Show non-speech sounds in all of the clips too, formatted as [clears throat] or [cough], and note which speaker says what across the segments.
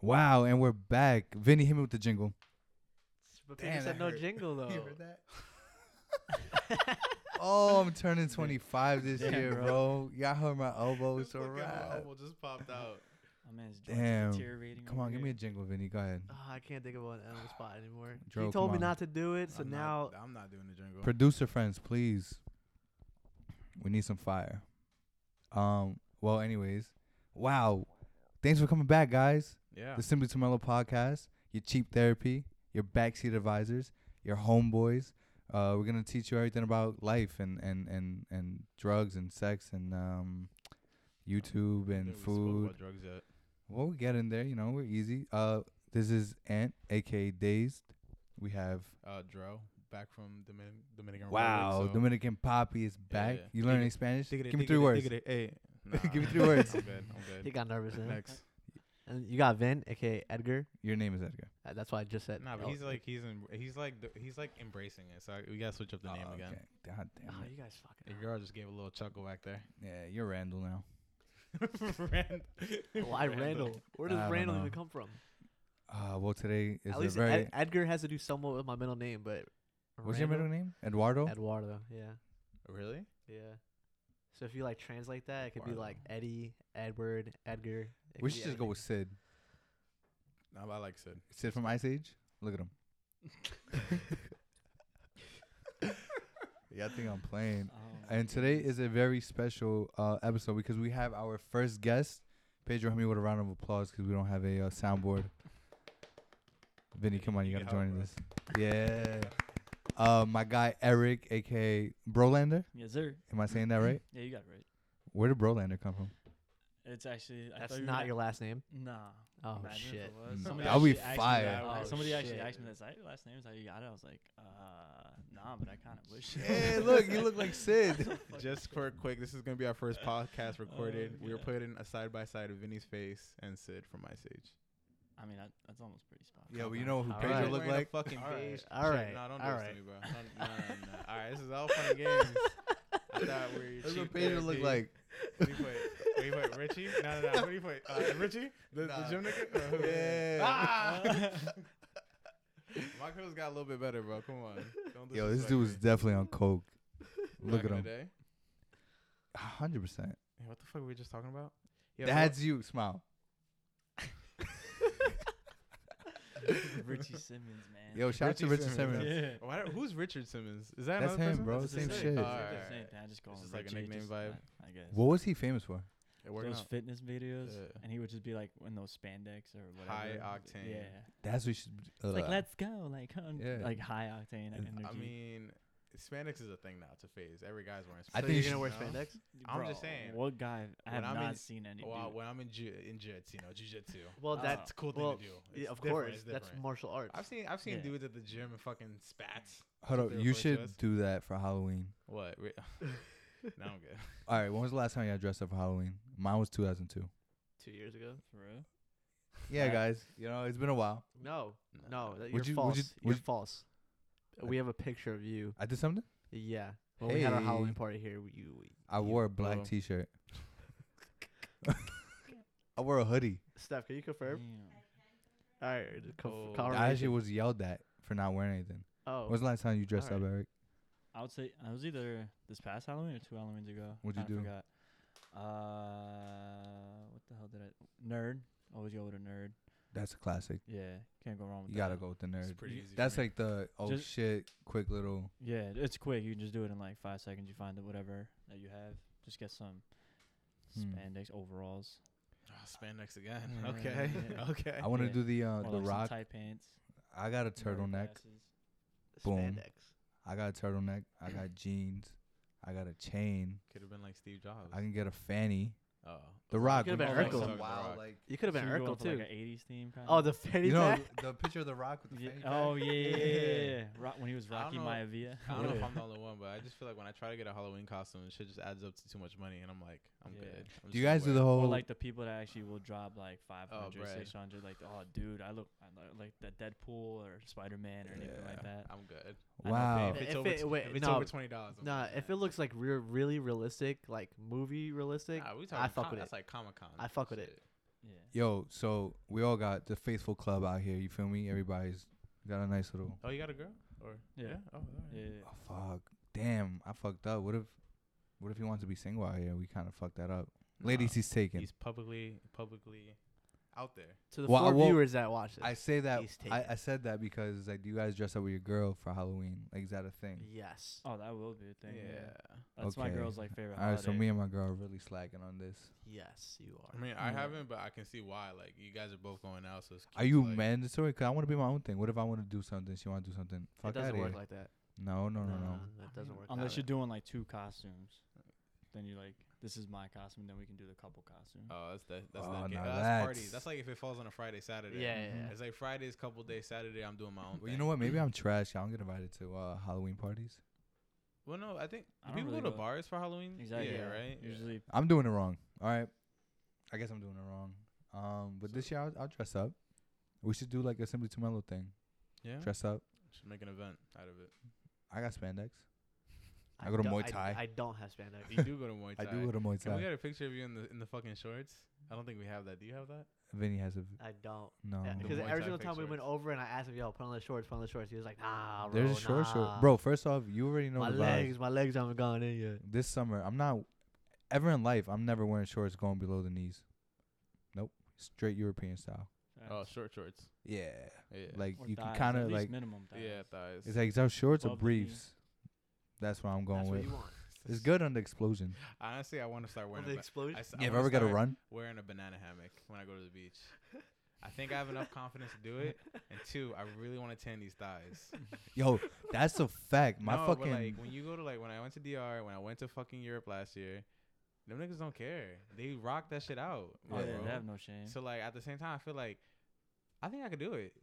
Speaker 1: Wow, and we're back. Vinny, hit me with the jingle.
Speaker 2: But
Speaker 1: Damn,
Speaker 2: people
Speaker 1: that
Speaker 2: said no
Speaker 1: hurt. [laughs]
Speaker 2: jingle though.
Speaker 1: You heard that? oh, I'm turning 25 this year, bro. Y'all hurt my elbow. It's a
Speaker 3: Fucking
Speaker 1: wrap.
Speaker 3: elbow just popped [laughs] out.
Speaker 4: My man's joints
Speaker 1: Damn.
Speaker 4: Damn. deteriorating.
Speaker 1: Come on, give me a jingle, Vinny. Go ahead.
Speaker 2: Ah, I can't think of an animal spot anymore.
Speaker 1: Dro,
Speaker 2: he told
Speaker 1: come
Speaker 2: me
Speaker 1: on.
Speaker 2: not to do it, so
Speaker 3: I'm
Speaker 2: now
Speaker 3: not, I'm not doing the jingle.
Speaker 1: Producer friends, please. We need some fire. Um. Well, anyways, wow. Thanks for coming back, guys.
Speaker 3: yeah.
Speaker 1: The Simply Tomelo podcast, your cheap therapy, your backseat advisors, your homeboys. Uh, we're gonna teach you everything about life and and and and drugs and sex and um, YouTube
Speaker 3: I
Speaker 1: and
Speaker 3: didn't really spoke
Speaker 1: food.
Speaker 3: about drugs yet.
Speaker 1: Well, we get in there, you know, we're easy. Uh, this is Ant, aka Dazed. We have
Speaker 3: Uh, Dro, back from Dominican Dominican
Speaker 1: wow,
Speaker 3: Republic. so-
Speaker 1: Dominican Poppy is back.
Speaker 3: yeah.
Speaker 1: You learning
Speaker 3: Diggity,
Speaker 1: Spanish?
Speaker 3: Diggity,
Speaker 1: Give me
Speaker 3: diggity,
Speaker 1: three words.
Speaker 3: diggity, Hey,
Speaker 1: [laughs] Give me
Speaker 3: nah,
Speaker 1: three words.
Speaker 3: [laughs] I'm good. I'm
Speaker 2: he
Speaker 3: good. [laughs]
Speaker 2: got nervous. Then.
Speaker 3: Next.
Speaker 2: And you got Vin, aka Edgar.
Speaker 1: Your name is Edgar.
Speaker 2: Uh, that's why I just said.
Speaker 3: Nah, but
Speaker 2: oh,
Speaker 3: he's like he's in, he's like th- he's like embracing it. So we gotta switch up the name
Speaker 1: Oh,
Speaker 3: again.
Speaker 1: okay. God
Speaker 2: Oh,
Speaker 1: damn it.
Speaker 2: you guys fucking.
Speaker 3: Your girl just gave a little chuckle back there. [laughs]
Speaker 1: Yeah, you're Randall now.
Speaker 3: Rand-
Speaker 2: [laughs] Why Randall? Where does
Speaker 1: I don't
Speaker 2: Randall
Speaker 1: know.
Speaker 2: even come from?
Speaker 1: Uh, well, today is
Speaker 2: At
Speaker 1: a
Speaker 2: least
Speaker 1: very.
Speaker 2: Ed- Edgar has to do somewhat with my middle name, but.
Speaker 1: what's your middle
Speaker 2: Randall?
Speaker 1: name? Eduardo.
Speaker 2: Eduardo. Yeah.
Speaker 3: Oh, Really?
Speaker 2: Yeah. So if you like translate that, it could be
Speaker 3: Eduardo.
Speaker 2: like Eddie, Edward, Edgar. It
Speaker 1: we
Speaker 2: could
Speaker 1: should
Speaker 2: be
Speaker 1: just go
Speaker 2: anything.
Speaker 1: with Sid.
Speaker 3: Nah, but I like Sid.
Speaker 1: Sid from Ice Age. Look at him. yeah, I think I'm playing.
Speaker 4: Um,
Speaker 1: And today is a very special uh, episode because we have our first guest. Pedro, help me with a round of applause because we don't have a uh, soundboard. Vinny, come on, you
Speaker 3: You
Speaker 1: gotta
Speaker 3: can help,
Speaker 1: join in this. Yeah. Uh, my guy Eric, aka Brolander.
Speaker 4: [laughs] Yes, sir.
Speaker 1: Am I saying that right?
Speaker 4: Yeah, you got it right.
Speaker 1: Where did Brolander come from?
Speaker 4: It's actually. I
Speaker 2: That's
Speaker 4: thought you were
Speaker 2: not
Speaker 4: gonna-
Speaker 2: your last name. [laughs]
Speaker 4: Nah.
Speaker 2: Oh
Speaker 4: Imagine if
Speaker 2: shit.
Speaker 4: it was.
Speaker 1: Mm.
Speaker 4: Somebody
Speaker 1: That would be
Speaker 4: actually asked me
Speaker 1: fire.
Speaker 4: that. Like,
Speaker 3: Oh,
Speaker 4: somebody actually
Speaker 2: shit.
Speaker 4: asked me, that. "Is that your last name? Is that how you got it?" I was like, uh, "Nah, but I kind of wish."
Speaker 1: Hey, look,
Speaker 4: [laughs]
Speaker 1: you look like Sid.
Speaker 3: [laughs] Just for a quick, this is gonna be our first podcast recorded. we were
Speaker 4: yeah.
Speaker 3: putting a side by side of Vinny's face and Sid from Ice Age.
Speaker 4: I mean, that, that's almost pretty spot.
Speaker 1: Yeah,
Speaker 4: on.
Speaker 1: well, you know who
Speaker 2: All
Speaker 1: Pedro
Speaker 2: right.
Speaker 1: looked
Speaker 3: Wearing a
Speaker 1: like.
Speaker 3: fucking
Speaker 2: All right,
Speaker 3: beige
Speaker 2: all
Speaker 3: shirt.
Speaker 2: right,
Speaker 3: Nah, don't do
Speaker 2: all
Speaker 3: this to
Speaker 2: right.
Speaker 3: me, bro.
Speaker 1: [laughs]
Speaker 3: Don't- nah, nah, nah. All right, this is
Speaker 2: [laughs]
Speaker 3: all fun
Speaker 4: [laughs]
Speaker 3: and games. I thought we were
Speaker 1: That's
Speaker 3: cheap
Speaker 1: what Pedro looked
Speaker 3: therapy.
Speaker 1: like.
Speaker 3: Who do you put? Who do you put? Richie? No, no, no. Who do you put? Uh, Richie? The,
Speaker 1: Nah.
Speaker 3: the
Speaker 1: [laughs]
Speaker 3: gym nigga? Or who?
Speaker 1: Yeah. [laughs]
Speaker 3: Ah! My girls got a little bit better, bro. Come on. Don't
Speaker 1: Yo, this
Speaker 3: disrespect
Speaker 1: dude was
Speaker 3: me.
Speaker 1: definitely on coke.
Speaker 3: [laughs]
Speaker 1: Look at
Speaker 3: Back in the
Speaker 1: him.
Speaker 3: day.
Speaker 1: A hundred percent.
Speaker 3: Hey, what the fuck were we just talking about? Yeah, but [laughs]
Speaker 1: That's you. Smile.
Speaker 4: Richie Simmons, man.
Speaker 3: [laughs]
Speaker 1: Yo, shout out to
Speaker 3: Richie
Speaker 1: Richard
Speaker 3: Simmons.
Speaker 1: Simmons.
Speaker 4: yeah.
Speaker 3: what- why- who's Richard Simmons? Is that
Speaker 1: That's him,
Speaker 3: another person?
Speaker 1: bro.
Speaker 4: It's the
Speaker 1: Same
Speaker 4: same-
Speaker 1: shit.
Speaker 4: it's
Speaker 3: Alright.
Speaker 4: the same thing. I just call
Speaker 3: It's
Speaker 4: him
Speaker 3: just like a
Speaker 4: Richie,
Speaker 3: nickname
Speaker 4: just,
Speaker 3: vibe.
Speaker 4: I, I guess.
Speaker 1: What was he famous for?
Speaker 3: It worked
Speaker 4: Those
Speaker 3: out.
Speaker 4: fitness videos,
Speaker 3: Yeah.
Speaker 4: and he would just be like in those spandex or whatever.
Speaker 3: High octane.
Speaker 4: Yeah.
Speaker 1: That's what you should. Uh,
Speaker 4: It's like let's go, like hun-
Speaker 1: Yeah.
Speaker 4: like high octane energy.
Speaker 3: I mean, spandex is a thing now. It's a phase. Every guy's wearing spandex.
Speaker 1: I
Speaker 2: so
Speaker 1: think
Speaker 2: you're
Speaker 1: you
Speaker 2: gonna wear
Speaker 3: should know. [laughs]
Speaker 2: spandex?
Speaker 3: I'm just
Speaker 4: Bro,
Speaker 3: saying.
Speaker 4: What guy? I
Speaker 3: when
Speaker 4: have
Speaker 3: I'm
Speaker 4: not
Speaker 3: in-
Speaker 4: seen any.
Speaker 3: Well,
Speaker 4: dude.
Speaker 3: when I'm in ju- in jits, you know, jujitsu.
Speaker 2: Well,
Speaker 4: Oh.
Speaker 2: that's
Speaker 3: It's a cool thing
Speaker 2: Uh, well,
Speaker 3: to do.
Speaker 2: yeah,
Speaker 3: It's
Speaker 2: of
Speaker 3: different,
Speaker 2: course.
Speaker 3: it's
Speaker 2: That's
Speaker 3: different.
Speaker 2: martial arts.
Speaker 3: I've seen I've seen
Speaker 4: Yeah.
Speaker 3: dudes at the gym and fucking spats.
Speaker 1: Hold
Speaker 3: what
Speaker 1: up.
Speaker 3: they
Speaker 1: You
Speaker 3: refer to
Speaker 1: should
Speaker 3: as.
Speaker 1: do that for Halloween.
Speaker 3: What? Re- [laughs] no, I'm good. [laughs]
Speaker 1: All right. When was the last time y'all dressed up for Halloween? Mine was 2002.
Speaker 2: [laughs] Two years ago.
Speaker 4: For real?
Speaker 1: Yeah,
Speaker 4: Yeah.
Speaker 1: guys. You know, it's been a while.
Speaker 2: No, no, that- you're
Speaker 1: Would you- would
Speaker 2: false.
Speaker 1: you-
Speaker 2: you,
Speaker 1: would
Speaker 2: are
Speaker 1: you-
Speaker 2: false.
Speaker 1: I-
Speaker 2: We have a picture of you.
Speaker 1: I did something.
Speaker 2: Yeah, when we had our
Speaker 1: Hey.
Speaker 2: Halloween party here, we- you
Speaker 1: I wore a black
Speaker 3: Well. [laughs]
Speaker 1: T-shirt. I wore a hoodie.
Speaker 2: Steph, can you
Speaker 1: Mm.
Speaker 2: confirm?
Speaker 4: Damn.
Speaker 2: All right, just conf-
Speaker 3: Oh. I
Speaker 1: I actually
Speaker 2: confirmation.
Speaker 1: was yelled at for not wearing anything.
Speaker 2: Oh,
Speaker 1: When's the last time you dressed up,
Speaker 2: Alright.
Speaker 1: Eric?
Speaker 4: I would say I was either this past Halloween or two Halloweens ago.
Speaker 1: What'd you
Speaker 4: Kinda
Speaker 1: do?
Speaker 4: Forgot. Uh, what the hell did I? Nerd. Always go with a nerd.
Speaker 1: That's a classic.
Speaker 4: Yeah, can't go wrong with
Speaker 1: You
Speaker 4: that.
Speaker 1: gotta go with the nerd.
Speaker 3: pretty easy for
Speaker 1: That's
Speaker 3: me.
Speaker 1: like the oh
Speaker 4: Just-
Speaker 1: shit, quick little.
Speaker 4: Yeah, it's quick. You can just do it in like five seconds. You find it whatever that you have. Just get some
Speaker 1: Hmm.
Speaker 4: spandex overalls.
Speaker 3: Oh, spandex again.
Speaker 4: Yeah,
Speaker 3: [laughs]
Speaker 2: Mm,
Speaker 3: okay.
Speaker 4: yeah.
Speaker 3: Okay.
Speaker 1: I want to
Speaker 4: Yeah.
Speaker 1: do the uh,
Speaker 4: or
Speaker 1: the
Speaker 4: like some
Speaker 1: rock.
Speaker 4: tight pants.
Speaker 1: I got a
Speaker 4: wearing
Speaker 1: turtleneck.
Speaker 4: glasses.
Speaker 1: boom.
Speaker 2: spandex.
Speaker 1: I got a turtleneck. I got jeans. I got a chain.
Speaker 3: Could have been like Steve Jobs.
Speaker 1: I can get a fanny.
Speaker 3: oh.
Speaker 1: The Rock.
Speaker 2: could've
Speaker 1: we
Speaker 2: been
Speaker 1: know, like,
Speaker 2: Urkel.
Speaker 1: some
Speaker 3: Urkel.
Speaker 1: wild,
Speaker 3: Rock.
Speaker 1: like-
Speaker 2: You could have been
Speaker 4: So you're going
Speaker 2: Urkel
Speaker 4: for,
Speaker 2: too.
Speaker 4: Like an 80s theme kind
Speaker 2: oh, the fanny
Speaker 1: you know
Speaker 2: pack?
Speaker 1: the picture of the Rock with the
Speaker 4: [laughs] Yeah.
Speaker 1: fanny.
Speaker 4: Oh yeah, yeah, yeah, yeah,
Speaker 3: Yeah.
Speaker 4: yeah. Rock, when he was
Speaker 3: I don't
Speaker 4: Rocky
Speaker 3: know-
Speaker 4: Maivia.
Speaker 3: I don't know if
Speaker 4: Yeah.
Speaker 3: I'm the only one, but I just feel like when I try to get a Halloween costume, shit just adds up to too much money, and I'm like, I'm
Speaker 4: Yeah.
Speaker 3: good. I'm
Speaker 1: Do you
Speaker 3: just gonna
Speaker 1: guys do
Speaker 3: wear
Speaker 1: the
Speaker 3: it.
Speaker 1: whole?
Speaker 4: Or like the people that actually will drop like 500,
Speaker 3: bread.
Speaker 4: 600, like oh dude, I look I look like that Deadpool or Spider Man or anything like
Speaker 3: Yeah,
Speaker 4: that.
Speaker 3: I'm good.
Speaker 4: I know,
Speaker 1: wow.
Speaker 4: babe.
Speaker 3: If it's
Speaker 2: If
Speaker 3: over,
Speaker 2: it-
Speaker 3: t-
Speaker 2: wait,
Speaker 3: if it's
Speaker 2: no.
Speaker 3: over twenty dollars.
Speaker 2: Nah, if it looks like re- really realistic, like movie realistic,
Speaker 3: we
Speaker 1: Ah,
Speaker 2: I fuck
Speaker 3: com-
Speaker 2: with it.
Speaker 3: That's like Comic Con.
Speaker 2: I fuck with it.
Speaker 4: Yeah.
Speaker 1: Yo, so we all got the faithful club out here. You feel me? Everybody's got a nice little.
Speaker 3: Oh, you got a girl? Or
Speaker 4: Yeah.
Speaker 3: Oh, all right.
Speaker 4: Yeah.
Speaker 1: Oh, fuck. Damn, I fucked up. What if, what if he wants to be single out here? We kind of fucked that up. Ladies,
Speaker 3: Nah,
Speaker 1: he's taken.
Speaker 3: he's publicly publicly out there.
Speaker 2: To the
Speaker 1: Well, I
Speaker 2: four
Speaker 1: will-
Speaker 2: viewers that watch this.
Speaker 1: I say that.
Speaker 2: He's
Speaker 1: I,
Speaker 2: taken.
Speaker 1: I said that because like, do you guys dress up with your girl for Halloween? Like, is that a thing?
Speaker 2: yes.
Speaker 4: Oh, that will be a thing. Yeah.
Speaker 2: yeah.
Speaker 4: That's my
Speaker 1: Okay.
Speaker 4: girl's like favorite.
Speaker 1: All right, so
Speaker 4: holiday.
Speaker 1: me and my girl are really slacking on this.
Speaker 2: Yes, you are.
Speaker 3: I mean, I
Speaker 4: Yeah.
Speaker 3: haven't, but I can see why. Like, you guys are both going out, so it's
Speaker 1: Are
Speaker 3: cute,
Speaker 1: you
Speaker 3: like,
Speaker 1: mandatory? Cause I want to be my own thing. What if I want to do something? She want to do something? Fuck
Speaker 2: it doesn't
Speaker 1: outta
Speaker 2: work
Speaker 1: here.
Speaker 2: like that.
Speaker 1: no, no, no, no.
Speaker 2: That doesn't work.
Speaker 4: Unless
Speaker 2: that
Speaker 4: you're
Speaker 2: way.
Speaker 4: doing like two costumes, then you're like, this is my costume. Then we can do the couple costume.
Speaker 3: Oh, that's the that's
Speaker 1: Oh,
Speaker 3: the
Speaker 1: now
Speaker 3: that's, that's parties.
Speaker 1: that's-
Speaker 3: That's like if it falls on a Friday, Saturday.
Speaker 2: Yeah, yeah,
Speaker 1: Mm-hmm.
Speaker 2: yeah.
Speaker 3: It's like Friday's couple days, Saturday I'm doing my own.
Speaker 1: Well,
Speaker 3: thing.
Speaker 1: you know what? Maybe I'm trash. I don't get invited to uh, Halloween parties.
Speaker 3: Well, no, I think
Speaker 4: I
Speaker 3: do
Speaker 4: don't
Speaker 3: people
Speaker 4: really
Speaker 3: go to
Speaker 4: go-
Speaker 3: bars for Halloween.
Speaker 4: Exactly.
Speaker 3: Yeah, right. Yeah.
Speaker 4: Usually,
Speaker 1: I'm doing it wrong. All right, I guess I'm doing it wrong. Um, but this year I'll, I'll dress up. We should do like a simply Tomelo thing.
Speaker 3: Yeah.
Speaker 1: Dress up.
Speaker 3: Should make an event out of
Speaker 1: [laughs]
Speaker 3: it.
Speaker 1: I got spandex. I go to
Speaker 2: don't-
Speaker 1: Muay Thai.
Speaker 2: I, don't have
Speaker 3: [laughs]
Speaker 2: spandex.
Speaker 3: You do go to Muay Thai.
Speaker 1: I do go to Muay
Speaker 3: Can we
Speaker 1: Thai.
Speaker 3: get a picture of you in the in the fucking shorts? I don't think we have that. Do you have that?
Speaker 1: Vinny has a
Speaker 2: I don't.
Speaker 1: no.
Speaker 2: Yeah,
Speaker 3: The
Speaker 2: Because
Speaker 3: Muay Thai
Speaker 2: every single
Speaker 3: fake
Speaker 2: time we went
Speaker 3: shorts.
Speaker 2: over and I asked him, "Yo, put on the shorts, put on the shorts," he was like, "Nah, bro,
Speaker 1: There's a short short.
Speaker 2: nah.
Speaker 1: Bro, first off, you already know
Speaker 2: my
Speaker 1: the vibes.
Speaker 2: legs, my legs haven't gone in yet."
Speaker 1: This summer, I'm not ever in life. I'm never wearing shorts going below the knees. Nope, straight European style.
Speaker 3: Oh,
Speaker 4: facts.
Speaker 3: short shorts.
Speaker 1: Yeah,
Speaker 3: Yeah.
Speaker 1: like
Speaker 4: uh, Or
Speaker 1: you can
Speaker 4: thighs,
Speaker 1: kind
Speaker 4: at
Speaker 1: of
Speaker 4: least
Speaker 1: like
Speaker 4: minimum. Thighs.
Speaker 3: yeah, thighs.
Speaker 1: it's like it's shorts or
Speaker 4: above the knee.
Speaker 1: briefs. That's what I'm going
Speaker 2: That's
Speaker 1: with.
Speaker 2: what you want.
Speaker 1: It's good on the explosion.
Speaker 3: Honestly, I want to start
Speaker 2: Want
Speaker 3: wearing.
Speaker 2: the
Speaker 3: a ba-
Speaker 2: explosion.
Speaker 3: I s- I
Speaker 1: Yeah, if I
Speaker 3: wanna
Speaker 1: ever got to
Speaker 3: start
Speaker 1: run,
Speaker 3: wearing a banana hammock when I go to the
Speaker 1: [laughs]
Speaker 3: beach. I think I have enough confidence to do it. And two, I really want to tan these thighs.
Speaker 1: yo, that's a fact. My
Speaker 3: No, but,
Speaker 1: fucking
Speaker 3: like when you go to like when I went to DR, when I went to fucking Europe last year, them niggas don't care. They rock that shit out.
Speaker 4: Oh,
Speaker 3: my
Speaker 4: yeah,
Speaker 1: Yeah.
Speaker 4: they
Speaker 3: bro.
Speaker 4: have no shame.
Speaker 3: So like at the same time, I feel like I think I could do it.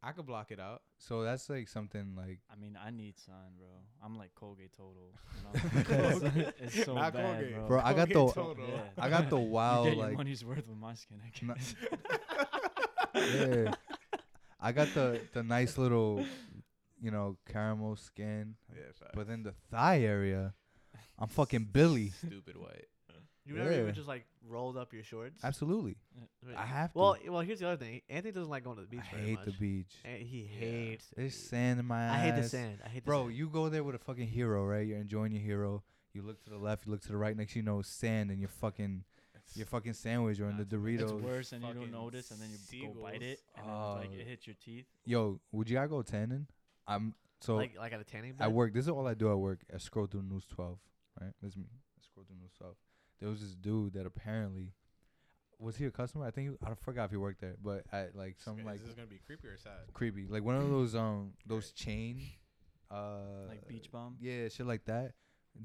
Speaker 3: I could block it out.
Speaker 1: so that's like something like
Speaker 4: I mean, I need sun, bro. I'm like Colgate total.
Speaker 3: [laughs]
Speaker 4: You know? [laughs] it's,
Speaker 3: Colgate.
Speaker 4: it's so
Speaker 3: Not
Speaker 4: bad,
Speaker 3: Colgate.
Speaker 4: bro.
Speaker 1: Bro, I got
Speaker 3: Colgate
Speaker 1: the-
Speaker 3: total.
Speaker 4: Yeah.
Speaker 1: I got the
Speaker 4: You
Speaker 1: wild
Speaker 4: you get your
Speaker 1: like
Speaker 4: money's worth with my skin. I [laughs]
Speaker 1: [laughs] No-
Speaker 4: guess.
Speaker 1: yeah. I got the the nice little you know caramel skin,
Speaker 3: [laughs] Yeah, facts.
Speaker 1: but then the thigh area, I'm fucking Billy. [laughs]
Speaker 3: stupid white.
Speaker 2: you never
Speaker 1: yeah.
Speaker 2: even just like rolled up your shorts.
Speaker 1: Absolutely,
Speaker 2: Wait,
Speaker 1: I have to.
Speaker 2: Well, well, here's the other thing. Anthony doesn't like going to the
Speaker 1: I
Speaker 2: beach. very
Speaker 1: hate the
Speaker 2: much.
Speaker 1: beach.
Speaker 2: And he
Speaker 3: Yeah.
Speaker 2: hates. the
Speaker 1: There's
Speaker 2: beach.
Speaker 1: sand in my eyes.
Speaker 2: I hate the sand. I hate. The
Speaker 1: Bro,
Speaker 2: sand.
Speaker 1: you go there with a fucking hero, right? You're enjoying your hero. You look to the left, you look to the right. Next, thing you know, sand and your fucking your fucking sandwich or in the
Speaker 3: That's-
Speaker 1: Doritos.
Speaker 4: it's
Speaker 3: those
Speaker 4: worse, and you don't
Speaker 3: fucking
Speaker 4: notice, and then you b- go bite it, and then it's
Speaker 1: Oh.
Speaker 4: like it hits your teeth.
Speaker 1: Yo, would you gotta go tanning? I'm so
Speaker 2: like like at a tanning bed.
Speaker 1: at work. This is all I do at work. I scroll through News 12. Right, that's me. I scroll through News 12. There was this dude that apparently was he a customer? I think he, I forgot if he worked there, but at like some
Speaker 3: Is
Speaker 1: like
Speaker 3: this gonna be creepy or sad?
Speaker 1: creepy, like one of those
Speaker 3: [coughs]
Speaker 1: um those
Speaker 3: Right.
Speaker 1: chain, uh,
Speaker 4: Like beach bum?
Speaker 1: Yeah, shit like that.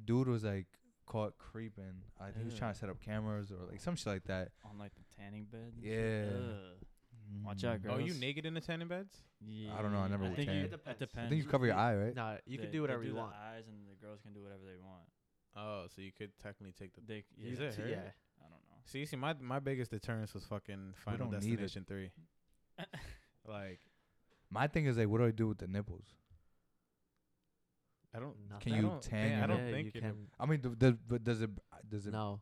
Speaker 1: Dude was like caught creeping. I think he was
Speaker 4: Ew.
Speaker 1: trying to set up cameras or like some shit like that.
Speaker 4: on like the tanning bed. and shit.
Speaker 1: Yeah.
Speaker 4: Ugh. Watch out,
Speaker 1: Mm.
Speaker 3: Oh, you
Speaker 4: Girls.
Speaker 3: naked in the tanning beds?
Speaker 4: Yeah.
Speaker 1: don't know, I never
Speaker 4: I
Speaker 1: would
Speaker 4: think
Speaker 1: tan.
Speaker 4: you,
Speaker 1: It
Speaker 4: It
Speaker 2: depends. I
Speaker 1: I
Speaker 4: depends.
Speaker 1: think you cover your eye, right?
Speaker 2: Nah, you
Speaker 4: They-
Speaker 2: can do
Speaker 4: they
Speaker 2: whatever you
Speaker 4: the
Speaker 2: want.
Speaker 4: Eyes and the girls can do whatever they want.
Speaker 3: Oh, so you could technically take the. [laughs]
Speaker 4: They, c-
Speaker 3: Is
Speaker 4: yeah,
Speaker 3: it her?
Speaker 2: Yeah.
Speaker 4: I don't know.
Speaker 3: See, see, my my biggest deterrence was fucking Final
Speaker 1: don't need it.
Speaker 4: [laughs]
Speaker 3: Destination three. like,
Speaker 1: My thing is like, what do I do with the nipples?
Speaker 3: I don't.
Speaker 2: Nothing.
Speaker 1: Can
Speaker 3: I
Speaker 1: you
Speaker 3: don't
Speaker 1: tan
Speaker 3: think- I
Speaker 1: your
Speaker 3: don't
Speaker 2: Yeah,
Speaker 3: think
Speaker 2: you
Speaker 3: you can.
Speaker 2: can.
Speaker 1: I mean, do, does but does it does it
Speaker 2: No.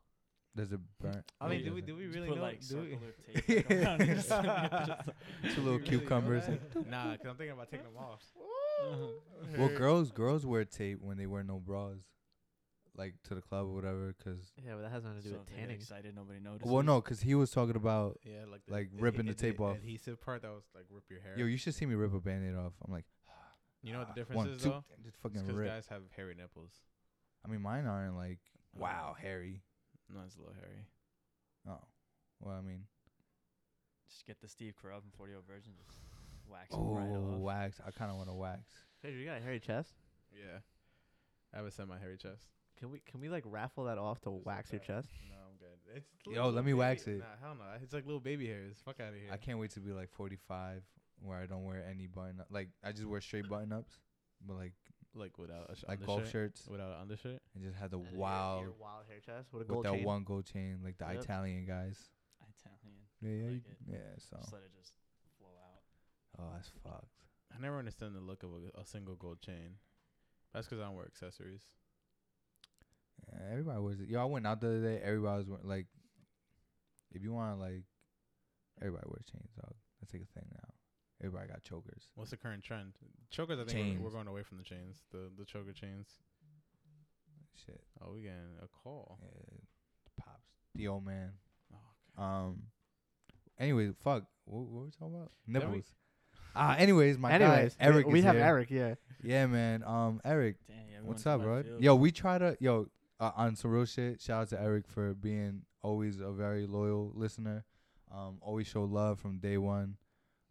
Speaker 1: does it burn? Oh,
Speaker 3: I
Speaker 4: mean,
Speaker 3: mean, do we do we
Speaker 4: Just
Speaker 3: really
Speaker 4: put
Speaker 3: know?
Speaker 4: like
Speaker 3: do we,
Speaker 4: circular tape like, around it or
Speaker 1: [laughs]
Speaker 4: something. [laughs] Just like-
Speaker 1: Two little
Speaker 3: do we really know
Speaker 1: cucumbers.
Speaker 3: that? [laughs] nah, because I'm thinking about taking them off. [laughs]
Speaker 1: Well, girls girls wear tape when they wear no bras, like to the club or whatever. Cause
Speaker 2: Yeah, but that has nothing to do
Speaker 4: So
Speaker 2: with
Speaker 4: if they get
Speaker 2: tanning.
Speaker 4: Excited, nobody notices.
Speaker 1: well, no, cause he was talking about
Speaker 3: Yeah, like
Speaker 1: Like ripping the tape off.
Speaker 3: Adhesive part that was like rip your hair.
Speaker 1: yo, you should see me rip a band-aid off. I'm like,
Speaker 3: you know what the
Speaker 1: "Ah,
Speaker 3: difference
Speaker 1: one,
Speaker 3: is
Speaker 1: two,"
Speaker 3: though?
Speaker 1: Just
Speaker 3: It's
Speaker 1: fucking
Speaker 3: because
Speaker 1: rip.
Speaker 3: guys Oh. have hairy nipples.
Speaker 1: I mean, mine aren't like wow hairy.
Speaker 3: Mine's a little hairy.
Speaker 1: Oh, well, I mean,
Speaker 4: Just get the Steve Carell from 40 Old Virgin. Just wax 'em
Speaker 1: oh
Speaker 4: right off.
Speaker 1: wax. I kind of want to wax.
Speaker 2: Pedro, you got a hairy chest.
Speaker 3: Yeah, I haven't said my hairy chest.
Speaker 2: Can we can we like raffle that off to
Speaker 3: Just
Speaker 2: wax your
Speaker 3: like that.
Speaker 2: chest?
Speaker 3: No, I'm good. It's
Speaker 1: Yo,
Speaker 3: little
Speaker 1: let me wax
Speaker 3: baby-
Speaker 1: it.
Speaker 3: Nah, hell no. It's like little baby hairs. Fuck out of here.
Speaker 1: I can't wait to be like 45 where I don't wear any button up. Like I just wear straight button ups, but like
Speaker 3: like without a sh-
Speaker 1: like golf
Speaker 3: undershirt,
Speaker 1: shirts
Speaker 3: Without an undershirt.
Speaker 1: and just had the
Speaker 2: And your-
Speaker 1: wild
Speaker 2: Your wild hair chest with a
Speaker 1: with
Speaker 2: gold
Speaker 1: that
Speaker 2: chain.
Speaker 1: one gold chain, like the
Speaker 2: Yep.
Speaker 1: Italian guys.
Speaker 4: Italian.
Speaker 1: Yeah, yeah,
Speaker 4: like
Speaker 1: you-
Speaker 4: it.
Speaker 1: yeah. So
Speaker 4: Just let it just flow out.
Speaker 1: oh, that's fucked.
Speaker 3: I never understand the look of a, a single gold chain. That's 'cause I don't wear accessories.
Speaker 1: Yeah, everybody wears it. Yo, I went out the other day. Everybody was wearing like, if you want to like Everybody wears chains, dog. That's like a thing now. Everybody got chokers.
Speaker 3: What's the current trend? Chokers, I think we're, we're
Speaker 1: Chains.
Speaker 3: going away from the chains, the the choker chains.
Speaker 1: Shit.
Speaker 3: Oh, we getting a call.
Speaker 1: Yeah. Pops. The old man.
Speaker 3: Oh,
Speaker 1: Um. Anyway, fuck. What, what were we talking about?
Speaker 3: Then we-
Speaker 1: Nipples. Ah, anyways, my
Speaker 2: Anyways,
Speaker 1: guy Eric.
Speaker 2: we
Speaker 1: is
Speaker 2: have
Speaker 1: here.
Speaker 2: Eric. Yeah.
Speaker 1: Yeah, man. Um, Eric.
Speaker 4: Dang, everyone's
Speaker 1: What's
Speaker 4: in
Speaker 1: up,
Speaker 4: my
Speaker 1: bro?
Speaker 4: field.
Speaker 1: Yo, we try to yo uh, on some real shit. Shout out to Eric for being always a very loyal listener. Um, always show love from day one.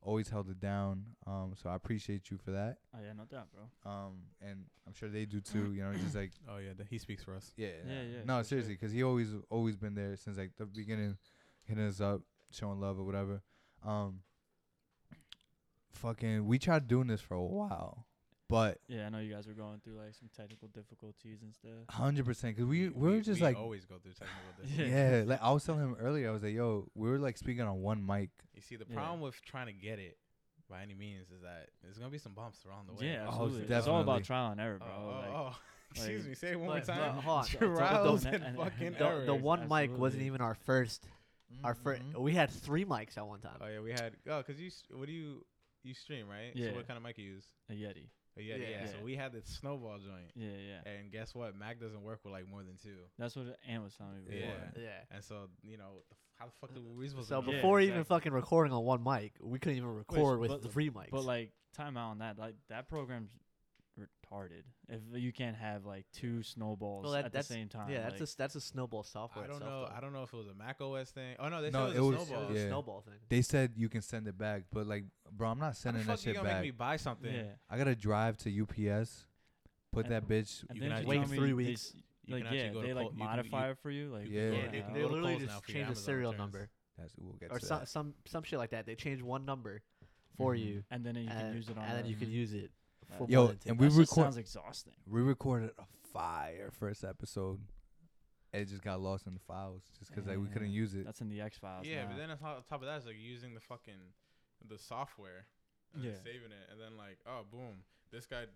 Speaker 1: Always held it down. Um, so I appreciate you for that.
Speaker 4: Oh yeah, no doubt, bro.
Speaker 1: Um, and I'm sure they do too. You know, just
Speaker 4: [coughs]
Speaker 1: like
Speaker 3: oh yeah, th- he speaks for us.
Speaker 1: yeah,
Speaker 4: Yeah, yeah,
Speaker 1: No,
Speaker 4: for sure.
Speaker 1: seriously, because he always always been there since like the beginning, hitting us up, showing love or whatever. Um, fucking, we tried doing this for a while, but
Speaker 4: Yeah, I know you guys were going through like some technical difficulties and stuff.
Speaker 1: hundred percent, because we we were just
Speaker 3: we
Speaker 1: like
Speaker 3: always go through technical
Speaker 4: Yeah.
Speaker 3: difficulties.
Speaker 4: [laughs]
Speaker 1: yeah, like I was telling him earlier, I was like, yo, we were like speaking on one mic.
Speaker 3: [laughs] You see, the
Speaker 4: Yeah.
Speaker 3: problem with trying to get it by any means is that there's gonna be some bumps along the way.
Speaker 4: Yeah,
Speaker 1: Oh,
Speaker 4: absolutely. it's all
Speaker 1: definitely.
Speaker 4: about trial and error,
Speaker 3: Oh,
Speaker 4: bro.
Speaker 3: oh,
Speaker 4: like,
Speaker 3: oh. [laughs] excuse
Speaker 4: like-
Speaker 3: me. Say it one more
Speaker 2: But- but
Speaker 3: time.
Speaker 2: hold
Speaker 3: [laughs]
Speaker 2: on, it's all about
Speaker 3: Trials
Speaker 4: the-
Speaker 3: and
Speaker 4: and-
Speaker 3: fucking
Speaker 4: and-
Speaker 2: The, the
Speaker 3: errors.
Speaker 2: one mic wasn't
Speaker 4: Absolutely.
Speaker 2: even our first. Our first.
Speaker 4: Mm-hmm.
Speaker 2: We had three mics at one time.
Speaker 3: Oh yeah, we had. Oh, cause you. s- What do you? You stream right?
Speaker 4: Yeah.
Speaker 3: So what kind of mic you use?
Speaker 4: a Yeti.
Speaker 3: Oh, yeah, yeah,
Speaker 2: Yeah.
Speaker 3: So
Speaker 4: Yeah.
Speaker 3: we had the snowball joint,
Speaker 4: Yeah, yeah.
Speaker 3: and guess what? Mac doesn't work with like more than two.
Speaker 4: That's what Ann was telling me before.
Speaker 3: Yeah.
Speaker 2: Yeah.
Speaker 3: And so you know, what the f- how the fuck did we supposed
Speaker 2: So
Speaker 3: to? know?
Speaker 2: before even
Speaker 4: exactly.
Speaker 2: fucking recording on one mic, we couldn't even record with
Speaker 4: but-
Speaker 2: three mics.
Speaker 4: But like, time out on that. Like that program's retarded. If you can't have like two snowballs
Speaker 2: that-
Speaker 4: at the
Speaker 2: that's-
Speaker 4: same time.
Speaker 2: yeah,
Speaker 4: like,
Speaker 2: that's a that's a snowball software.
Speaker 3: I don't
Speaker 2: itself,
Speaker 3: know.
Speaker 2: though.
Speaker 3: I don't know if it was a Mac OS thing. Oh no, they
Speaker 1: No,
Speaker 3: said
Speaker 1: it
Speaker 3: it was,
Speaker 1: was-
Speaker 3: a snowball.
Speaker 2: It was
Speaker 1: yeah.
Speaker 2: a snowball thing.
Speaker 1: They said you can send it back, but like, bro, I'm not
Speaker 3: How the
Speaker 1: sending that
Speaker 3: fuck you
Speaker 1: shit
Speaker 3: gonna
Speaker 1: back.
Speaker 3: make me buy something?
Speaker 4: yeah.
Speaker 1: I gotta drive to UPS, put
Speaker 4: And-
Speaker 1: that bitch.
Speaker 4: And
Speaker 3: You can
Speaker 4: then
Speaker 3: actually
Speaker 4: she
Speaker 2: wait
Speaker 4: told me
Speaker 2: three
Speaker 4: they
Speaker 2: weeks.
Speaker 4: s-
Speaker 3: You
Speaker 4: like
Speaker 3: can actually
Speaker 4: yeah,
Speaker 3: go to
Speaker 4: they
Speaker 3: Col-
Speaker 4: like
Speaker 3: you can-
Speaker 4: modify
Speaker 3: you-
Speaker 4: it for you.
Speaker 1: Yeah.
Speaker 4: Like you
Speaker 2: Yeah,
Speaker 4: can
Speaker 3: Yeah,
Speaker 4: go
Speaker 2: they,
Speaker 4: down.
Speaker 2: they
Speaker 3: Go to
Speaker 2: literally
Speaker 3: Kohl's now
Speaker 2: just
Speaker 3: for your
Speaker 2: changed the
Speaker 3: Amazon
Speaker 2: serial
Speaker 3: returns.
Speaker 2: number
Speaker 1: That's we'll get
Speaker 2: or
Speaker 1: to
Speaker 2: some
Speaker 1: that.
Speaker 2: some some shit like that. They changed one number for
Speaker 1: Mhm.
Speaker 2: you,
Speaker 4: and then you can
Speaker 3: Uh,
Speaker 2: and,
Speaker 4: use it on.
Speaker 2: and then
Speaker 4: a-
Speaker 2: you can use it.
Speaker 4: Yeah.
Speaker 2: For
Speaker 1: Yo,
Speaker 2: more than two
Speaker 1: and
Speaker 4: That
Speaker 1: we
Speaker 2: people.
Speaker 4: shit
Speaker 1: record-
Speaker 4: sounds exhausting.
Speaker 1: We recorded a fire first episode. It just got lost in the files, just 'cause like we couldn't
Speaker 4: Yeah.
Speaker 1: use it.
Speaker 4: That's in the X Files.
Speaker 3: Yeah, but then on top on top of that, it's like using the fucking the software, and then
Speaker 4: Yeah.
Speaker 3: saving it, and then like, oh, boom, this guy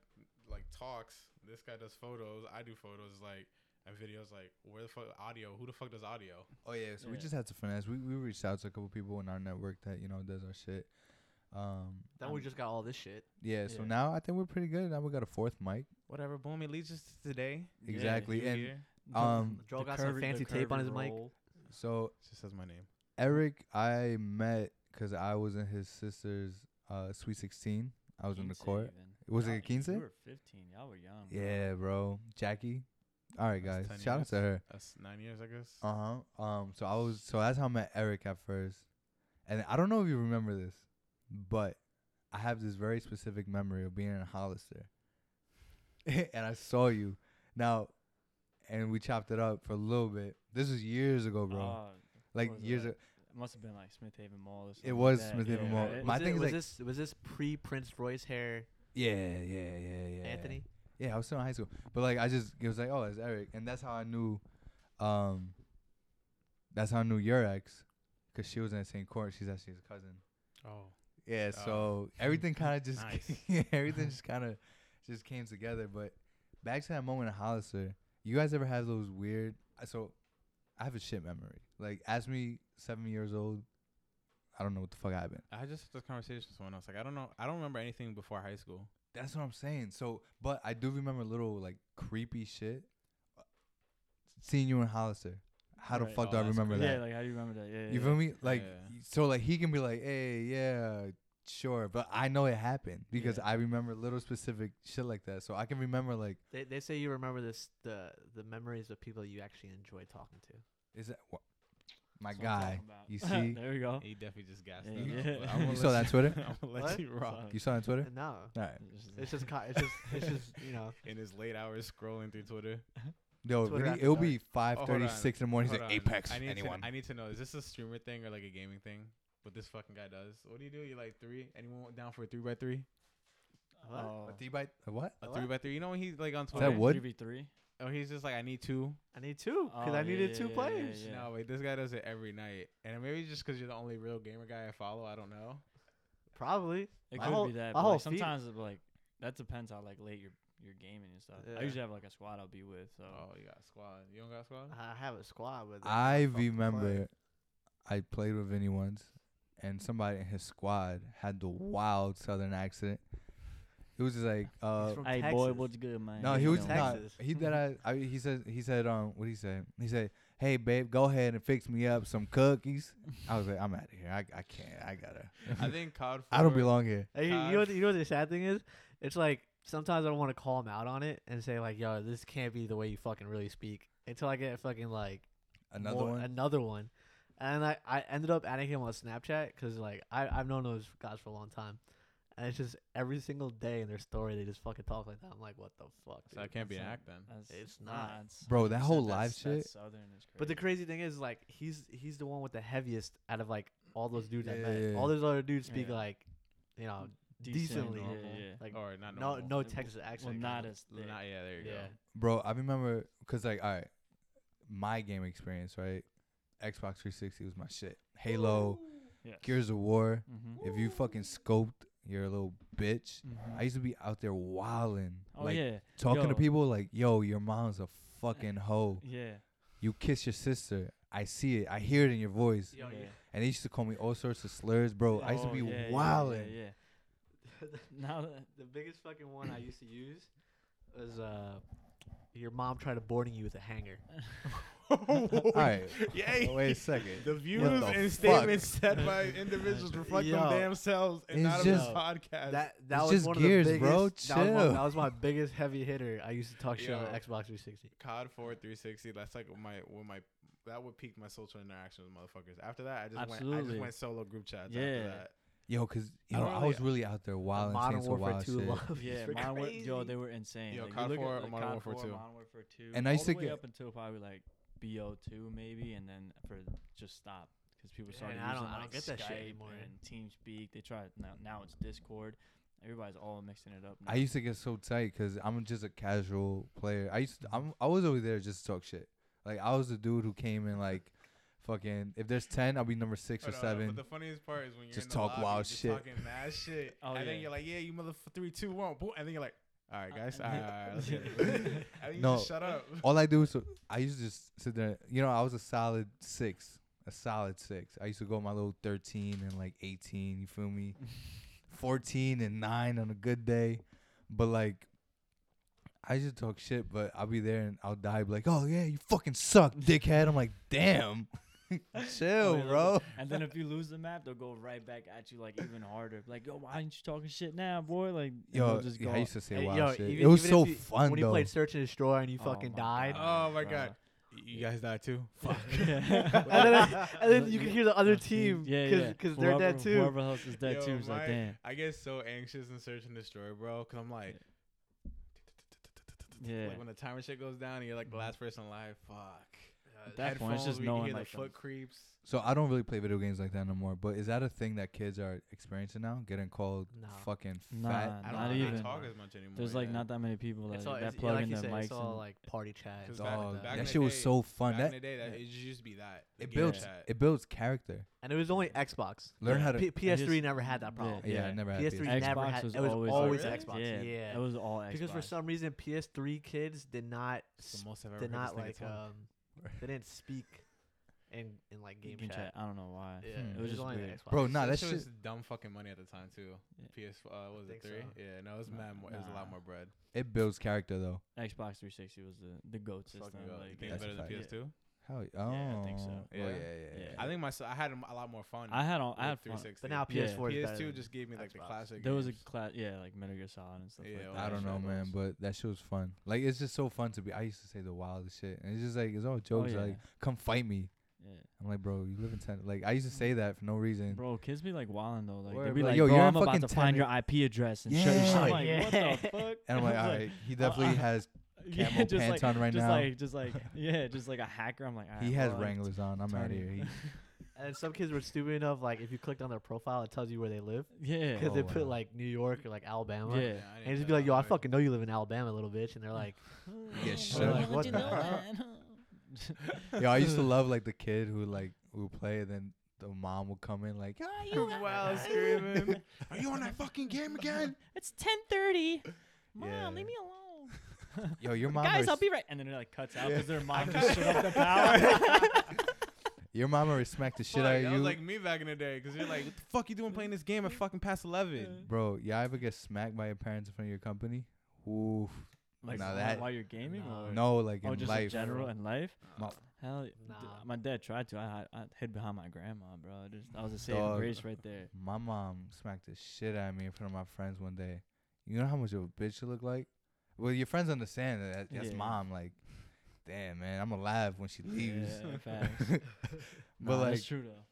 Speaker 3: like talks, this guy does photos, I do photos, like and videos, like where the fuck audio? Who the fuck does audio?
Speaker 1: Oh yeah, so we
Speaker 4: Yeah.
Speaker 1: just had to finesse. We we reached out to a couple people in our network that you know does our shit. Um,
Speaker 2: Then we
Speaker 4: I'm-
Speaker 2: just got all this shit.
Speaker 1: yeah. So
Speaker 4: Yeah.
Speaker 1: now I think we're pretty good. Now we got a fourth mic.
Speaker 3: Whatever. Boom, it leads us to today.
Speaker 4: Yeah,
Speaker 1: Exactly.
Speaker 3: You
Speaker 1: and
Speaker 3: here?
Speaker 1: um,
Speaker 2: Joel got some fancy tape on his mic.
Speaker 1: so
Speaker 3: It just says my name.
Speaker 1: Eric, I met 'cause I was in his sister's uh, sweet sixteen. I was in the court. Was it a quince?
Speaker 4: You were 15. Y'all were young. bro.
Speaker 1: Yeah, bro. Jackie. All right, guys.
Speaker 3: That's 10
Speaker 1: Shout out
Speaker 3: years.
Speaker 1: to her.
Speaker 3: That's nine years, I guess.
Speaker 1: Uh huh. Um. So I was. So that's how I met Eric at first, and I don't know if you remember this, but I have this very specific memory of being in Hollister, [laughs] and I saw you. Now, and we chopped it up for a little bit. This was years ago, bro.
Speaker 4: Oh,
Speaker 1: like
Speaker 4: was it
Speaker 1: years.
Speaker 4: like?
Speaker 1: ago.
Speaker 4: it must have been like Smith Haven Mall. Or something
Speaker 1: It
Speaker 4: like
Speaker 1: was
Speaker 4: that,
Speaker 1: Smith
Speaker 4: yeah,
Speaker 1: Haven Mall.
Speaker 4: right?
Speaker 1: My
Speaker 2: was,
Speaker 1: thing
Speaker 2: it,
Speaker 1: is,
Speaker 2: was
Speaker 1: like-
Speaker 2: this was this pre Prince Royce hair
Speaker 1: Yeah, yeah, yeah, yeah.
Speaker 2: Anthony?
Speaker 1: Yeah, I was still in high school, but like I just it was like, oh, it's Eric, and that's how I knew. Um. That's how I knew your ex, cause she was in the same court. She's actually his cousin.
Speaker 3: Oh,
Speaker 1: Yeah,
Speaker 3: Oh.
Speaker 1: so [laughs] everything kind of just
Speaker 3: Nice.
Speaker 1: [laughs] yeah, everything just kind of just came together. But back to that moment in Hollister, you guys ever had those weird? I- So I have a shit memory. Like, ask me seven years old, I don't know what the fuck happened.
Speaker 3: I just had this conversation with someone else. Like, I don't know. I don't remember anything before high school.
Speaker 1: That's what I'm saying. So, but I do remember little like creepy shit. Seeing you in Hollister, how the
Speaker 4: Right.
Speaker 1: fuck
Speaker 3: Oh,
Speaker 1: do I
Speaker 3: that's
Speaker 1: remember
Speaker 3: creepy.
Speaker 4: Yeah,
Speaker 1: that?
Speaker 4: like how do you remember that? Yeah.
Speaker 1: you
Speaker 4: yeah.
Speaker 1: feel me? Like,
Speaker 3: Yeah.
Speaker 1: y- so like he can be like, hey, yeah, sure, but I know it happened because
Speaker 4: Yeah.
Speaker 1: I remember little specific shit like that. So I can remember like,
Speaker 2: They they say you remember this the the memories of people you actually enjoy talking to.
Speaker 1: is that what? My
Speaker 4: That's what I'm
Speaker 1: guy,
Speaker 4: talking about.
Speaker 1: you see,
Speaker 4: there we go.
Speaker 3: He definitely just gassed
Speaker 4: Oh. Yeah.
Speaker 3: it up,
Speaker 4: Yeah.
Speaker 3: but I'm gonna
Speaker 1: You saw
Speaker 3: let
Speaker 1: that
Speaker 3: [laughs]
Speaker 1: Twitter?
Speaker 3: I'm gonna let
Speaker 2: What?
Speaker 3: you rock.
Speaker 1: you saw it on Twitter.
Speaker 4: [laughs]
Speaker 2: No,
Speaker 1: All right,
Speaker 2: it's just co- it's just it's just you know.
Speaker 3: In his late hours scrolling through Twitter.
Speaker 1: yo,
Speaker 2: Twitter
Speaker 1: really,
Speaker 2: after
Speaker 1: it'll
Speaker 2: dark.
Speaker 1: be five
Speaker 3: hold
Speaker 1: thirty
Speaker 3: on.
Speaker 1: six in the morning. He's
Speaker 3: Hold
Speaker 1: like,
Speaker 3: on.
Speaker 1: Apex,
Speaker 3: I need
Speaker 1: anyone?
Speaker 3: To, I need to know, is this a streamer thing or like a gaming thing? What this fucking guy does? What do you do? You like three? Anyone down for a three by three?
Speaker 2: What?
Speaker 4: Oh.
Speaker 1: a three by a what?
Speaker 3: A
Speaker 2: What?
Speaker 3: three by three? You know when he's like on Twitter?
Speaker 1: that what? wood?
Speaker 4: Three v three.
Speaker 3: Oh, he's just like, I need two.
Speaker 2: I need two because
Speaker 4: Oh, yeah,
Speaker 2: I needed
Speaker 4: yeah,
Speaker 2: two
Speaker 4: yeah, yeah,
Speaker 2: players.
Speaker 4: yeah.
Speaker 3: No, wait, this guy does it every night. And maybe just because you're the only real gamer guy I follow, I don't know.
Speaker 2: Probably.
Speaker 4: It
Speaker 2: My
Speaker 4: could
Speaker 2: whole-
Speaker 4: be that.
Speaker 2: my
Speaker 4: But
Speaker 2: whole
Speaker 4: like,
Speaker 2: feed-
Speaker 4: sometimes it's like that depends how like late you're you're gaming and stuff.
Speaker 2: Yeah.
Speaker 4: I usually have like a squad I'll be with. So
Speaker 3: Oh, you got a squad. You don't got a squad?
Speaker 2: I have a squad, but they're not
Speaker 1: I
Speaker 2: fun to play.
Speaker 1: remember I played with Vinny once, and somebody in his squad had the wild southern accent. It was just like, uh,
Speaker 2: from
Speaker 4: Hey boy,
Speaker 2: Texas.
Speaker 4: what's good, man?
Speaker 1: no,
Speaker 4: You
Speaker 1: he was
Speaker 4: know.
Speaker 1: not.
Speaker 2: Texas.
Speaker 1: He did. I, I. He said. He said. Um. What he said. He said, "Hey, babe, go ahead and fix me up some cookies." I was like, "I'm out of here. I. I can't. I gotta.
Speaker 3: I think COD.
Speaker 1: [laughs]
Speaker 3: 4,
Speaker 1: I don't belong here."
Speaker 2: Hey, you, you
Speaker 3: Uh,
Speaker 2: know what, you know what the sad thing is? It's like sometimes I want to call him out on it and say like, "Yo, this can't be the way you fucking really speak." Until I get fucking like
Speaker 1: Another
Speaker 2: more-
Speaker 1: one.
Speaker 2: another one, and I, I ended up adding him on Snapchat because like I I've known those guys for a long time, and it's just every single day in their story they just fucking talk like that. I'm like, what the fuck?
Speaker 3: So I
Speaker 2: dude?"
Speaker 3: can't be an
Speaker 4: That's
Speaker 3: act then.
Speaker 4: That's-
Speaker 2: It's
Speaker 4: nah,
Speaker 2: not.
Speaker 4: it's-
Speaker 1: Bro,
Speaker 4: like
Speaker 1: that
Speaker 4: you said,
Speaker 1: whole
Speaker 4: that's-
Speaker 1: live
Speaker 4: that's
Speaker 1: shit-
Speaker 4: Southern is crazy.
Speaker 2: But the crazy thing is like he's he's the one with the heaviest out of like all those dudes I
Speaker 1: Yeah,
Speaker 2: met.
Speaker 1: yeah, yeah.
Speaker 2: All those other dudes speak
Speaker 4: Yeah.
Speaker 2: like, you know,
Speaker 4: Decent,
Speaker 2: decently,
Speaker 4: yeah, yeah.
Speaker 2: like
Speaker 3: Or not
Speaker 2: no
Speaker 3: normal.
Speaker 2: no
Speaker 4: Well,
Speaker 2: Texas accent.
Speaker 4: well,
Speaker 2: kinda.
Speaker 4: not as thick.
Speaker 3: Not yeah. There you
Speaker 2: Yeah.
Speaker 1: bro i remember because like all right my game experience right xbox 360 was my shit halo
Speaker 4: Yes.
Speaker 1: gears of war
Speaker 4: Mhm.
Speaker 1: if you fucking scoped you're a little bitch
Speaker 4: Mhm.
Speaker 1: i used to be out there wilding
Speaker 4: Oh
Speaker 1: like
Speaker 4: yeah,
Speaker 1: talking
Speaker 4: Yo.
Speaker 1: to people like yo your mom's a fucking hoe
Speaker 4: yeah.
Speaker 1: you kiss your sister i see it i hear it in your voice
Speaker 2: Yo,
Speaker 4: yeah.
Speaker 2: you-
Speaker 1: and they used to call me all sorts of slurs bro i used to
Speaker 4: Oh,
Speaker 1: be
Speaker 4: yeah, yeah, yeah,
Speaker 1: wilding
Speaker 4: Yeah,
Speaker 2: [laughs]
Speaker 4: [laughs] Now that
Speaker 2: the biggest fucking one I used to use was uh, your mom tried to boarding you with a hanger.
Speaker 3: [laughs] go.
Speaker 1: all [laughs] right
Speaker 3: Yay.
Speaker 1: wait a second
Speaker 3: The views
Speaker 1: the fuck?
Speaker 3: and statements said by
Speaker 2: [laughs]
Speaker 3: individuals reflect
Speaker 2: Yo.
Speaker 3: on themselves and
Speaker 1: It's
Speaker 3: not on this
Speaker 1: just-
Speaker 3: podcast.
Speaker 2: That that
Speaker 1: It's
Speaker 2: was
Speaker 1: just
Speaker 2: one
Speaker 1: gears,
Speaker 2: of the biggest.
Speaker 1: bro.
Speaker 2: That, was
Speaker 1: Chill.
Speaker 2: one, that was my biggest heavy hitter. I used to talk shit on
Speaker 3: Yo.
Speaker 2: Xbox 360.
Speaker 3: COD 4 360. That's like my when my that would peak my social interaction with motherfuckers. After that, I just went I
Speaker 4: Absolutely.
Speaker 3: just went solo group chats.
Speaker 4: Yeah.
Speaker 3: After that.
Speaker 1: yo because you
Speaker 3: I
Speaker 1: know
Speaker 3: don't
Speaker 1: i
Speaker 3: really-
Speaker 1: was really out there
Speaker 2: The
Speaker 1: wilding saying
Speaker 2: Modern
Speaker 1: some
Speaker 2: Warfare
Speaker 1: wild
Speaker 2: 2
Speaker 1: shit
Speaker 2: love.
Speaker 4: yeah,
Speaker 2: is
Speaker 4: Modern War,
Speaker 2: crazy.
Speaker 4: yo, they were insane.
Speaker 3: Yo,
Speaker 4: like, you
Speaker 3: COD
Speaker 4: look at,
Speaker 3: 4,
Speaker 4: like,
Speaker 3: Modern
Speaker 4: COD
Speaker 3: Warfare
Speaker 4: 4,
Speaker 3: 2.
Speaker 4: Modern Warfare 2.
Speaker 1: And I
Speaker 4: all
Speaker 1: used
Speaker 4: the
Speaker 1: to
Speaker 4: way
Speaker 1: get-
Speaker 4: up until probably like BO2 maybe, and then for just stop because people
Speaker 2: Yeah,
Speaker 4: started
Speaker 2: and I
Speaker 4: using
Speaker 2: don't- I
Speaker 4: like
Speaker 2: don't get that
Speaker 4: Skype
Speaker 2: shit anymore.
Speaker 4: and TeamSpeak. They tried now. Now it's Discord. Everybody's all mixing it up. Now.
Speaker 1: I used to get so tight because I'm just a casual player. I used to, I'm I was over there just to talk shit. Like I was the dude who came in like, fucking. If there's ten, I'll be number six or
Speaker 3: But, uh, But
Speaker 1: seven.
Speaker 3: the funniest part is when you're
Speaker 1: Just
Speaker 3: in the
Speaker 1: talk
Speaker 3: lobby,
Speaker 1: wild
Speaker 3: just
Speaker 1: shit.
Speaker 3: talking mad shit,
Speaker 4: Oh,
Speaker 3: and
Speaker 4: yeah.
Speaker 3: then you're like, yeah, you motherfucker, three, two, one, boom, and then you're like, all right,
Speaker 4: Uh,
Speaker 2: [laughs]
Speaker 3: guys, all
Speaker 4: and
Speaker 3: right,
Speaker 4: then-
Speaker 3: all
Speaker 1: [laughs]
Speaker 3: right, let's get it." [laughs] and then you
Speaker 1: No.
Speaker 3: just shut up.
Speaker 1: All I do is I used to just sit there. You know, I was a solid six, a solid six. I used to go my little thirteen and like eighteen. You feel me?
Speaker 4: [laughs]
Speaker 1: Fourteen and nine on a good day, but like. I just talk shit, but I'll be there and I'll die. Be like, oh yeah, you fucking suck, dickhead. I'm like, damn, [laughs] chill,
Speaker 4: Oh, yeah,
Speaker 1: bro.
Speaker 4: and then if you lose the map, they'll go right back at you like even harder. Like, yo, why aren't you talking shit now, boy? Like, and they'll
Speaker 1: Yo,
Speaker 4: just
Speaker 1: yeah,
Speaker 4: go.
Speaker 1: I used to say
Speaker 2: Hey,
Speaker 1: wild
Speaker 2: yo,
Speaker 1: shit.
Speaker 2: even-
Speaker 1: it was
Speaker 2: even
Speaker 1: so
Speaker 2: if you-
Speaker 1: fun
Speaker 2: when
Speaker 1: though.
Speaker 2: you played Search and Destroy and you
Speaker 4: Oh
Speaker 2: fucking
Speaker 4: my
Speaker 2: died.
Speaker 3: Oh my
Speaker 4: bro.
Speaker 3: god, you guys
Speaker 4: [laughs]
Speaker 3: died too. Fuck. [laughs]
Speaker 2: and, then, and then
Speaker 4: Look,
Speaker 2: you can
Speaker 4: yeah,
Speaker 2: hear the other
Speaker 4: Our
Speaker 2: team
Speaker 4: yeah,
Speaker 2: cause,
Speaker 4: yeah.
Speaker 2: 'cause they're dead
Speaker 4: Whoever-
Speaker 2: too.
Speaker 4: Whoever else is dead
Speaker 3: Yo,
Speaker 4: too is
Speaker 3: my-
Speaker 4: like,
Speaker 2: [laughs]
Speaker 4: damn.
Speaker 3: I get so anxious in Search and Destroy, bro, because I'm like,
Speaker 4: Yeah. Mm-hmm.
Speaker 3: like when the timer shit goes down, and you're like the last person alive. Fuck.
Speaker 4: At that point, it's
Speaker 3: Headphones,
Speaker 4: just
Speaker 3: we can
Speaker 4: knowing
Speaker 3: hear
Speaker 4: like
Speaker 3: the foot creeps.
Speaker 1: so I don't really play video games like that no more. But is that a thing that kids are experiencing now? Getting called
Speaker 2: No.
Speaker 1: fucking
Speaker 4: Nah,
Speaker 1: fat?
Speaker 3: I don't
Speaker 4: Not
Speaker 3: really
Speaker 4: even.
Speaker 3: talk as much anymore.
Speaker 4: there's like
Speaker 3: yeah.
Speaker 4: not that many people that,
Speaker 2: It's all,
Speaker 4: that
Speaker 2: it's, yeah,
Speaker 4: plug
Speaker 2: like
Speaker 4: in
Speaker 2: you
Speaker 4: their
Speaker 2: said,
Speaker 4: mics.
Speaker 2: it's all
Speaker 4: and-
Speaker 2: like party chat.
Speaker 3: Cause
Speaker 2: and stuff
Speaker 3: back-
Speaker 1: Dog,
Speaker 2: like
Speaker 3: back
Speaker 1: that
Speaker 3: in
Speaker 1: shit
Speaker 3: the
Speaker 1: was
Speaker 3: day-
Speaker 1: so fun.
Speaker 3: Back in
Speaker 1: That
Speaker 3: the day, that
Speaker 1: yeah.
Speaker 3: it used to be that. the
Speaker 1: it
Speaker 3: game
Speaker 1: builds
Speaker 3: chat.
Speaker 1: it builds character.
Speaker 2: And it was only Xbox.
Speaker 1: Learn how to.
Speaker 2: P- PS3
Speaker 4: just-
Speaker 2: never had that problem.
Speaker 1: yeah, I
Speaker 4: yeah.
Speaker 1: never had.
Speaker 2: PS3
Speaker 1: PS3. [laughs]
Speaker 2: never
Speaker 4: Xbox
Speaker 2: had.
Speaker 4: was
Speaker 2: it was
Speaker 4: always
Speaker 2: always,
Speaker 4: like
Speaker 3: that.
Speaker 2: Xbox.
Speaker 4: yeah,
Speaker 2: Yeah.
Speaker 4: it was all Xbox.
Speaker 2: because for some reason PS3 kids did not
Speaker 3: It's the
Speaker 2: s-
Speaker 3: most I've ever
Speaker 2: did
Speaker 3: heard
Speaker 2: not
Speaker 3: this nigga
Speaker 2: like
Speaker 3: talk.
Speaker 2: um they didn't speak in in like game,
Speaker 4: game chat,
Speaker 2: chat.
Speaker 4: I don't know why.
Speaker 2: Yeah,
Speaker 1: Hmm.
Speaker 2: it
Speaker 1: It
Speaker 2: was
Speaker 4: was
Speaker 2: only
Speaker 4: weird.
Speaker 2: Xbox.
Speaker 1: Bro, nah, that
Speaker 3: This
Speaker 1: shit.
Speaker 3: was dumb fucking money at the time too.
Speaker 4: Yeah.
Speaker 3: PS, uh, what was
Speaker 2: think
Speaker 3: it three?
Speaker 2: so.
Speaker 3: Yeah, no, it was
Speaker 4: Nah.
Speaker 3: mad. More, it was a lot
Speaker 4: Nah.
Speaker 3: more bread.
Speaker 1: It builds character though.
Speaker 4: Xbox 360 was the the goat
Speaker 3: Fucking
Speaker 4: system.
Speaker 3: go. uh, you
Speaker 4: Like,
Speaker 3: think
Speaker 1: that's
Speaker 3: it's
Speaker 1: a
Speaker 3: better than
Speaker 1: fact.
Speaker 3: PS2?
Speaker 1: How? Oh,
Speaker 4: Yeah, I think so.
Speaker 1: Oh, yeah,
Speaker 3: Yeah.
Speaker 1: yeah, yeah.
Speaker 4: Yeah.
Speaker 3: I think my s- I had 'em a lot more fun.
Speaker 4: I had all, Oh, I had
Speaker 3: with
Speaker 4: fun.
Speaker 3: 360.
Speaker 2: But now
Speaker 4: Yeah.
Speaker 2: PS4 is better
Speaker 3: PS2
Speaker 2: than-
Speaker 3: just gave me like the
Speaker 2: Xbox.
Speaker 3: classic.
Speaker 4: There was a class, yeah, like Metal Gear Solid and Oh, stuff
Speaker 3: Yeah,
Speaker 4: like
Speaker 3: well,
Speaker 4: that.
Speaker 1: I
Speaker 3: that
Speaker 1: don't
Speaker 3: shit
Speaker 1: know, man, but that shit was fun. Like, it's just so fun to be. I used to say the wildest shit, and it's just like it's all jokes.
Speaker 4: Oh, yeah.
Speaker 1: Like, come fight me.
Speaker 4: yeah.
Speaker 1: I'm like, bro, you live in ten. Like, I used to say that for no reason.
Speaker 4: Bro, kids be like wilding though. Like
Speaker 1: Word,
Speaker 4: they be
Speaker 1: bro.
Speaker 4: like,
Speaker 1: Yo,
Speaker 4: bro,
Speaker 1: you're in
Speaker 4: I'm about
Speaker 1: fucking
Speaker 4: to find
Speaker 1: town
Speaker 4: your IP address and shut your shit.
Speaker 1: Yeah.
Speaker 4: [laughs] I'm like, what
Speaker 2: Yeah.
Speaker 4: the fuck?
Speaker 1: And
Speaker 4: [laughs]
Speaker 1: I'm like,
Speaker 4: I
Speaker 1: all
Speaker 4: was
Speaker 1: right, he definitely
Speaker 4: uh,
Speaker 1: has.
Speaker 4: yeah,
Speaker 1: camo
Speaker 4: just
Speaker 1: pants
Speaker 4: like, [laughs]
Speaker 1: on right
Speaker 4: just
Speaker 1: now.
Speaker 4: Like, just like, yeah, just like a hacker. I'm like, all right,
Speaker 1: He has
Speaker 4: well,
Speaker 1: Wranglers on. I'm out
Speaker 4: turn-
Speaker 1: here. He,
Speaker 2: And then some kids were stupid enough like if you clicked on their profile it tells you where they live
Speaker 4: [laughs] Yeah, [laughs]
Speaker 2: because they
Speaker 1: Oh,
Speaker 2: put
Speaker 1: wow.
Speaker 2: like New York or like Alabama.
Speaker 4: Yeah.
Speaker 2: And it'd just be like, yo, I fucking know you live in Alabama, little bitch. And they're like,
Speaker 1: Yeah,
Speaker 4: We're [laughs]
Speaker 1: sure.
Speaker 4: like,
Speaker 2: What
Speaker 4: "Did
Speaker 2: the
Speaker 4: you know
Speaker 1: heck?"
Speaker 4: that?"
Speaker 1: Yo, I
Speaker 4: [laughs]
Speaker 1: used to love like the kid who like would play, and then the mom would come in like, ah, you
Speaker 4: [laughs]
Speaker 3: Wow, screaming. Are you on that fucking game again?
Speaker 4: It's 10:30. Mom,
Speaker 1: Yeah.
Speaker 4: leave me alone.
Speaker 1: yo, your mom.
Speaker 4: Guys,
Speaker 1: res- [laughs]
Speaker 4: I'll be right. And then it like cuts out
Speaker 1: Yeah. [laughs]
Speaker 4: because their mom just shut off the power.
Speaker 1: Your mama respect the [laughs] shit out
Speaker 3: that
Speaker 1: of you,
Speaker 3: was like me back in the day, because you're like, what the fuck you doing playing this game at fucking past eleven?
Speaker 1: bro. You ever get smacked by your parents in front of your company? Oof.
Speaker 4: [laughs] Like
Speaker 1: Nah,
Speaker 4: wh-
Speaker 1: that-
Speaker 4: while you're gaming,
Speaker 2: Nah.
Speaker 4: or
Speaker 1: No, like
Speaker 4: oh,
Speaker 1: in
Speaker 4: just in
Speaker 1: life.
Speaker 4: general in life.
Speaker 1: Ma-
Speaker 4: Hell, d-
Speaker 2: Nah.
Speaker 4: my dad tried to. I, hi- I hid behind my grandma, bro. I Just I was a saving
Speaker 1: Dog.
Speaker 4: grace right there.
Speaker 1: My mom smacked the shit out of me in front of my friends one day. You know how much of a bitch you look like? Well, your friends understand that that- that's
Speaker 4: Yeah.
Speaker 1: mom. Like, damn, man, I'm alive when she leaves. [laughs]
Speaker 4: Yeah, facts.
Speaker 1: But,
Speaker 4: Nah,
Speaker 1: like,
Speaker 4: that's true though.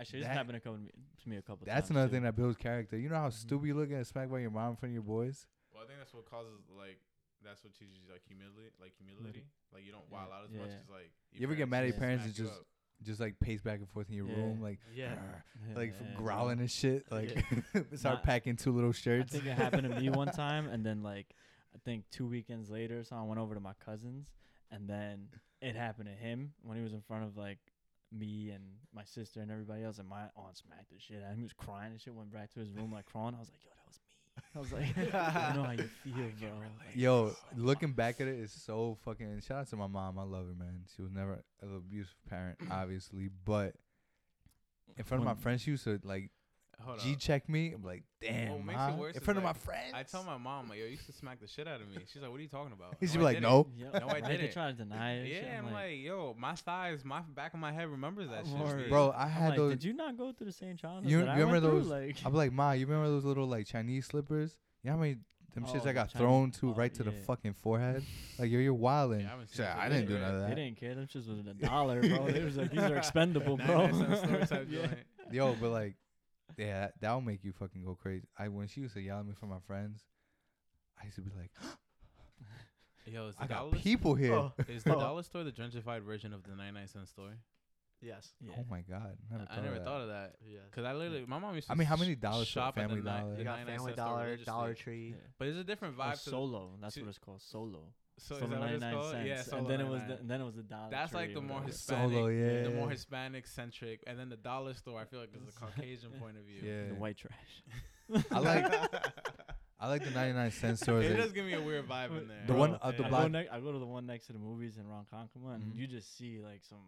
Speaker 4: Actually, this
Speaker 1: that-
Speaker 4: happened a couple to me, to me a couple.
Speaker 1: That's
Speaker 4: times,
Speaker 1: another
Speaker 4: too.
Speaker 1: thing that builds character. You know
Speaker 4: Mm-hmm.
Speaker 1: how stupid you look at smacked by your mom in front of your boys?
Speaker 3: Well, I think that's what causes like that's what teaches you like humility, like humility. Like you don't
Speaker 4: Yeah.
Speaker 3: wild out as much
Speaker 4: Yeah.
Speaker 3: as like
Speaker 1: You ever get mad at your parents and
Speaker 3: smack you
Speaker 1: just
Speaker 3: up.
Speaker 1: just like pace back and forth in your
Speaker 4: Yeah.
Speaker 1: room, like
Speaker 2: Yeah.
Speaker 1: like
Speaker 4: Yeah, bro.
Speaker 1: growling and shit. Like [laughs] start
Speaker 4: Nah,
Speaker 1: packing two little
Speaker 4: I
Speaker 1: shirts.
Speaker 4: think it happened to me one
Speaker 1: [laughs]
Speaker 4: time, and then like I think two weekends later, so I went over to my cousins, and then it happened to him when he was in front of like me and my sister and everybody else, and my aunt smacked the shit out. of him. He was crying and shit. Went back to his room like crawling. I was like, yo, that was me. I was
Speaker 3: [laughs]
Speaker 4: like, I know how you feel, bro. Like,
Speaker 1: Yo, looking back at it is so fucking. and Shout out to my mom. I love her, man. She was never an abusive
Speaker 4: [clears throat]
Speaker 1: parent, obviously, but in front of my
Speaker 4: When-
Speaker 1: friends, she used to like
Speaker 3: Hold
Speaker 1: g
Speaker 3: up.
Speaker 1: check me. I'm like, damn,
Speaker 3: makes it
Speaker 1: Ma,"
Speaker 3: worse
Speaker 1: in
Speaker 3: is,
Speaker 1: front of
Speaker 3: like,
Speaker 1: my friends.
Speaker 3: I tell my mom, like, yo, you used to smack the shit out of me. She's like, what are you talking about?
Speaker 1: She'd be
Speaker 3: I
Speaker 1: like,
Speaker 3: didn't.
Speaker 1: no.
Speaker 4: Yo,
Speaker 3: No, I
Speaker 4: right? [laughs] They
Speaker 3: didn't.
Speaker 4: try to deny it. and shit.
Speaker 3: Yeah, I'm like, yo, my thighs, my back of my head remembers that shit.
Speaker 4: Word.
Speaker 3: dude.
Speaker 1: Bro, I
Speaker 4: I'm
Speaker 1: had
Speaker 4: like,
Speaker 1: those.
Speaker 4: Did you not go through the same childhood?
Speaker 1: You-
Speaker 4: that I
Speaker 1: you remember those-
Speaker 4: went Through? Like,
Speaker 1: I'm like, Ma, you remember those little like Chinese slippers? You know how many them
Speaker 4: Oh,
Speaker 1: shits I
Speaker 4: the
Speaker 1: got
Speaker 4: Chinese-
Speaker 1: thrown to
Speaker 4: oh,
Speaker 1: right to the
Speaker 4: yeah.
Speaker 1: fucking forehead? Like, yo, you're wilding.
Speaker 3: Yeah, I haven't
Speaker 1: She's
Speaker 3: seen
Speaker 1: like,
Speaker 3: those
Speaker 1: I
Speaker 3: yet,
Speaker 1: didn't do
Speaker 3: right?
Speaker 1: none of
Speaker 4: [laughs] They
Speaker 1: that.
Speaker 4: didn't care. Them shits was a dollar, [laughs] bro. they was like, these
Speaker 3: [laughs]
Speaker 4: are expendable,
Speaker 3: Nah,
Speaker 4: bro.
Speaker 3: that's some
Speaker 4: [laughs]
Speaker 3: story type
Speaker 4: Yeah.
Speaker 3: joint.
Speaker 1: Yo, but like, yeah, that, that'll make you fucking go crazy. I when she used to yell at me for my friends, I used to be like,
Speaker 3: Yo, is the,
Speaker 1: I got
Speaker 3: dollar,
Speaker 1: people here.
Speaker 2: Oh.
Speaker 1: Oh, [laughs]
Speaker 3: is the dollar store the gentrified version of the 99 cent store?
Speaker 2: Yes.
Speaker 4: Yeah.
Speaker 1: Oh my god, I never,
Speaker 3: I never
Speaker 1: of
Speaker 3: thought
Speaker 1: that.
Speaker 3: of that.
Speaker 2: Yes.
Speaker 3: Because I literally, my mom used to
Speaker 1: I mean, how
Speaker 3: sh-
Speaker 1: many Dollar Store,
Speaker 3: shop at the
Speaker 1: Family
Speaker 3: ni-
Speaker 1: Dollar?
Speaker 3: the
Speaker 2: You got
Speaker 3: 99
Speaker 2: Family
Speaker 3: cent store
Speaker 2: Dollar,
Speaker 3: religiously.
Speaker 2: Dollar Tree.
Speaker 4: Yeah.
Speaker 3: But it's a different
Speaker 4: Or
Speaker 3: vibe. to the-
Speaker 4: solo. That's
Speaker 3: to-
Speaker 4: what it's called. Solo.
Speaker 3: So,
Speaker 4: solo
Speaker 3: is that what it's
Speaker 4: 99
Speaker 3: called?
Speaker 4: cents.
Speaker 3: Yeah, solo
Speaker 4: and then it was
Speaker 3: 99.
Speaker 4: the, and then it was the dollar.
Speaker 3: That's like
Speaker 4: Tree
Speaker 3: the
Speaker 4: or
Speaker 3: more
Speaker 4: whatever.
Speaker 3: Hispanic,
Speaker 1: Solo,
Speaker 3: the
Speaker 1: yeah.
Speaker 3: more Hispanic centric, and then the dollar store. I feel like
Speaker 1: [laughs]
Speaker 3: is the Caucasian point of view.
Speaker 1: Yeah,
Speaker 4: The white trash.
Speaker 3: [laughs]
Speaker 1: I like I like the 99
Speaker 3: [laughs]
Speaker 1: cent stores.
Speaker 3: it
Speaker 1: that-
Speaker 3: does give me a weird vibe in there.
Speaker 1: The
Speaker 4: Bro,
Speaker 1: one
Speaker 3: uh,
Speaker 1: at the
Speaker 4: I
Speaker 1: block-
Speaker 4: Go next, I go to the one next to the movies in Ronkonkoma, and
Speaker 1: Mhm.
Speaker 4: you just see like some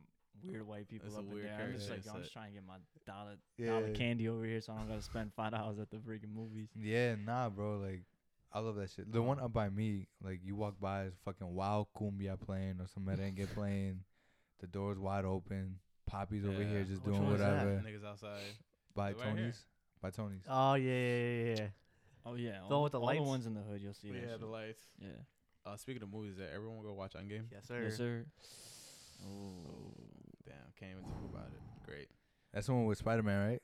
Speaker 4: weird white people
Speaker 3: Mm-hmm. That's
Speaker 4: up
Speaker 3: a
Speaker 4: in
Speaker 3: weird
Speaker 4: there. I'm just
Speaker 1: character
Speaker 4: like, yo, I'm
Speaker 3: set.
Speaker 4: just trying to get my dollar
Speaker 1: Yeah.
Speaker 4: dollar candy over here, so I don't gotta spend five dollars at the freaking movies.
Speaker 1: Yeah, nah, bro. Like, I love that shit. The one up by me, like, you walk by, it's fucking wild cumbia playing or some merengue playing. The door's wide open. Poppy's over here
Speaker 3: Yeah.
Speaker 1: just
Speaker 2: Which
Speaker 1: doing
Speaker 2: one is that?
Speaker 1: whatever.
Speaker 3: Niggas outside.
Speaker 1: By
Speaker 3: Right here.
Speaker 1: Tony's. By Tony's.
Speaker 2: Oh yeah, yeah, yeah, yeah.
Speaker 4: Oh yeah,
Speaker 2: The one
Speaker 4: all,
Speaker 2: with the
Speaker 4: all
Speaker 2: lights?
Speaker 4: ones in the hood, you'll see.
Speaker 3: Yeah,
Speaker 4: that shit.
Speaker 3: the lights.
Speaker 4: yeah.
Speaker 3: Uh, speaking of movies, that everyone go watch Endgame.
Speaker 2: Yes, sir.
Speaker 4: Yes, sir.
Speaker 3: Oh,
Speaker 4: Oh.
Speaker 3: damn! Can't even talk about it. Great.
Speaker 1: That's the one with Spider Man,
Speaker 2: [laughs]
Speaker 1: right?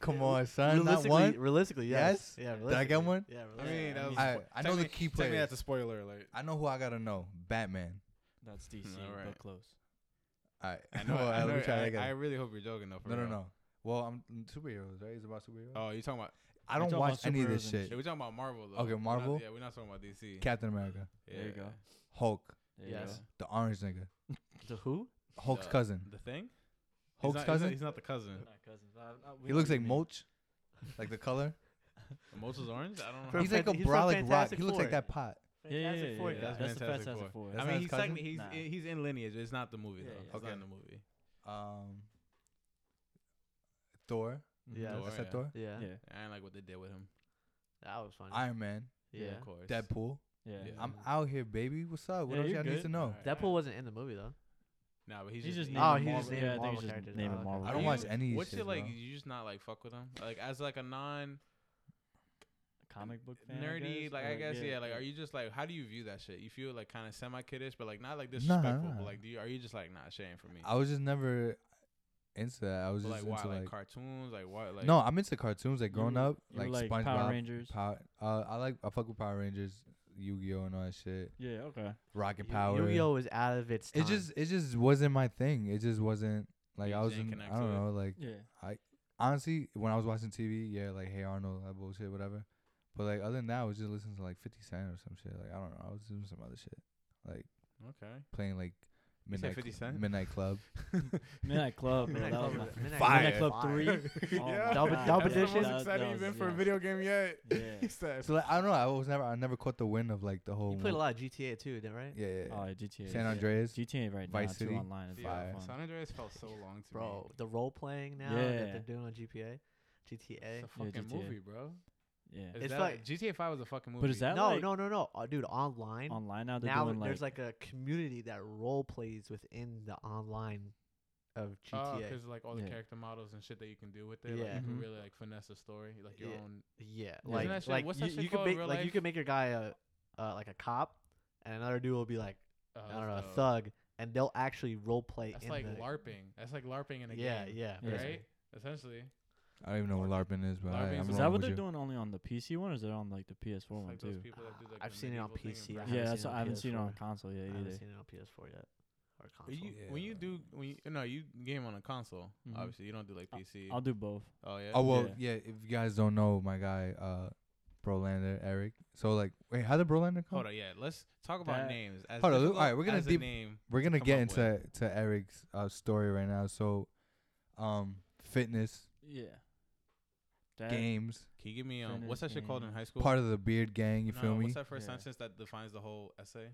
Speaker 1: Come
Speaker 2: Yeah,
Speaker 1: on, son. Not
Speaker 2: Realistically,
Speaker 1: one.
Speaker 2: realistically, yes.
Speaker 1: Yes?
Speaker 2: Yeah,
Speaker 1: Did I get
Speaker 2: realistically.
Speaker 1: one?
Speaker 2: Yeah,
Speaker 3: I
Speaker 2: realistically.
Speaker 3: mean, that was
Speaker 1: I- I know the
Speaker 3: technically-
Speaker 1: key
Speaker 3: Technically,
Speaker 1: players.
Speaker 3: that's a spoiler alert.
Speaker 1: I know who I gotta know. Batman.
Speaker 3: [laughs]
Speaker 4: That's DC,
Speaker 3: Alright.
Speaker 4: but close.
Speaker 1: All right.
Speaker 3: I know.
Speaker 1: Well,
Speaker 3: I,
Speaker 1: [laughs] let
Speaker 3: know
Speaker 1: me try that
Speaker 3: I,
Speaker 1: again.
Speaker 3: I really hope you're joking though. For
Speaker 1: no, no,
Speaker 3: real.
Speaker 1: no. Well, I'm mm, superheroes, right? It's about superheroes.
Speaker 3: Oh, you talking about?
Speaker 1: I
Speaker 4: you're
Speaker 1: don't
Speaker 4: talking
Speaker 1: watch
Speaker 4: about
Speaker 1: any of this
Speaker 4: superheroes and
Speaker 1: shit.
Speaker 3: Yeah, we're talking about Marvel though.
Speaker 1: Okay,
Speaker 3: We're not-
Speaker 1: Marvel?
Speaker 3: yeah, we're not talking about DC.
Speaker 1: Captain America,
Speaker 4: There you
Speaker 3: Yeah.
Speaker 4: go.
Speaker 1: Hulk,
Speaker 4: There
Speaker 2: Yes.
Speaker 4: you
Speaker 1: the orange nigga,
Speaker 2: The who?
Speaker 1: Hulk's
Speaker 3: Uh,
Speaker 1: cousin.
Speaker 3: The thing. He's
Speaker 1: Hulk's
Speaker 3: not- he's not-
Speaker 1: cousin.
Speaker 3: He's not the cousin.
Speaker 4: go. Not cousins. I- I- we
Speaker 1: He
Speaker 4: know
Speaker 1: looks
Speaker 4: what you
Speaker 1: like
Speaker 4: mean.
Speaker 1: mulch, like the color.
Speaker 3: Moses Orange. I don't
Speaker 1: [laughs]
Speaker 3: know.
Speaker 2: From
Speaker 3: how-
Speaker 1: he's like a
Speaker 2: Fant- he's from
Speaker 1: bra like rock.
Speaker 2: Fantastic
Speaker 1: He looks like
Speaker 2: Four.
Speaker 1: that pot.
Speaker 4: Yeah, yeah, yeah,
Speaker 2: Fantastic Four
Speaker 4: yeah,
Speaker 2: guy.
Speaker 3: That's
Speaker 4: That's the
Speaker 3: Fantastic
Speaker 4: Fantastic
Speaker 3: Four.
Speaker 4: Four.
Speaker 1: That's
Speaker 3: I mean,
Speaker 1: not
Speaker 3: he's
Speaker 1: his cousin?
Speaker 3: technically he's
Speaker 4: Nah.
Speaker 3: in, he's in lineage. It's not the movie
Speaker 4: Yeah,
Speaker 3: though.
Speaker 4: yeah.
Speaker 3: It's not
Speaker 1: Okay.
Speaker 3: in the movie.
Speaker 1: Um, Thor.
Speaker 2: Yeah.
Speaker 1: I
Speaker 3: Thor,
Speaker 1: said
Speaker 3: yeah.
Speaker 1: Thor.
Speaker 2: Yeah.
Speaker 4: Yeah,
Speaker 3: I ain't like what they did with him.
Speaker 2: that was funny.
Speaker 1: Iron Man.
Speaker 2: yeah,
Speaker 3: of course.
Speaker 1: Deadpool.
Speaker 4: yeah.
Speaker 3: Yeah.
Speaker 1: I'm out here, baby. What's up? What
Speaker 4: Yeah,
Speaker 1: else
Speaker 4: you're
Speaker 1: y'all need
Speaker 4: good.
Speaker 1: to know?
Speaker 3: Alright.
Speaker 2: Deadpool wasn't in the movie though.
Speaker 3: Nah, but he's,
Speaker 4: He's, just
Speaker 2: Oh,
Speaker 4: naming
Speaker 2: he's
Speaker 4: Marvel.
Speaker 2: just naming
Speaker 4: yeah, I think
Speaker 2: Marvel
Speaker 4: he's just
Speaker 2: characters.
Speaker 4: naming
Speaker 2: Oh, okay.
Speaker 4: Marvel.
Speaker 1: I don't
Speaker 3: You-
Speaker 1: watch any of
Speaker 3: What's
Speaker 1: shit,
Speaker 3: it like?
Speaker 1: bro.
Speaker 3: You just not like fuck with him? Like as like a non
Speaker 4: comic book fan, I
Speaker 3: nerdy,
Speaker 4: guess,
Speaker 3: like I
Speaker 4: or-
Speaker 3: guess yeah. Like are you just like how do you view that shit? You feel like kind of semi kiddish, but like not like
Speaker 1: Nah.
Speaker 3: disrespectful. But like do you are you just like not nah, shit ain't for me?
Speaker 1: I was just never into that. I was
Speaker 3: But,
Speaker 1: just
Speaker 3: like why
Speaker 1: into
Speaker 3: like,
Speaker 1: like,
Speaker 3: cartoons? Like what? Like
Speaker 1: no. I'm into cartoons. Like growing
Speaker 4: You-
Speaker 1: up,
Speaker 4: you
Speaker 1: like,
Speaker 4: like
Speaker 1: SpongeBob,
Speaker 4: Power Rangers.
Speaker 1: Power- uh, I like I fuck with Power Rangers, Yu-Gi-Oh, and all that shit.
Speaker 4: Yeah, okay.
Speaker 1: Rocket
Speaker 2: Yu-
Speaker 1: Power.
Speaker 2: Yu-Gi-Oh was out of its time.
Speaker 1: It just it just wasn't my thing. It just wasn't like
Speaker 3: You
Speaker 1: I
Speaker 3: just
Speaker 1: was in,
Speaker 3: didn't connect
Speaker 1: I
Speaker 3: to
Speaker 1: don't
Speaker 3: it.
Speaker 1: know like
Speaker 4: Yeah.
Speaker 1: honestly when I was watching TV yeah like Hey Arnold that bullshit whatever. But like other than that I was just listening to like Fifty Cent or some shit like I don't know I was doing some other shit like
Speaker 3: okay.
Speaker 1: playing like
Speaker 3: You said
Speaker 1: Midnight,
Speaker 3: 50
Speaker 1: Cl-
Speaker 3: Cent?
Speaker 1: Midnight
Speaker 3: [laughs]
Speaker 1: Club.
Speaker 4: [laughs] Midnight Club. bro,
Speaker 2: Midnight
Speaker 4: that was
Speaker 2: Club-
Speaker 4: my-
Speaker 2: Midnight
Speaker 1: Fire.
Speaker 4: Midnight Club
Speaker 2: Fire.
Speaker 4: three. Oh
Speaker 3: [laughs] yeah.
Speaker 4: my
Speaker 2: Double-
Speaker 4: God, that-
Speaker 3: That's
Speaker 2: double
Speaker 3: the
Speaker 2: edition?
Speaker 3: most
Speaker 4: that was-
Speaker 3: excited
Speaker 4: that
Speaker 3: you've
Speaker 4: was-
Speaker 3: been for a
Speaker 4: yeah.
Speaker 3: video game yet.
Speaker 4: [laughs] Yeah.
Speaker 3: [laughs] he said.
Speaker 1: So like, I don't know. I was never. I never caught the wind of like the whole.
Speaker 2: You played a
Speaker 1: mo-
Speaker 2: lot of GTA too, didn't right?
Speaker 1: Yeah, yeah. yeah.
Speaker 4: Oh, yeah, GTA.
Speaker 1: San
Speaker 4: yeah.
Speaker 1: Andreas.
Speaker 4: GTA right
Speaker 1: Vice
Speaker 4: now
Speaker 1: City,
Speaker 4: too online. It's
Speaker 1: Yeah,
Speaker 4: yeah,
Speaker 1: fun.
Speaker 3: San Andreas felt so long to
Speaker 2: Bro, the role playing now that
Speaker 4: Yeah.
Speaker 2: they're doing on GPA,
Speaker 3: me. It's
Speaker 2: GTA.
Speaker 3: a fucking
Speaker 4: GTA.
Speaker 3: movie, bro.
Speaker 4: Yeah.
Speaker 3: Is
Speaker 2: eh? It's
Speaker 3: that
Speaker 2: like-
Speaker 3: GTA Five was a fucking movie.
Speaker 4: But is that
Speaker 2: No,
Speaker 4: like
Speaker 2: no, no, no, Uh, dude. Online,
Speaker 4: online now? They're
Speaker 2: now
Speaker 4: doing like,
Speaker 2: there's like a community that role plays within the online of
Speaker 3: Oh,
Speaker 2: GTA.
Speaker 3: because like all the
Speaker 4: Yeah.
Speaker 3: character models and shit that you can do with it, like
Speaker 2: Yeah. Mm-hmm.
Speaker 3: you can
Speaker 4: Mhm.
Speaker 3: really like finesse a story, like your
Speaker 2: Yeah.
Speaker 3: own.
Speaker 2: yeah,
Speaker 4: Isn't
Speaker 2: like
Speaker 3: that shit-
Speaker 2: like
Speaker 3: what's that
Speaker 2: you,
Speaker 3: shit
Speaker 2: you can
Speaker 3: called in
Speaker 2: make
Speaker 3: real
Speaker 2: like you
Speaker 3: life?
Speaker 2: can make your guy a uh, like a cop, and another dude will be like
Speaker 3: Uh,
Speaker 2: I don't know a
Speaker 3: so-
Speaker 2: thug, and they'll actually role play.
Speaker 3: That's
Speaker 2: in
Speaker 3: like
Speaker 2: the,
Speaker 3: LARPing. That's like LARPing in a
Speaker 2: Yeah,
Speaker 3: game.
Speaker 2: yeah,
Speaker 4: Yeah.
Speaker 3: Right. Essentially.
Speaker 1: I don't even know what LARPing is, but I,
Speaker 3: LARPing
Speaker 1: I'm
Speaker 3: is-
Speaker 4: Is
Speaker 1: rolling
Speaker 4: that what
Speaker 1: with
Speaker 4: they're
Speaker 1: you.
Speaker 4: doing only on the PC one, or is it on like the PS4
Speaker 3: It's
Speaker 4: one
Speaker 3: like those
Speaker 4: too?
Speaker 3: people that do, like,
Speaker 2: I've
Speaker 3: the
Speaker 2: seen it on
Speaker 3: medieval thing
Speaker 2: PC.
Speaker 3: and
Speaker 2: I
Speaker 3: graphics.
Speaker 2: haven't
Speaker 4: Yeah,
Speaker 2: seen
Speaker 4: that's
Speaker 2: it
Speaker 4: what
Speaker 2: on
Speaker 4: I haven't seen it on
Speaker 2: PS4.
Speaker 4: console yet
Speaker 2: I
Speaker 4: either.
Speaker 2: haven't seen it on PS4 yet or
Speaker 3: But
Speaker 2: console.
Speaker 3: you, when you
Speaker 1: Yeah.
Speaker 3: do when you no you game on a console
Speaker 2: Mm-hmm.
Speaker 4: Mhm.
Speaker 3: obviously you don't do like PC.
Speaker 4: I'll do both.
Speaker 3: oh yeah.
Speaker 1: Oh well,
Speaker 4: Yeah.
Speaker 1: yeah. If you guys don't know, my guy, uh, Brolander Eric. So like, wait, how did Brolander come?
Speaker 3: Hold on, yeah. Let's talk about
Speaker 4: That-
Speaker 3: names. As
Speaker 1: Hold on,
Speaker 3: difficult
Speaker 1: alright, we're gonna
Speaker 3: as a
Speaker 1: deep-
Speaker 3: name.
Speaker 1: We're gonna
Speaker 3: come
Speaker 1: get
Speaker 3: up
Speaker 1: into to Eric's uh, story right now. So, um, fitness,
Speaker 4: Yeah. That,
Speaker 1: games,
Speaker 3: Can you give me um what's that
Speaker 4: Fitness
Speaker 3: shit called in
Speaker 4: game.
Speaker 3: high school?
Speaker 1: part of the beard gang. You
Speaker 3: no,
Speaker 1: feel me?
Speaker 3: What's that first
Speaker 4: Yeah.
Speaker 3: sentence that defines the whole essay?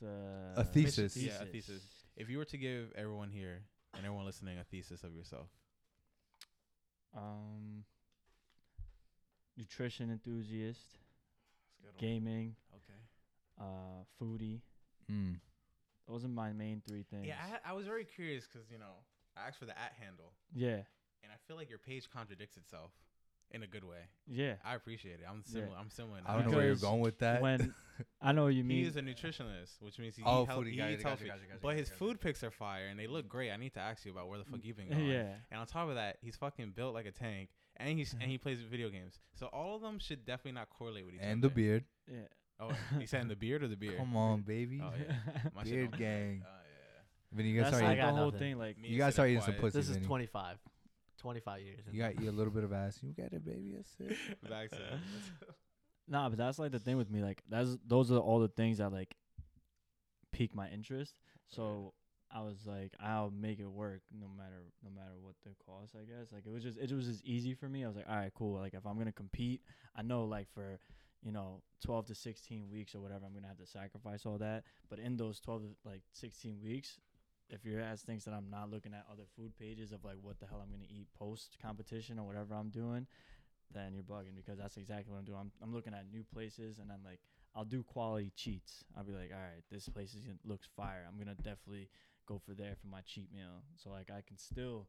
Speaker 4: The
Speaker 1: A thesis.
Speaker 3: Yeah, a thesis. If you were to give everyone here and everyone listening a thesis of yourself,
Speaker 4: Um, nutrition enthusiast, gaming,
Speaker 3: Okay.
Speaker 4: uh, foodie.
Speaker 1: Mm.
Speaker 4: Those are my main three things.
Speaker 3: Yeah, I, had- I was very curious because you know I asked for the at handle,
Speaker 4: yeah,
Speaker 3: and I feel like your page contradicts itself in a good way.
Speaker 4: yeah.
Speaker 3: I appreciate it. I'm similar. I'm similar. in
Speaker 1: I
Speaker 3: that
Speaker 1: don't know where you're
Speaker 4: Because
Speaker 1: going with that. [laughs]
Speaker 4: when I know what you
Speaker 3: He
Speaker 4: mean. [laughs]
Speaker 3: is a nutritionist, which means he,
Speaker 1: Oh,
Speaker 3: he, health,
Speaker 1: foodie,
Speaker 3: he
Speaker 1: gotcha,
Speaker 3: eats
Speaker 1: gotcha,
Speaker 3: healthy.
Speaker 1: gotcha, gotcha,
Speaker 3: but his
Speaker 1: gotcha.
Speaker 3: food pics are fire and they look great. I need to ask you about where the fuck you've been going.
Speaker 4: [laughs] yeah,
Speaker 3: And on top of that, he's fucking built like a tank, and he's and he plays video games. So all of them should definitely not correlate with each
Speaker 1: and the
Speaker 3: other.
Speaker 1: beard.
Speaker 4: yeah.
Speaker 3: Oh, he's saying the beard or the beard.
Speaker 1: Come on, baby.
Speaker 4: [laughs]
Speaker 3: Oh, yeah. My shit
Speaker 1: Beard
Speaker 3: don't-
Speaker 1: gang.
Speaker 3: [laughs] Oh yeah.
Speaker 1: Vinny, you
Speaker 4: That's
Speaker 1: guys
Speaker 4: like
Speaker 1: start
Speaker 2: I
Speaker 1: eating,
Speaker 2: got
Speaker 4: the whole
Speaker 2: nothing.
Speaker 4: thing. Like,
Speaker 3: Me
Speaker 1: you
Speaker 3: and
Speaker 1: gotta
Speaker 3: Sid are
Speaker 1: start eating some
Speaker 3: quiet.
Speaker 1: pussy.
Speaker 2: this is
Speaker 1: Vinny.
Speaker 2: 25, 25 years. in.
Speaker 1: You gotta eat a little bit of ass. You got it, baby. That's it.
Speaker 3: [laughs] Back to that.
Speaker 1: [laughs]
Speaker 4: Nah, but that's like the thing with me. Like that's those are all the things that like pique my interest. So I was like, I'll make it work no matter no matter what the cost. I guess like it was just it was just easy for me. I was like, all right, cool. Like if I'm gonna compete, I know like for you know 12 to 16 weeks or whatever, I'm gonna have to sacrifice all that. But in those 12 to like 16 weeks. If your ass thinks that I'm not looking at other food pages of like what the hell I'm gonna eat post competition or whatever I'm doing, then you're bugging because that's exactly what I'm doing. I'm, I'm looking at new places and I'm like, I'll do quality cheats. I'll be like, all right, this place is, gonna- looks fire. I'm gonna definitely go for there for my cheat meal. So like, I can still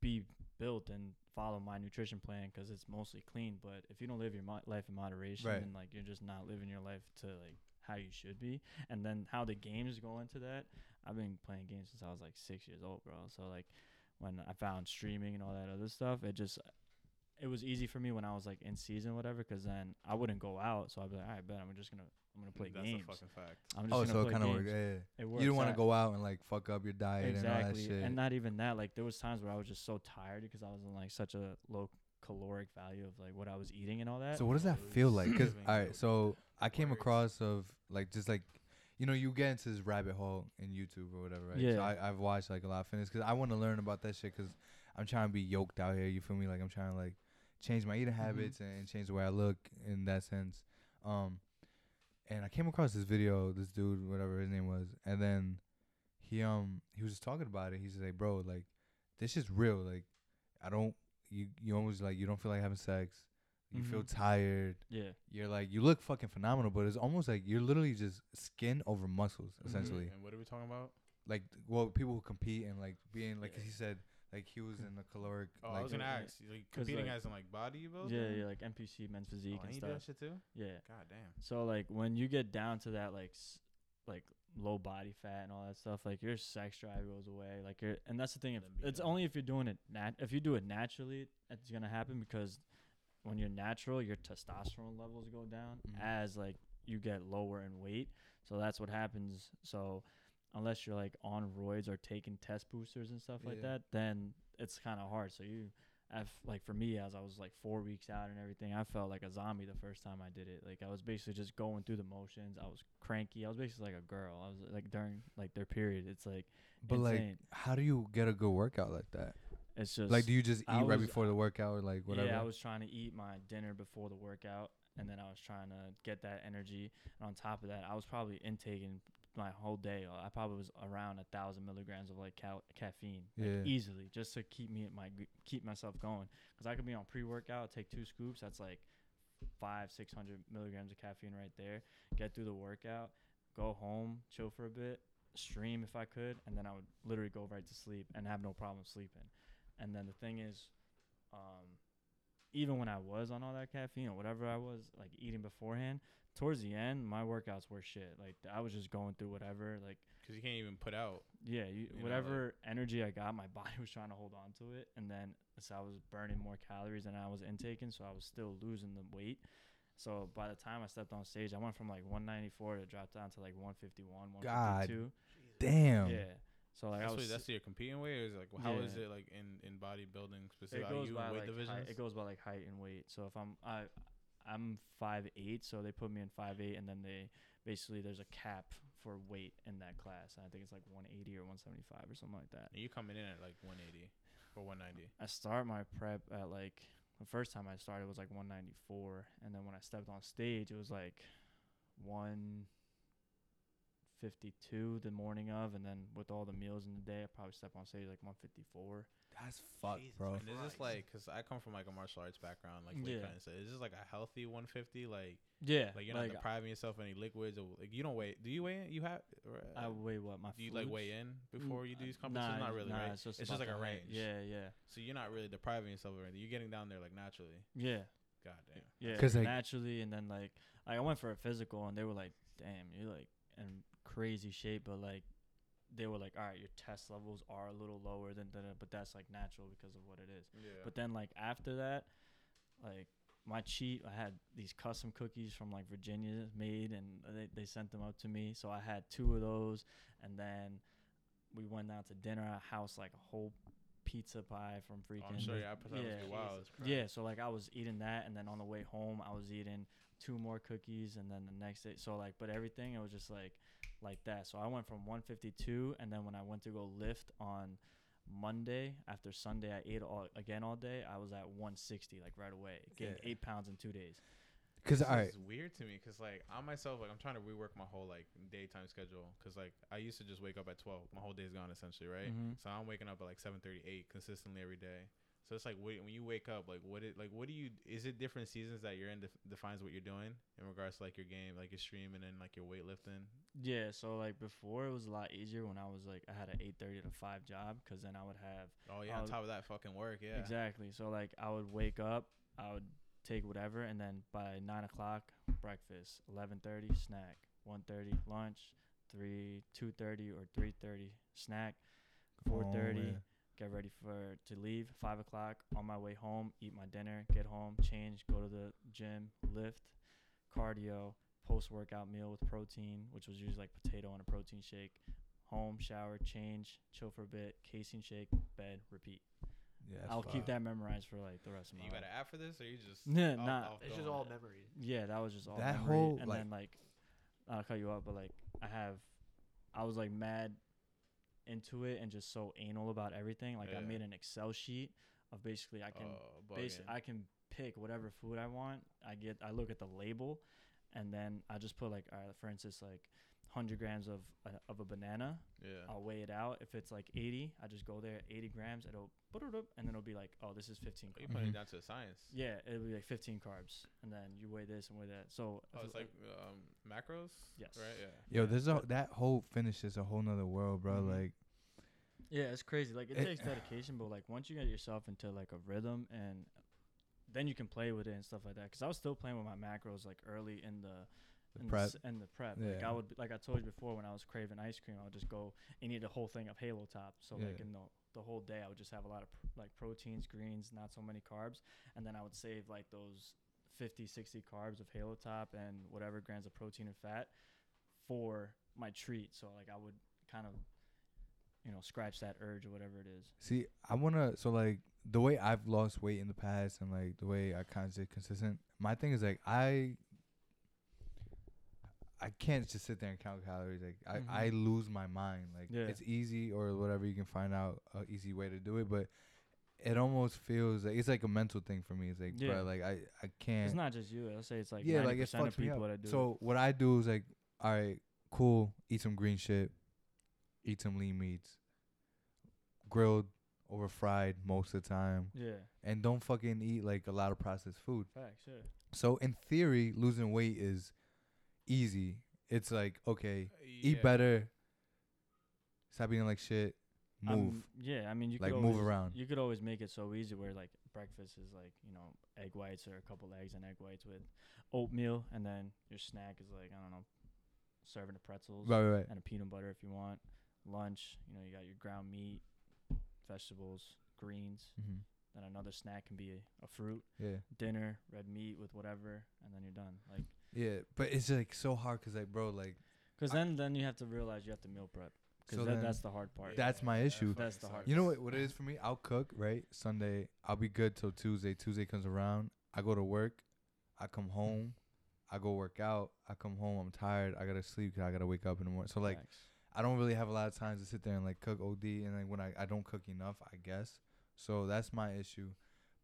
Speaker 4: be built and follow my nutrition plan because it's mostly clean. But if you don't live your mo- life in moderation,
Speaker 1: Right.
Speaker 4: then like you're just not living your life to like how you should be. And then how the games go into that. I've been playing games since I was like six years old, bro. So like, when I found streaming and all that other stuff, it just it was easy for me when I was like in season, whatever, because then I wouldn't go out. So I'd be like, all right, bet I'm just gonna I'm gonna play
Speaker 3: That's
Speaker 4: games.
Speaker 3: a fucking fact.
Speaker 4: I'm just
Speaker 1: Oh,
Speaker 4: gonna
Speaker 1: so it
Speaker 4: play
Speaker 1: kind of works.
Speaker 4: games.
Speaker 1: Yeah, yeah.
Speaker 4: It
Speaker 1: You
Speaker 4: works.
Speaker 1: didn't want
Speaker 4: I-
Speaker 1: to go out and like fuck up your diet and all that
Speaker 4: exactly,
Speaker 1: shit.
Speaker 4: not even that. Like there was times where I was just so tired because I was in like such a low caloric value of like what I was eating and all that.
Speaker 1: so what does that feel like? Because
Speaker 3: Living
Speaker 1: all right,
Speaker 3: out
Speaker 1: so I came
Speaker 3: words.
Speaker 1: across of like just like you know you get into this rabbit hole in YouTube or whatever, right?
Speaker 4: Yeah.
Speaker 1: So I, I've watched like a lot of fitness because I want to learn about that shit because I'm trying to be yoked out here. You feel me? Like I'm trying to like change my
Speaker 4: Mm-hmm.
Speaker 1: eating habits and, and change the way I look in that sense. Um, and I came across this video, this dude, whatever his name was, and then he um he was just talking about it. He's like, bro, like this is real. Like I don't you you almost like you don't feel like having sex. You feel
Speaker 4: Mhm.
Speaker 1: tired
Speaker 4: yeah,
Speaker 1: you're like you look fucking phenomenal, but it's almost like you're literally just skin over muscles,
Speaker 3: Mm-hmm.
Speaker 4: Mhm.
Speaker 1: essentially.
Speaker 3: And what are we talking about?
Speaker 1: Like well, people who compete and like being like, 'cause
Speaker 3: Yeah.
Speaker 1: he said like he was in the caloric.
Speaker 3: Oh,
Speaker 1: like,
Speaker 3: I was gonna
Speaker 4: like- uh,
Speaker 3: ask. Like
Speaker 4: 'cause,
Speaker 3: competing
Speaker 4: like-
Speaker 3: as in like bodybuilding.
Speaker 4: yeah, yeah, like NPC men's physique
Speaker 3: Oh,
Speaker 4: and
Speaker 3: and you do
Speaker 4: stuff.
Speaker 3: that shit too?
Speaker 4: Yeah.
Speaker 3: God damn.
Speaker 4: So like when you get down to that like s- like low body fat and all that stuff, like your sex drive goes away. Like your and that's the thing. If,
Speaker 3: Then be
Speaker 4: it's
Speaker 3: done.
Speaker 4: only if you're doing it nat- if you do it naturally, it's gonna happen because when you're natural, your testosterone levels go down
Speaker 1: Mhm.
Speaker 4: as like you get lower in weight. So that's what happens. So unless you're like on roids or taking test boosters and stuff like
Speaker 1: Yeah.
Speaker 4: that, then it's kind of hard. So you I've like for me as I was like four weeks out and everything, I felt like a zombie the first time I did it. Like I was basically just going through the motions. I was cranky. I was basically like a girl. I was like during like their period. It's like
Speaker 1: But like,
Speaker 4: insane.
Speaker 1: how do you get a good workout like that?
Speaker 4: it's just
Speaker 1: like, do you just eat
Speaker 4: I
Speaker 1: right
Speaker 4: was-
Speaker 1: before the workout or like whatever?
Speaker 4: Yeah, I was trying to eat my dinner before the workout, and then I was trying to get that energy. And on top of that, I was probably intaking my whole day. uh, I probably was around a thousand milligrams of like cal- caffeine, like,
Speaker 1: Yeah.
Speaker 4: easily, just to keep me at my g- keep myself going. Because I could be on pre-workout, take two scoops. That's like five, six hundred milligrams of caffeine right there. Get through the workout, go home, chill for a bit, stream if I could, and then I would literally go right to sleep and have no problem sleeping. And then the thing is, um, even when I was on all that caffeine or whatever I was like eating beforehand, towards the end my workouts were shit. Like I was just going through whatever. Like
Speaker 3: because you can't even put out.
Speaker 4: yeah, you,
Speaker 3: know, like-
Speaker 4: whatever energy I got, my [laughs] body was trying to hold on to it, and then so I was burning more calories than I was intaking, so I was still losing the weight. So by the time I stepped on stage, I went from like 194 to drop down to like 151,
Speaker 1: God
Speaker 4: 152.
Speaker 1: Damn.
Speaker 4: Yeah. So like
Speaker 3: that's,
Speaker 4: I
Speaker 3: what,
Speaker 4: was
Speaker 3: that's your competing way, or is like how is
Speaker 4: Yeah.
Speaker 3: it like in in bodybuilding
Speaker 4: it
Speaker 3: specifically? Are
Speaker 4: goes
Speaker 3: you
Speaker 4: by
Speaker 3: in weight
Speaker 4: like
Speaker 3: divisions?
Speaker 4: height, it goes by like height and weight. So if I'm I I'm five eight, so they put me in five eight, and then they basically there's a cap for weight in that class. And I think it's like 180 or 175 or something like that.
Speaker 3: you coming in at like 180 or 190.
Speaker 4: I start my prep at like the first time I started was like 194, and then when I stepped on stage, it was like 152 the morning of, and then with all the meals in the day, I probably step on stage like 154.
Speaker 1: That's fuck,
Speaker 2: Jesus
Speaker 1: bro.
Speaker 2: Christ.
Speaker 3: And is this
Speaker 2: Christ.
Speaker 3: like because I come from like a martial arts background, like
Speaker 4: Yeah.
Speaker 3: yeah. kind of said, is this like a healthy 150? Like
Speaker 4: Yeah,
Speaker 3: like you're not depriving yourself of any liquids or like you don't weigh? Do you weigh in? You have? or,
Speaker 4: I
Speaker 3: uh,
Speaker 4: weigh what my
Speaker 3: do you like
Speaker 4: foods?
Speaker 3: weigh in
Speaker 4: Mm,
Speaker 3: before you do
Speaker 4: uh,
Speaker 3: these competitions?
Speaker 4: nah,
Speaker 3: not really,
Speaker 4: nah,
Speaker 3: right?
Speaker 4: It's just,
Speaker 3: It's just
Speaker 4: about
Speaker 3: like a
Speaker 4: the height.
Speaker 3: range.
Speaker 4: Yeah, yeah,
Speaker 3: So you're not really depriving yourself of anything. You're getting down there like naturally.
Speaker 4: yeah.
Speaker 3: God damn.
Speaker 4: Yeah,
Speaker 1: 'Cause, like-
Speaker 4: naturally, and then like, like I went for a physical, and they were like, "Damn, you're like in crazy shape," but like, they were like, "All right, your test levels are a little lower than that, but that's like natural because of what it is."
Speaker 3: Yeah.
Speaker 4: But then like after that, like my cheat, I had these custom cookies from like Virginia made, and they they sent them out to me, so I had two of those, and then we went out to dinner at a house like a whole pizza pie from freaking.
Speaker 3: Oh, I'm sure your appetite
Speaker 4: yeah.
Speaker 3: was wild.
Speaker 2: Jesus Christ.
Speaker 4: Yeah, so like I was eating that, and then on the way home, I was eating two more cookies, and then the next day, so like, but everything it was just like, like that. So I went from 152, and then when I went to go lift on Monday after Sunday, I ate all again all day. I was at 160, like right away, gained
Speaker 1: Yeah.
Speaker 4: eight pounds in two days.
Speaker 1: Because
Speaker 3: This
Speaker 1: all right,
Speaker 3: is weird to me because like I myself like I'm trying to rework my whole like daytime schedule because like I used to just wake up at 12. My whole day's gone essentially, right?
Speaker 4: Mhm.
Speaker 3: So I'm waking up at like 7:38 consistently every day. So it's like wh- when you wake up, like what it like what do you is it different seasons that you're in def- defines what you're doing in regards to like your game, like your stream, and then like your weightlifting?
Speaker 4: Yeah, so like before it was a lot easier when I was like I had an 8:30 to five job, because then I would have
Speaker 3: Oh yeah,
Speaker 4: Oh,
Speaker 3: on top of that fucking work, yeah.
Speaker 4: Exactly. So like I would wake up, I would take whatever, and then by nine o'clock, breakfast. Eleven thirty, snack. One thirty, lunch. Three, two thirty or three thirty, snack. Four thirty,
Speaker 1: Oh, man.
Speaker 4: get ready for to leave. Five o'clock, on my way home, eat my dinner, get home, change, go to the gym, lift, cardio, post workout meal with protein, which was usually like potato and a protein shake. Home, shower, change, chill for a bit, casein shake, bed, repeat.
Speaker 1: yeah, that's
Speaker 4: I'll
Speaker 1: fucked.
Speaker 4: keep that memorized for like the rest of my
Speaker 3: You got
Speaker 4: life.
Speaker 3: an app for this, or you
Speaker 4: [laughs]
Speaker 3: just
Speaker 4: Nah,
Speaker 3: off-
Speaker 4: nah.
Speaker 3: off
Speaker 2: It's just
Speaker 3: dome?
Speaker 2: all memory.
Speaker 4: Yeah, that was just all.
Speaker 1: That
Speaker 4: memory.
Speaker 1: whole,
Speaker 4: and
Speaker 1: like-
Speaker 4: then like, I'll cut you up, but like I have, I was like mad into it and just so anal about everything. Like
Speaker 3: Yeah.
Speaker 4: I made an Excel sheet of basically I can
Speaker 3: Oh,
Speaker 4: basi-
Speaker 3: bugging.
Speaker 4: I can pick whatever food I want. I get I look at the label, and then I just put like all right, for instance like. 100 grams of uh, of a banana.
Speaker 3: yeah.
Speaker 4: I'll weigh it out. If it's like 80, I just go there. 80 grams. It'll and then it'll be like, oh, this is 15
Speaker 3: you
Speaker 1: Mhm.
Speaker 3: putting it down to the science.
Speaker 4: yeah, it'll be like 15 carbs, and then you weigh this and weigh that. So
Speaker 3: Oh,
Speaker 4: if
Speaker 3: it's
Speaker 4: it-
Speaker 3: like um, macros.
Speaker 4: Yes.
Speaker 3: Right. Yeah.
Speaker 1: Yo,
Speaker 4: Yeah,
Speaker 1: there's a,
Speaker 4: but-
Speaker 1: that whole finish is a whole nother world, bro.
Speaker 4: Mhm.
Speaker 1: Like,
Speaker 4: yeah, it's crazy. Like it,
Speaker 1: it-
Speaker 4: takes dedication, but like once you get yourself into like a rhythm, and then you can play with it and stuff like that. Because I was still playing with my macros like early in the.
Speaker 1: The
Speaker 4: in
Speaker 1: prep.
Speaker 4: s- in the prep, like
Speaker 1: Yeah.
Speaker 4: I would, like I told you before, when I was craving ice cream, I would just go and eat a whole thing of Halo Top. So like
Speaker 1: Yeah.
Speaker 4: in the the whole day, I would just have a lot of pr- like proteins, greens, not so many carbs, and then I would save like those 50, 60 carbs of Halo Top and whatever grams of protein and fat for my treat. So like I would kind of you know scratch that urge or whatever it is.
Speaker 1: See, I wanna so like the way I've lost weight in the past and like the way I kind of stay consistent. My thing is like I I can't just sit there and count calories. Like I
Speaker 4: Mhm.
Speaker 1: I lose my mind. Like
Speaker 4: Yeah.
Speaker 1: it's easy or whatever you can find out a easy way to do it, but it almost feels like it's like a mental thing for me. It's like
Speaker 4: Yeah.
Speaker 1: bro, like I I can't
Speaker 4: It's not just you. I'll say it's like
Speaker 1: yeah,
Speaker 4: 90%
Speaker 1: like it
Speaker 4: of
Speaker 1: fucks me
Speaker 4: people
Speaker 1: up.
Speaker 4: that do. it.
Speaker 1: So what I do is like, all right, cool, eat some green shit, eat some lean meats, grilled over fried most of the time,
Speaker 4: yeah,
Speaker 1: and don't fucking eat like a lot of processed food.
Speaker 4: facts. Yeah,
Speaker 1: So in theory, losing weight is easy. It's like okay, eat
Speaker 3: Yeah.
Speaker 1: better, stop eating like shit,
Speaker 4: I'm-
Speaker 1: move.
Speaker 4: yeah, I mean you
Speaker 1: Like,
Speaker 4: could
Speaker 1: move
Speaker 4: always-
Speaker 1: around.
Speaker 4: You could always make it so easy where like breakfast is like you know egg whites or a couple eggs and egg whites with oatmeal, and then your snack is like I don't know, serving of pretzels
Speaker 1: right, right, right.
Speaker 4: and a peanut butter if you want. Lunch, you know, you got your ground meat, vegetables, greens.
Speaker 1: hmm
Speaker 4: Then another snack can be a, a fruit.
Speaker 1: Yeah.
Speaker 4: Dinner, red meat with whatever, and then you're done. Like,
Speaker 1: Yeah, but it's like so hard because like, bro, like
Speaker 4: cause then then you have to realize you have to meal prep. Cause
Speaker 1: So
Speaker 4: that,
Speaker 1: then-
Speaker 4: that's the hard part.
Speaker 1: That's my issue.
Speaker 4: That's the hard
Speaker 1: You know what, what it is for me? I'll cook, right? Sunday, I'll be good till Tuesday. Tuesday comes around. I go to work. I come home. I go work out. I come home. I'm tired. I got to sleep 'cause I got to wake up in the morning. So, like,
Speaker 4: Facts.
Speaker 1: I don't really have a lot of time to sit there and, like, cook OD. And, like, when I, I don't cook enough, I guess. So, that's my issue.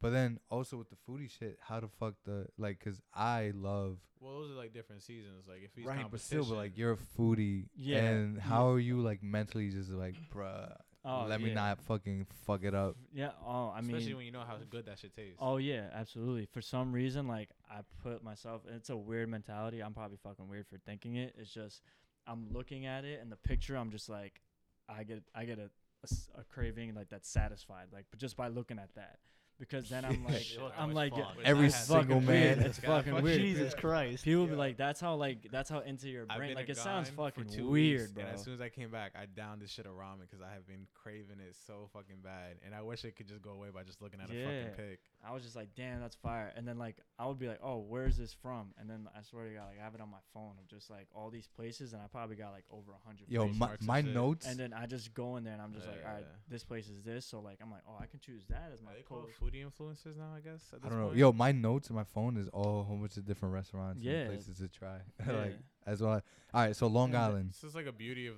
Speaker 1: But then also with the foodie shit, how the fuck the, like, because I love,
Speaker 3: Well, those are like different seasons. Like if he's
Speaker 1: right, but
Speaker 3: competition,
Speaker 1: still, but, like, you're a foodie.
Speaker 4: Yeah,
Speaker 1: And
Speaker 4: yeah.
Speaker 1: how are you, like, mentally just, like, bruh,
Speaker 4: Oh,
Speaker 1: let me
Speaker 4: yeah.
Speaker 1: not fucking fuck it up.
Speaker 4: Yeah. Oh, I
Speaker 3: especially
Speaker 4: mean.
Speaker 3: when you know how good that shit tastes.
Speaker 4: Oh yeah, absolutely. For some reason, like I put myself. It's a weird mentality. I'm probably fucking weird for thinking it. It's just I'm looking at it and the picture. I'm just like, I get, I get a, a s- a craving like that's satisfied, like, but just by looking at that, because
Speaker 1: [laughs]
Speaker 4: then
Speaker 3: [laughs]
Speaker 4: I'm like,
Speaker 3: Shit, look how
Speaker 4: I'm
Speaker 3: much
Speaker 4: like,
Speaker 3: fun.
Speaker 4: it's
Speaker 1: Every
Speaker 4: fucking
Speaker 1: single man-
Speaker 4: Weird. It's
Speaker 3: Yeah, fuck
Speaker 4: fucking
Speaker 3: you.
Speaker 4: weird.
Speaker 2: Oh, Jesus Christ.
Speaker 4: People be
Speaker 3: Yeah.
Speaker 4: like, that's how like that's how into your
Speaker 3: I've
Speaker 4: brain.
Speaker 3: been
Speaker 4: Like
Speaker 3: a
Speaker 4: it sounds
Speaker 3: gone
Speaker 4: fucking
Speaker 3: for two
Speaker 4: weird,
Speaker 3: weeks,
Speaker 4: bro.
Speaker 3: And as soon as I came back, I downed this shit ramen because I have been craving it so fucking bad, and I wish it could just go away by just looking at a
Speaker 4: Yeah.
Speaker 3: fucking pic.
Speaker 4: I was just like, damn, that's fire. And then like I would be like, oh, where's this from? And then I swear to God, like I have it on my phone of just like all these places, and I probably got like over a hundred.
Speaker 1: Yo,
Speaker 4: places.
Speaker 1: my,
Speaker 3: marks and
Speaker 1: my
Speaker 3: shit.
Speaker 1: notes.
Speaker 4: And then I just go in there and I'm just like, all right,
Speaker 3: Yeah.
Speaker 4: this place is this. So like I'm like, oh, I can choose that as my
Speaker 3: Are they called
Speaker 4: post.
Speaker 3: foodie influencers now? I guess.
Speaker 1: I
Speaker 3: at this
Speaker 1: don't know.
Speaker 3: point?
Speaker 1: Yo, my notes in my phone is all a whole bunch of different restaurants
Speaker 4: Yeah.
Speaker 1: and places to try. [laughs]
Speaker 4: Yeah.
Speaker 1: [laughs] like as well. All right, so Long
Speaker 4: And the-
Speaker 1: Island.
Speaker 3: This is like a beauty of,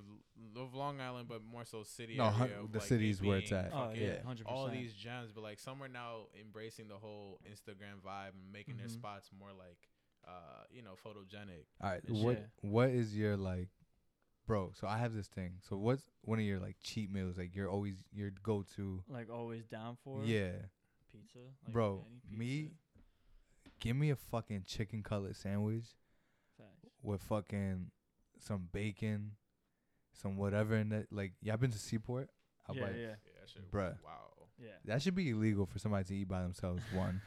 Speaker 3: L- of Long Island, but more so city.
Speaker 1: No, hun-
Speaker 3: area of,
Speaker 1: the
Speaker 3: like, it
Speaker 1: city's where it's
Speaker 3: being
Speaker 1: at.
Speaker 4: Oh,
Speaker 3: fucking
Speaker 4: yeah, 100%.
Speaker 3: All these gems, but like some are now embracing the whole Instagram vibe and making their
Speaker 4: Mhm.
Speaker 3: spots more like, uh, you know, photogenic.
Speaker 1: All right,
Speaker 4: and
Speaker 1: what
Speaker 4: shit.
Speaker 1: what is your like, bro? So I have this thing. So what's one of your like cheat meals? Like you're always your go to.
Speaker 4: like always down for
Speaker 1: Yeah,
Speaker 4: pizza. Like
Speaker 1: Bro,
Speaker 4: any
Speaker 1: me-
Speaker 4: pizza.
Speaker 1: give me a fucking chicken cutlet sandwich
Speaker 4: Facts.
Speaker 1: with fucking some bacon, some whatever in it. Like y'all been to Seaport? I
Speaker 4: yeah,
Speaker 1: bite.
Speaker 4: yeah,
Speaker 3: Yeah, that shit.
Speaker 1: Bruh.
Speaker 3: Wow.
Speaker 4: yeah.
Speaker 1: That should be illegal for somebody to eat by themselves. One,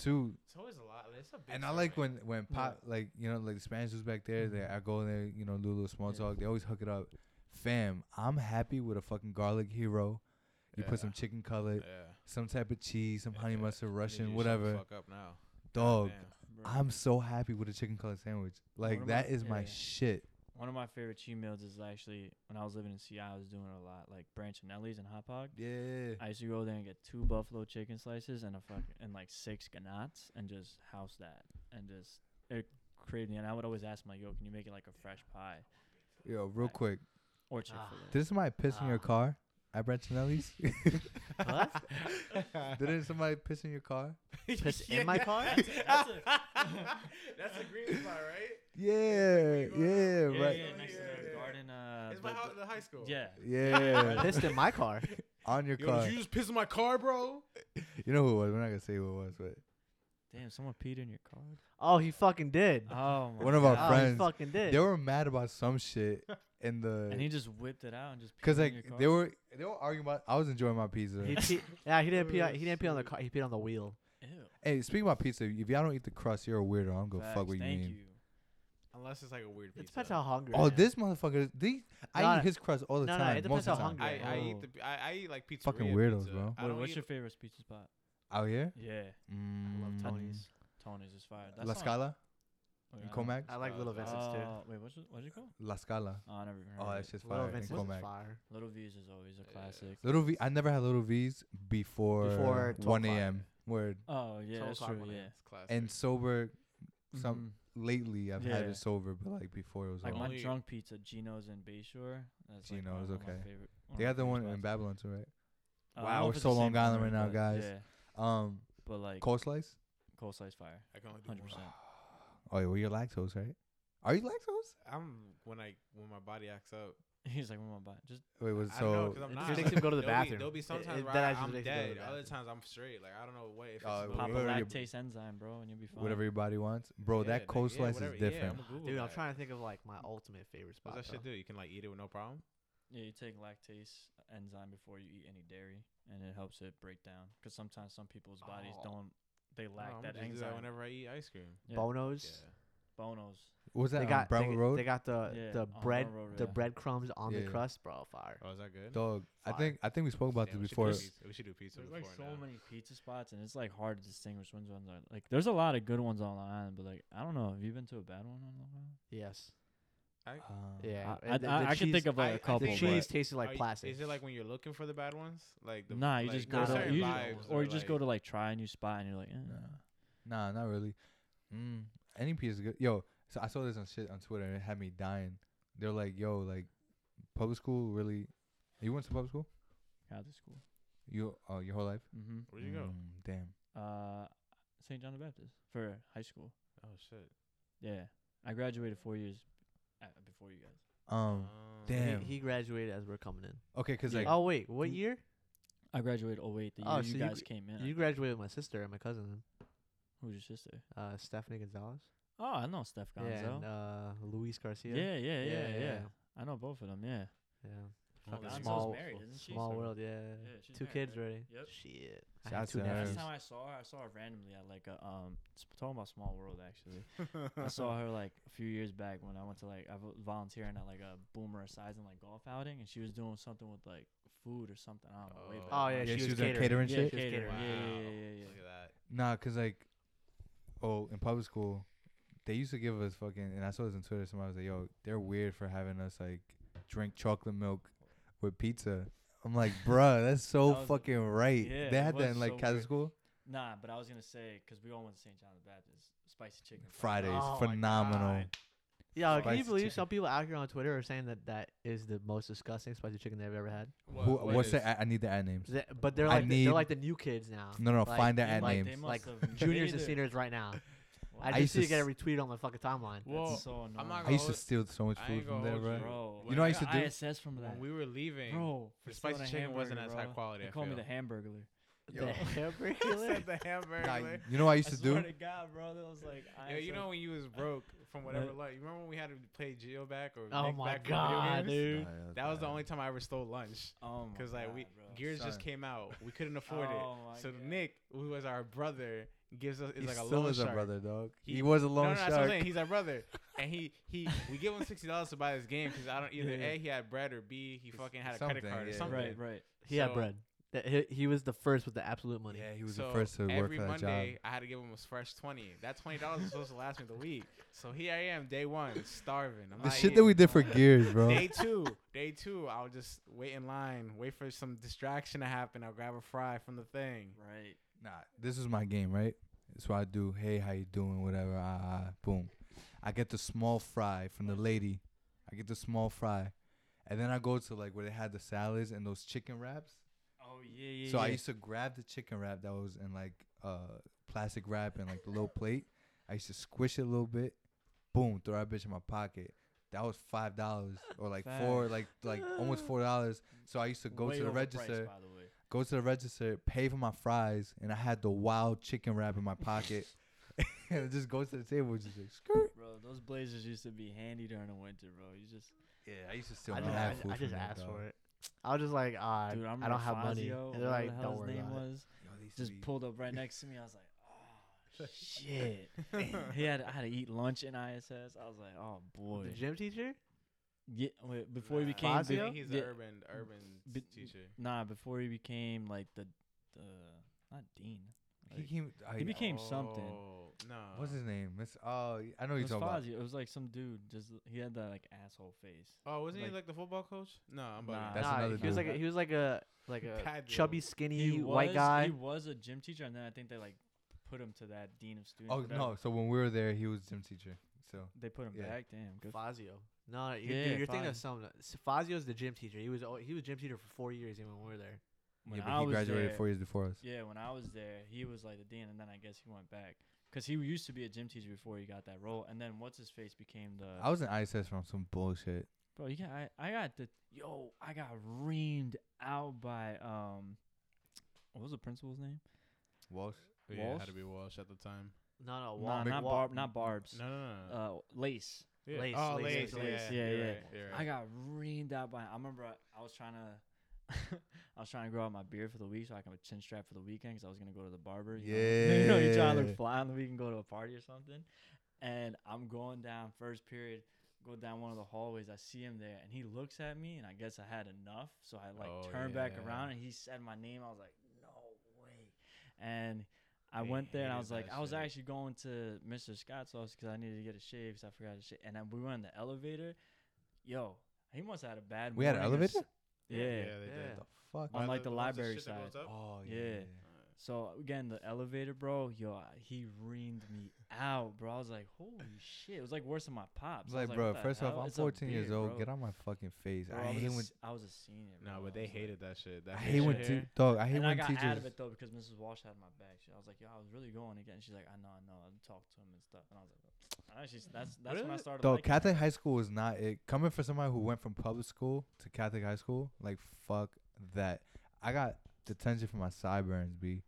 Speaker 1: two.
Speaker 3: It's always a lot. It's a big
Speaker 1: And I like
Speaker 3: serving.
Speaker 1: when when
Speaker 4: Yeah.
Speaker 1: pop like you know like the Spanish was back there. They I go in there, you know, do a little small
Speaker 4: Yeah.
Speaker 1: talk. They always hook it up. Fam, I'm happy with a fucking garlic hero. You put some
Speaker 3: Yeah.
Speaker 1: chicken cutlet,
Speaker 3: Yeah.
Speaker 1: some type of cheese, some honey
Speaker 3: Yeah.
Speaker 1: mustard,
Speaker 3: I need you to
Speaker 1: Russian,
Speaker 3: shut the
Speaker 1: whatever.
Speaker 3: Fuck up now.
Speaker 1: [laughs] Dog,
Speaker 3: Goddamn.
Speaker 4: Bro.
Speaker 1: I'm so happy with a chicken cutlet sandwich. Like
Speaker 4: am
Speaker 1: that
Speaker 4: I-
Speaker 1: is my
Speaker 4: yeah.
Speaker 1: shit.
Speaker 4: One of my favorite cheat meals is actually when I was living in Seattle, I was doing it a lot, like Branchinelli's and hot pog.
Speaker 1: Yeah.
Speaker 4: I used to go there and get two buffalo chicken slices and a fuck and like six ganaches and just house that and just it craved me. And I would always ask my yo, can you make it like a fresh pie
Speaker 1: Yo, real
Speaker 4: Right.
Speaker 1: quick,
Speaker 4: or Chick Fil A?
Speaker 1: did somebody piss in your
Speaker 2: Ah.
Speaker 1: car at Branchinelli's?
Speaker 2: What?
Speaker 1: [laughs] Didn't somebody piss in your car?
Speaker 2: Piss in my car?
Speaker 4: [laughs] That's a-
Speaker 3: [laughs] That's a green spot, right?
Speaker 1: Yeah,
Speaker 3: Where
Speaker 1: yeah,
Speaker 3: you
Speaker 4: yeah,
Speaker 1: right.
Speaker 4: yeah, next to the
Speaker 3: Yeah.
Speaker 4: garden. Uh,
Speaker 3: It's
Speaker 4: the-
Speaker 3: my hou-
Speaker 4: the-
Speaker 3: the high school.
Speaker 4: yeah.
Speaker 1: Yeah,
Speaker 2: Pissed in my car.
Speaker 1: [laughs] on your
Speaker 3: Yo,
Speaker 1: car.
Speaker 3: did you just piss in my car, bro?
Speaker 1: You know who it was? We're not gonna say who it was, but
Speaker 4: Damn, someone peed in your car.
Speaker 2: Oh, he fucking did.
Speaker 4: [laughs] Oh my
Speaker 1: One of our
Speaker 2: oh,
Speaker 4: God.
Speaker 1: friends-
Speaker 2: he fucking did.
Speaker 1: they were mad about some
Speaker 3: [laughs]
Speaker 1: shit in
Speaker 4: And
Speaker 2: [laughs]
Speaker 4: he
Speaker 1: the
Speaker 4: just whipped it out and just.
Speaker 1: because
Speaker 4: peed in your
Speaker 1: like
Speaker 4: car?
Speaker 1: they were they were arguing about. I was enjoying my pizza.
Speaker 2: He [laughs] pee- yeah, he didn't pee. On, he didn't pee on the car. He peed on the wheel.
Speaker 4: Ew.
Speaker 1: hey, speaking about pizza, if y'all don't eat the crust, you're a weirdo. I don't go
Speaker 4: Facts,
Speaker 1: fuck what you
Speaker 4: Thank
Speaker 1: mean.
Speaker 4: you.
Speaker 3: Unless it's like a weird
Speaker 2: It
Speaker 3: pizza.
Speaker 2: depends how hungry. I
Speaker 1: Oh,
Speaker 2: am.
Speaker 1: this motherfucker! These, I
Speaker 2: No,
Speaker 1: eat his crust all the
Speaker 2: no, no,
Speaker 1: time.
Speaker 2: it
Speaker 1: most
Speaker 2: depends
Speaker 1: of
Speaker 2: how
Speaker 1: the time.
Speaker 2: hungry
Speaker 3: I, I
Speaker 4: Oh.
Speaker 3: eat the p- I, I eat like pizza.
Speaker 1: Fucking weirdos,
Speaker 3: pizza.
Speaker 1: bro.
Speaker 3: I
Speaker 4: Wait,
Speaker 3: don't
Speaker 4: what's
Speaker 3: eat-
Speaker 4: your favorite pizza spot?
Speaker 1: Out here,
Speaker 4: Yeah,
Speaker 1: mm,
Speaker 2: I love Tony's.
Speaker 4: Tony's is fire. That's
Speaker 1: La
Speaker 4: on-
Speaker 1: Scala. in Comac.
Speaker 2: I like
Speaker 3: Uh,
Speaker 2: Little Vincent's too.
Speaker 4: Oh, wait, what's it, what's it called?
Speaker 1: La Scala.
Speaker 4: Oh, I never even
Speaker 1: Oh,
Speaker 4: heard
Speaker 1: that's
Speaker 4: of it.
Speaker 1: just
Speaker 2: Little
Speaker 1: fire in
Speaker 2: Vincent's was
Speaker 1: Comac.
Speaker 2: fire.
Speaker 4: Little V's is always a
Speaker 3: Yeah.
Speaker 4: classic.
Speaker 1: Little V. I never had Little V's before,
Speaker 2: Before 12
Speaker 1: one
Speaker 2: o'clock.
Speaker 1: a.m. Word.
Speaker 4: Oh yeah,
Speaker 2: Soul
Speaker 4: that's
Speaker 2: Clock
Speaker 4: true.
Speaker 2: one,
Speaker 4: Yeah.
Speaker 2: yeah.
Speaker 3: It's classic.
Speaker 1: And sober, some
Speaker 4: Mhm.
Speaker 1: lately I've had
Speaker 4: Yeah.
Speaker 1: it sober, but like before it was
Speaker 4: like
Speaker 1: all.
Speaker 4: my
Speaker 3: Only-
Speaker 4: drunk pizza, Gino's in Bayshore. That's like one
Speaker 1: Gino's,
Speaker 4: of my
Speaker 1: okay.
Speaker 4: favorite- one of
Speaker 1: They
Speaker 4: my
Speaker 1: had the
Speaker 4: favorite
Speaker 1: one in
Speaker 4: spots.
Speaker 1: Babylon too, right?
Speaker 4: Uh, I don't
Speaker 1: Wow,
Speaker 4: know
Speaker 1: we're
Speaker 4: if it's
Speaker 1: so
Speaker 4: the
Speaker 1: Long
Speaker 4: same one,
Speaker 1: Island right now,
Speaker 4: but
Speaker 1: guys.
Speaker 4: Yeah,
Speaker 1: Um,
Speaker 4: but like
Speaker 1: cold
Speaker 4: cold,
Speaker 1: slice.
Speaker 4: slice fire,
Speaker 3: I can only do
Speaker 4: hundred
Speaker 3: one.
Speaker 4: percent. [laughs]
Speaker 1: Oh, yeah, well, you're lactose, right? Are you lactose?
Speaker 3: I'm when I when my body acts up.
Speaker 4: He's like, "What am I buying?" Just
Speaker 1: Wait, was
Speaker 3: I don't know
Speaker 1: so?
Speaker 3: 'cause I'm
Speaker 2: It
Speaker 3: not.
Speaker 2: just makes him go to the
Speaker 3: There'll be-
Speaker 2: bathroom.
Speaker 3: There'll be
Speaker 2: It-
Speaker 3: sometimes
Speaker 2: it-
Speaker 3: where
Speaker 2: that
Speaker 3: I-
Speaker 2: actually
Speaker 3: I'm
Speaker 2: makes him go to the
Speaker 3: dead. Other
Speaker 2: bathrops.
Speaker 3: times I'm straight. Like I don't know what if it's
Speaker 1: Oh,
Speaker 3: supposed
Speaker 1: we
Speaker 4: pop a
Speaker 3: to be-
Speaker 1: already-
Speaker 4: lactase enzyme, bro, and you'll be fine.
Speaker 1: whatever your body wants, bro.
Speaker 3: Yeah,
Speaker 1: that
Speaker 3: nigga,
Speaker 1: cold
Speaker 3: yeah,
Speaker 1: slice
Speaker 3: whatever.
Speaker 1: is
Speaker 3: Yeah,
Speaker 1: different.
Speaker 3: I'ma Google
Speaker 2: Dude, I'm
Speaker 3: that.
Speaker 2: trying to think of like my ultimate favorite
Speaker 3: What
Speaker 2: spot.
Speaker 3: does that shit
Speaker 2: though.
Speaker 3: do? You can like eat it with no problem.
Speaker 4: Yeah, you take lactase enzyme before you eat any dairy, and it helps it break down. Because sometimes some people's bodies
Speaker 2: Oh.
Speaker 4: don't, they
Speaker 3: No,
Speaker 4: lack
Speaker 3: I'ma
Speaker 4: that
Speaker 3: just do
Speaker 4: enzyme.
Speaker 3: whenever I eat ice cream.
Speaker 4: Yeah.
Speaker 2: Bonos.
Speaker 3: Yeah.
Speaker 4: Bonos.
Speaker 1: What was that
Speaker 2: They
Speaker 1: on
Speaker 2: got
Speaker 1: Brownwood
Speaker 2: they,
Speaker 1: Road?
Speaker 2: they got the
Speaker 4: Yeah,
Speaker 2: the
Speaker 4: on Brownwood
Speaker 2: bread
Speaker 4: Road,
Speaker 2: the
Speaker 4: yeah.
Speaker 2: breadcrumbs on
Speaker 1: Yeah.
Speaker 2: the crust, bro. Fire.
Speaker 3: Oh, is that good?
Speaker 1: Dog, I
Speaker 2: Fire.
Speaker 1: think I think we spoke about
Speaker 3: Damn,
Speaker 1: this
Speaker 3: we should do
Speaker 1: before.
Speaker 3: pizza- We should do pizza
Speaker 4: There's
Speaker 3: before
Speaker 4: like so
Speaker 3: now.
Speaker 4: many pizza spots, and it's like hard to distinguish which ones are like. There's a lot of good ones on Long Island, but like I don't know. Have you been to a bad one on Long Island?
Speaker 2: Yes.
Speaker 1: Um,
Speaker 2: Yeah.
Speaker 4: I, I,
Speaker 2: and the-
Speaker 4: I,
Speaker 2: the
Speaker 4: I can
Speaker 2: cheese-
Speaker 4: think of like,
Speaker 3: I-
Speaker 4: a
Speaker 3: I
Speaker 4: couple.
Speaker 2: The
Speaker 3: think
Speaker 4: but-
Speaker 2: cheese tasted
Speaker 3: Are
Speaker 2: like
Speaker 3: you-
Speaker 2: plastic.
Speaker 3: Is it like when you're looking for the bad ones? Like the
Speaker 4: Nah, you
Speaker 3: like,
Speaker 4: just
Speaker 2: go
Speaker 3: there's
Speaker 2: to-
Speaker 3: certain
Speaker 2: you-
Speaker 3: vibes
Speaker 4: or
Speaker 3: that
Speaker 4: you
Speaker 3: are
Speaker 4: just
Speaker 3: like-
Speaker 4: go to like try a new spot and you're like, eh.
Speaker 1: Nah, not really. Mm, any pizza is good. Yo, so I saw this on shit on Twitter and it had me dying. They're like, yo, like public school really. You went to public school?
Speaker 4: Catholic school.
Speaker 1: You uh, your whole life?
Speaker 4: Mm-hmm.
Speaker 3: Where'd you go?
Speaker 1: Mm, damn.
Speaker 4: Uh, St. John the Baptist for high school.
Speaker 3: Oh shit.
Speaker 4: Yeah, I graduated four years uh, before you guys.
Speaker 1: Um.
Speaker 3: Oh.
Speaker 1: damn.
Speaker 2: He, he graduated as we're coming in.
Speaker 1: Okay, cause
Speaker 4: Yeah.
Speaker 1: like
Speaker 2: Oh wait, what
Speaker 4: Mm.
Speaker 2: year?
Speaker 4: I graduated. Oh wait, the year
Speaker 2: Oh,
Speaker 4: you
Speaker 2: so you
Speaker 4: guys
Speaker 2: gr-
Speaker 4: came in. I
Speaker 2: You
Speaker 4: think.
Speaker 2: graduated with my sister and my cousin,
Speaker 4: Who's your sister?
Speaker 2: uh, Stephanie Gonzalez.
Speaker 4: Oh, I know Steph Gonzo.
Speaker 2: Yeah, and uh, Luis Garcia.
Speaker 4: yeah, yeah, yeah, yeah,
Speaker 2: yeah, yeah.
Speaker 4: I know both of them. Yeah.
Speaker 2: yeah.
Speaker 3: Well,
Speaker 2: Fucking
Speaker 3: Gonzo's
Speaker 2: small,
Speaker 4: married, isn't she?
Speaker 2: small
Speaker 4: So-
Speaker 2: world. Yeah,
Speaker 4: Yeah, she's
Speaker 2: two
Speaker 4: married,
Speaker 2: kids
Speaker 4: right?
Speaker 2: already.
Speaker 4: Yep.
Speaker 2: Shit, I
Speaker 1: Shout
Speaker 2: had
Speaker 1: out
Speaker 2: two
Speaker 1: to her.
Speaker 4: Last
Speaker 1: Nice.
Speaker 2: nephews.
Speaker 4: time I saw her, I saw her randomly at like a um s- talking about Small World actually. I saw [laughs] her like a few years back when I went to like I vo- volunteering at like a boomer size and like golf outing, and she was doing something with like food or something. I don't know. way
Speaker 3: Oh.
Speaker 4: back
Speaker 2: Oh
Speaker 4: when.
Speaker 2: yeah,
Speaker 1: Yeah,
Speaker 2: she,
Speaker 1: she
Speaker 2: was
Speaker 1: was in catering
Speaker 2: Yeah,
Speaker 1: shit?
Speaker 2: she was
Speaker 4: Catering,
Speaker 2: catering.
Speaker 4: yeah, yeah, yeah,
Speaker 3: Wow,
Speaker 4: yeah, yeah.
Speaker 3: Look at that.
Speaker 1: nah, cause like, oh, in public school, they used to give us fucking. And I saw this on Twitter. Somebody was like, yo, they're weird for having us like drink chocolate milk with pizza. I'm like, bruh, that's so
Speaker 4: That was-
Speaker 1: fucking right.
Speaker 4: yeah,
Speaker 1: they
Speaker 4: it
Speaker 1: had that
Speaker 4: was
Speaker 1: in like
Speaker 4: so
Speaker 1: Catholic
Speaker 4: weird.
Speaker 1: school.
Speaker 4: Nah, but I was gonna say because we all went to St. John the Baptist, spicy chicken
Speaker 1: Fridays,
Speaker 2: Oh my
Speaker 1: phenomenal.
Speaker 2: Yeah, can
Speaker 1: Spicy
Speaker 2: you believe
Speaker 1: chicken.
Speaker 2: some people out here on Twitter are saying that that is the most disgusting spicy chicken they've ever had?
Speaker 3: What-
Speaker 1: Who,
Speaker 3: what
Speaker 1: what's
Speaker 3: is-
Speaker 1: the? I, I need the ad names.
Speaker 2: Th- But they're
Speaker 1: I
Speaker 2: like the,
Speaker 1: need-
Speaker 2: they're like the new kids now.
Speaker 1: No, no,
Speaker 2: Like,
Speaker 1: find the
Speaker 2: you
Speaker 1: ad
Speaker 2: like
Speaker 1: names.
Speaker 4: they must
Speaker 1: [laughs]
Speaker 2: like
Speaker 4: have
Speaker 2: [laughs] juniors and
Speaker 4: either-
Speaker 2: seniors right now.
Speaker 4: What?
Speaker 2: I
Speaker 1: I
Speaker 2: just
Speaker 1: used
Speaker 2: see
Speaker 1: to
Speaker 2: you get a
Speaker 1: s-
Speaker 2: retweet on my fucking timeline.
Speaker 3: Well,
Speaker 4: That's so annoying.
Speaker 3: I'm not
Speaker 1: I used to
Speaker 3: gonna
Speaker 1: steal so much
Speaker 3: I
Speaker 1: food
Speaker 3: ain't
Speaker 1: from
Speaker 3: gonna
Speaker 1: there,
Speaker 3: hold
Speaker 1: bro.
Speaker 3: you.
Speaker 4: bro.
Speaker 3: You
Speaker 4: when
Speaker 1: know
Speaker 4: I
Speaker 1: I used to
Speaker 4: got
Speaker 1: do?
Speaker 4: ISS from that.
Speaker 3: when we were leaving.
Speaker 4: bro,
Speaker 3: the
Speaker 4: for stealing
Speaker 3: spicy
Speaker 4: a
Speaker 3: chicken wasn't
Speaker 4: hamburger,
Speaker 3: as high
Speaker 4: bro.
Speaker 3: quality.
Speaker 4: They
Speaker 3: I
Speaker 4: call me
Speaker 3: feel.
Speaker 4: the hamburger.
Speaker 1: [laughs] Yo.
Speaker 3: [laughs]
Speaker 1: [laughs]
Speaker 2: The
Speaker 3: I
Speaker 2: hamburger.
Speaker 3: said the hamburger.
Speaker 1: Nah,
Speaker 3: like-
Speaker 1: you know what I used to
Speaker 4: swear
Speaker 1: do?
Speaker 4: to God, bro, that was like
Speaker 3: Yo, you
Speaker 4: ISS.
Speaker 3: know when you was broke from whatever
Speaker 4: What?
Speaker 3: lunch. You remember when we had to play Geo back or
Speaker 2: oh
Speaker 3: Nick
Speaker 2: my
Speaker 3: back from video
Speaker 2: god,
Speaker 3: games?
Speaker 2: dude.
Speaker 3: That was the only time I ever stole lunch
Speaker 4: Oh my
Speaker 3: because like we
Speaker 4: God, bro.
Speaker 3: gears just
Speaker 1: Son.
Speaker 3: came out. We couldn't afford
Speaker 4: [laughs] Oh my
Speaker 3: it. So
Speaker 4: God.
Speaker 3: Nick, who was our brother, gives us is
Speaker 1: He
Speaker 3: like a
Speaker 1: still
Speaker 3: loan
Speaker 1: is a
Speaker 3: shark.
Speaker 1: brother, dog. He,
Speaker 3: He-
Speaker 1: was a
Speaker 3: No, no,
Speaker 1: lone
Speaker 3: that's what I'm
Speaker 1: shark.
Speaker 3: saying. He's our brother, and he he we give him sixty dollars to buy this game because I don't either
Speaker 4: Yeah.
Speaker 3: a he had bread or b he fucking had a
Speaker 1: Something,
Speaker 3: credit card or
Speaker 1: yeah.
Speaker 3: something.
Speaker 4: right, right.
Speaker 2: He had
Speaker 3: So-
Speaker 2: bread. That- He, he was the first with the absolute money.
Speaker 1: yeah, he was
Speaker 3: so
Speaker 1: the first to work
Speaker 3: every
Speaker 1: for that job.
Speaker 3: Monday, I had to give him a fresh twenty. That twenty dollars was supposed to last me the week. So here I am, day one, starving. I'm
Speaker 1: The
Speaker 3: not
Speaker 1: shit that we
Speaker 3: eating.
Speaker 1: did
Speaker 3: [laughs]
Speaker 1: for Gears, bro.
Speaker 3: Day two, day two, I'll just wait in line, wait for some distraction to happen. I'll grab a fry from the thing.
Speaker 4: Right.
Speaker 1: Nah, this is my game, right? So I do, hey, how you doing, whatever, ah, ah, boom. I get the small fry from the lady. I get the small fry. And then I go to like where they had the salads and those chicken wraps.
Speaker 4: Oh yeah, yeah.
Speaker 1: So I
Speaker 4: yeah.
Speaker 1: used to grab the chicken wrap that was in like uh plastic wrap and like the little plate. I used to squish it a little bit, boom, throw that bitch in my pocket. That was five dollars or like four,
Speaker 4: Facts.
Speaker 1: like like almost four dollars. So I used to go
Speaker 4: Way
Speaker 1: to the
Speaker 4: overpriced,
Speaker 1: register,
Speaker 4: by the way.
Speaker 1: go to the register, pay for my fries, and I had the wild chicken wrap in my
Speaker 2: [laughs]
Speaker 1: pocket. [laughs] and it just goes to the table, just like skirt.
Speaker 4: Bro, those blazers used to be handy during the winter, bro. You just
Speaker 1: Yeah, I used to steal
Speaker 2: I
Speaker 1: my
Speaker 2: just,
Speaker 1: half
Speaker 2: I,
Speaker 1: food.
Speaker 2: I
Speaker 1: from
Speaker 2: just
Speaker 1: them,
Speaker 2: asked
Speaker 1: dog.
Speaker 2: for it. I was just like, ah,
Speaker 4: dude, I'm
Speaker 2: I don't have money. And they're like, don't worry
Speaker 4: name
Speaker 2: about it.
Speaker 4: was
Speaker 1: Yo, they used to
Speaker 4: just
Speaker 1: be-
Speaker 4: pulled up right next to me. I was like, oh shit. [laughs] he had I had to eat lunch in ISS. I was like, oh boy.
Speaker 2: The gym teacher?
Speaker 4: Yeah, wait, before he
Speaker 3: Nah.
Speaker 4: became
Speaker 2: Fazio?
Speaker 4: big-
Speaker 3: He's
Speaker 4: yeah,
Speaker 3: an urban urban
Speaker 4: Bi-
Speaker 3: teacher.
Speaker 4: Nah, before he became like the the not dean.
Speaker 1: He
Speaker 4: Like,
Speaker 1: came. I-
Speaker 4: he became something.
Speaker 3: Oh, No.
Speaker 1: What's his name? It's oh, I know who
Speaker 4: It
Speaker 1: you're
Speaker 4: was
Speaker 1: talking about.
Speaker 4: Fozzie. It was like some dude. Just he had that like asshole face.
Speaker 3: Oh, wasn't
Speaker 4: Like-
Speaker 3: he like the football coach? No, I'm
Speaker 4: Nah.
Speaker 3: about
Speaker 1: That's
Speaker 2: nah,
Speaker 1: another
Speaker 2: he was
Speaker 1: dude.
Speaker 2: like a, he was like a like a
Speaker 3: Padre.
Speaker 2: chubby,
Speaker 4: He
Speaker 2: skinny
Speaker 4: was,
Speaker 2: white guy.
Speaker 4: He was a gym teacher, and then I think they like put him to that dean of students.
Speaker 1: Oh
Speaker 4: whatever.
Speaker 1: no! So when we were there, he was gym teacher. So
Speaker 4: they put him
Speaker 1: Yeah.
Speaker 4: back. Damn, good. f-
Speaker 2: Fazio. No, no, you're,
Speaker 4: Yeah,
Speaker 2: dude, you're thinking of
Speaker 4: Fazio.
Speaker 2: something. S- Fazio's the gym teacher. He was al- he was gym teacher for four years even when we were there.
Speaker 4: When
Speaker 1: yeah,
Speaker 4: I
Speaker 1: but he
Speaker 4: was
Speaker 1: graduated
Speaker 4: there,
Speaker 1: four years before us.
Speaker 4: Yeah, when I was there, he was like the dean, and then I guess he went back because he used to be a gym teacher before he got that role. And then what's his face became the
Speaker 1: I was in ISS from some bullshit.
Speaker 4: bro. You got I, I got the yo. I got reamed out by um. What was the principal's name?
Speaker 1: Walsh.
Speaker 3: it. Yeah, it had
Speaker 4: Walsh?
Speaker 3: to be Walsh at the time.
Speaker 2: No, no,
Speaker 4: Nah,
Speaker 2: Wal-
Speaker 4: not
Speaker 2: Wal-
Speaker 4: Barb, not Barb's.
Speaker 3: No, no, no. no.
Speaker 4: Uh, Lace.
Speaker 3: yeah.
Speaker 2: Lace,
Speaker 3: oh,
Speaker 2: Lace,
Speaker 3: Lace,
Speaker 2: Lace,
Speaker 4: yeah,
Speaker 3: yeah, you're
Speaker 4: yeah.
Speaker 3: right, you're
Speaker 4: I
Speaker 3: right.
Speaker 4: got reamed out by. I remember I, I was trying to, [laughs] I was trying to grow out my beard for the week so I can have a chin strap for the weekend because I was gonna go to the barber. You know, [laughs] you know, you're trying to
Speaker 1: Yeah.
Speaker 4: look fly on the weekend, go to a party or something. And I'm going down first period, go down one of the hallways. I see him there, and he looks at me, and I guess I had enough, so I like
Speaker 3: Oh,
Speaker 4: turned back
Speaker 3: yeah.
Speaker 4: around, and he said my name. I was like, no way, and. I
Speaker 3: They
Speaker 4: went there and I
Speaker 3: hated
Speaker 4: was like,
Speaker 3: that
Speaker 4: I was
Speaker 3: shit.
Speaker 4: actually going to Mr. Scott's office because I needed to get a shave because I forgot to shave. And then we were in the elevator. Yo, he must have had a bad.
Speaker 1: We had an
Speaker 4: morning or s-
Speaker 1: elevator?
Speaker 4: Yeah.
Speaker 3: they
Speaker 2: Yeah.
Speaker 3: did.
Speaker 1: The fuck.
Speaker 4: On,
Speaker 3: By
Speaker 4: like, the
Speaker 3: ones that
Speaker 4: library
Speaker 3: shit that goes
Speaker 4: side.
Speaker 3: up?
Speaker 1: Oh
Speaker 4: Yeah.
Speaker 3: Uh,
Speaker 4: So again, the elevator, bro. Yo, I- he reamed me out, bro. I was like, holy shit! It was like worse than my
Speaker 1: I
Speaker 4: pops.
Speaker 1: was
Speaker 4: I was
Speaker 1: like, bro,
Speaker 4: what the
Speaker 1: first off,
Speaker 4: hell?
Speaker 1: I'm
Speaker 4: It's a
Speaker 1: 14 years
Speaker 4: beard,
Speaker 1: old.
Speaker 4: bro."
Speaker 1: Get on my fucking face.
Speaker 4: Bro,
Speaker 1: I
Speaker 4: was
Speaker 1: hate
Speaker 4: a
Speaker 1: when
Speaker 4: s- I was a senior.
Speaker 3: No,
Speaker 4: bro.
Speaker 3: but
Speaker 4: I
Speaker 3: they
Speaker 4: was like-
Speaker 3: hated that shit. That
Speaker 1: I
Speaker 3: big
Speaker 1: hate when
Speaker 3: shit
Speaker 1: te-
Speaker 3: here.
Speaker 1: dog. I hate
Speaker 4: and I
Speaker 1: when
Speaker 4: got out
Speaker 1: teachers.
Speaker 4: of it though because Mrs. Walsh had my back. She, I was like, "Yo, I was really going again." She's like, "I know, I know." I talked to him and stuff, and I was like, "I actually, that's that's when I
Speaker 3: Really?
Speaker 4: started."
Speaker 1: Though
Speaker 4: liking her.
Speaker 1: Catholic high school is not it. Coming from somebody who went from public school to Catholic high school, like fuck that. I got detention for my sideburns, b.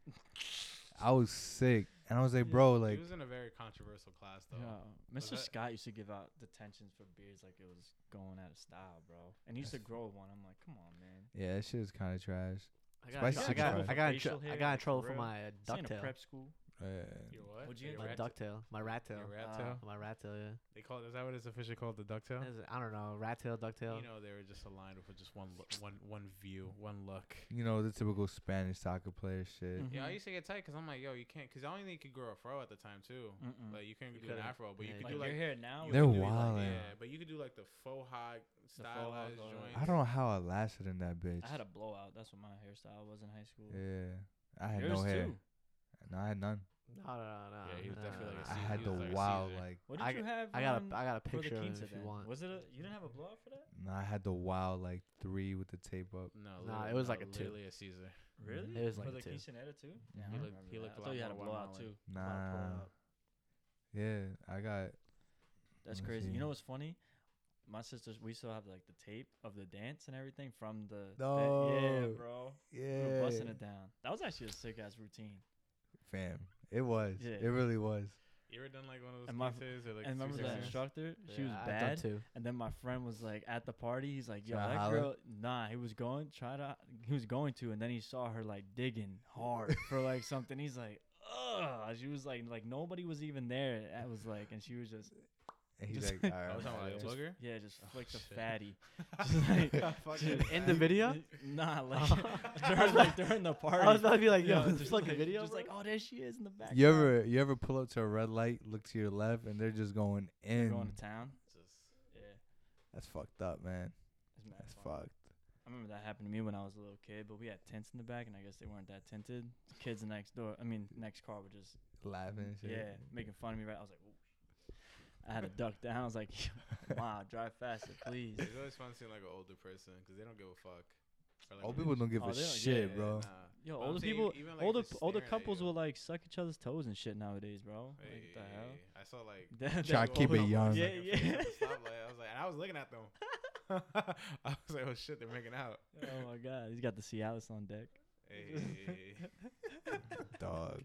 Speaker 1: I was sick, and I was like,
Speaker 4: Yeah.
Speaker 1: bro,
Speaker 3: he
Speaker 1: like
Speaker 3: was in a very controversial class though.
Speaker 4: Yeah.
Speaker 3: Was
Speaker 4: Mr.
Speaker 3: that-
Speaker 4: Scott used to give out detentions for beards like it was going out of style, bro. And he used to
Speaker 1: That's-
Speaker 4: grow one. I'm like, come on, man.
Speaker 1: yeah, that shit is kind of trash.
Speaker 2: I got, in
Speaker 1: Spicy
Speaker 2: tr- I got,
Speaker 1: Chicken.
Speaker 2: I got, in tr-
Speaker 4: Facial
Speaker 2: I
Speaker 4: hair,
Speaker 2: got in
Speaker 4: like, for
Speaker 2: trouble for
Speaker 4: real.
Speaker 2: my uh,
Speaker 4: This ain't a
Speaker 2: ducktail.
Speaker 4: prep school.
Speaker 1: And
Speaker 3: Your what?
Speaker 4: Would you
Speaker 3: Your
Speaker 4: get,
Speaker 2: My
Speaker 4: like,
Speaker 3: rat-
Speaker 2: ducktail, my rat tail,
Speaker 3: Your rat
Speaker 4: Uh,
Speaker 3: tail?
Speaker 2: my rat tail. Yeah,
Speaker 3: They call it, is that what it's officially called? The ducktail?
Speaker 2: Is it- I don't know, rat tail, ducktail.
Speaker 3: You know, they were just aligned with just one, lo- one, one view, one look.
Speaker 1: you know the typical Spanish soccer player shit.
Speaker 2: Mm-hmm.
Speaker 4: Mhm.
Speaker 3: Yeah, I used to get tight because I'm like, yo, you can't, because I only think you could grow a fro at the time too.
Speaker 4: Mm-mm.
Speaker 3: Like you couldn't
Speaker 2: You
Speaker 3: do an
Speaker 2: couldn't.
Speaker 3: afro, but
Speaker 2: Yeah,
Speaker 3: you could
Speaker 4: Like,
Speaker 3: do
Speaker 4: your
Speaker 3: like,
Speaker 4: hair now.
Speaker 3: you
Speaker 1: They're
Speaker 3: could do, like-
Speaker 1: wildin'.
Speaker 3: yeah, but you could do like the faux hog
Speaker 4: faux hog,
Speaker 3: stylized
Speaker 4: uh,
Speaker 3: joint.
Speaker 1: I don't know how I lasted in that bitch.
Speaker 4: I had a blowout. That's what my hairstyle was in high school.
Speaker 1: yeah, I had
Speaker 4: Yours
Speaker 1: no hair.
Speaker 4: too.
Speaker 1: No, I had none.
Speaker 2: No, no, no, no.
Speaker 3: Yeah, he was
Speaker 2: no,
Speaker 3: definitely
Speaker 2: no,
Speaker 3: like a
Speaker 1: I
Speaker 2: no.
Speaker 3: Caesar-
Speaker 1: had
Speaker 3: he
Speaker 1: the
Speaker 3: was like a
Speaker 1: wild
Speaker 3: Caesar.
Speaker 1: like.
Speaker 4: What
Speaker 2: I
Speaker 4: did you have?
Speaker 2: I got
Speaker 4: on
Speaker 2: a, I got a
Speaker 4: for the
Speaker 2: picture of it
Speaker 4: quinta
Speaker 2: if you
Speaker 4: then?
Speaker 2: want.
Speaker 4: Was it a? You didn't have a blowout for that?
Speaker 1: No, I had the wild like three with the tape up.
Speaker 3: No,
Speaker 2: Nah,
Speaker 3: literally-
Speaker 2: it was
Speaker 3: no,
Speaker 2: like a two.
Speaker 3: literally a Caesar.
Speaker 4: Really?
Speaker 2: It was
Speaker 4: for
Speaker 2: like
Speaker 4: the
Speaker 2: two.
Speaker 4: quinceanera too.
Speaker 1: Yeah,
Speaker 4: I
Speaker 1: he
Speaker 4: don't
Speaker 3: looked-
Speaker 4: remember
Speaker 3: he
Speaker 4: that. I
Speaker 3: looked a lot
Speaker 4: thought you had a
Speaker 3: more
Speaker 4: blowout
Speaker 3: watermelon.
Speaker 4: too.
Speaker 1: Nah. Yeah, I got Let
Speaker 4: That's
Speaker 1: me
Speaker 4: crazy.
Speaker 1: see.
Speaker 4: You know what's funny? My sisters, we still have like the tape of the dance and everything from the. the- yeah,
Speaker 1: No.
Speaker 4: bro. We
Speaker 1: yeah.
Speaker 4: were busting it down. That was actually a sick ass routine.
Speaker 1: Fam, it was.
Speaker 4: Yeah.
Speaker 1: It really was.
Speaker 3: You ever done like one of those
Speaker 4: And my-
Speaker 3: pieces or like?
Speaker 4: and remember
Speaker 2: two
Speaker 4: that
Speaker 2: sixes.
Speaker 4: instructor? She
Speaker 2: Yeah,
Speaker 4: was
Speaker 2: I've done
Speaker 4: bad.
Speaker 2: too.
Speaker 4: And then my friend was like at the party. He's like, "Yo,
Speaker 1: Tryna
Speaker 4: that
Speaker 1: holler?
Speaker 4: girl." Nah, he was going try to. He was going to, and then he saw her like digging
Speaker 1: [laughs]
Speaker 4: hard for like something. He's like, "Ugh." She was like, like nobody was even there. I was like, and she was just
Speaker 1: And he's
Speaker 4: Just-
Speaker 1: like,
Speaker 4: [laughs]
Speaker 1: all
Speaker 4: I
Speaker 3: I
Speaker 1: right.
Speaker 3: was talking about
Speaker 1: man."
Speaker 3: the
Speaker 4: just-
Speaker 3: booger.
Speaker 4: yeah, just
Speaker 3: Oh,
Speaker 4: flicked the
Speaker 1: [laughs]
Speaker 3: shit.
Speaker 4: fatty. Just like, [laughs]
Speaker 3: Fucking
Speaker 4: just-
Speaker 2: [laughs] In the video?
Speaker 4: Nah,
Speaker 2: [laughs]
Speaker 4: like [laughs] during, like during the party.
Speaker 2: I was about to be like, yo,
Speaker 4: Yeah,
Speaker 2: [laughs] just like a video.
Speaker 4: Just like, oh, there she is in the back.
Speaker 1: you ever you ever pull up to a red light, look to your left, and they're just going in.
Speaker 4: going to town?
Speaker 3: Just-
Speaker 4: Yeah,
Speaker 1: That's fucked up, man.
Speaker 4: it's mad
Speaker 1: That's
Speaker 4: fun.
Speaker 1: fucked.
Speaker 4: I remember that happened to me when I was a little kid, but we had tents in the back, and I guess they weren't that tinted. The kids the next door, I mean, next car were just
Speaker 1: Laughing and shit.
Speaker 4: yeah making fun of me. Right, I was like, Ooh. I had to duck down. I was like, [laughs] wow, drive faster, please.
Speaker 3: It's always fun seeing like an older person because they don't give a fuck. Or, like,
Speaker 1: Old
Speaker 3: when-
Speaker 1: people don't give
Speaker 4: Oh,
Speaker 1: a
Speaker 4: they don't-
Speaker 1: shit,
Speaker 3: Yeah,
Speaker 1: bro.
Speaker 3: nah.
Speaker 4: Yo,
Speaker 3: But I'm
Speaker 4: older
Speaker 3: saying
Speaker 4: people,
Speaker 3: even, like,
Speaker 4: older
Speaker 3: just
Speaker 4: older
Speaker 3: staring at
Speaker 4: couples
Speaker 3: you.
Speaker 4: will like suck each other's toes and shit nowadays, bro. Like, what the hell? [laughs]
Speaker 3: Hey, I saw like
Speaker 4: That-
Speaker 3: two
Speaker 1: Try to keep
Speaker 3: older
Speaker 1: it
Speaker 3: boys,
Speaker 1: young.
Speaker 3: like,
Speaker 4: Yeah,
Speaker 3: in front of [laughs]
Speaker 4: yeah. [laughs]
Speaker 3: the stoplight. I was like, and I was looking at them. I was like, oh shit, they're making out.
Speaker 4: Oh my god, he's got the Cialis on deck. [laughs]
Speaker 3: Hey.
Speaker 1: Dog.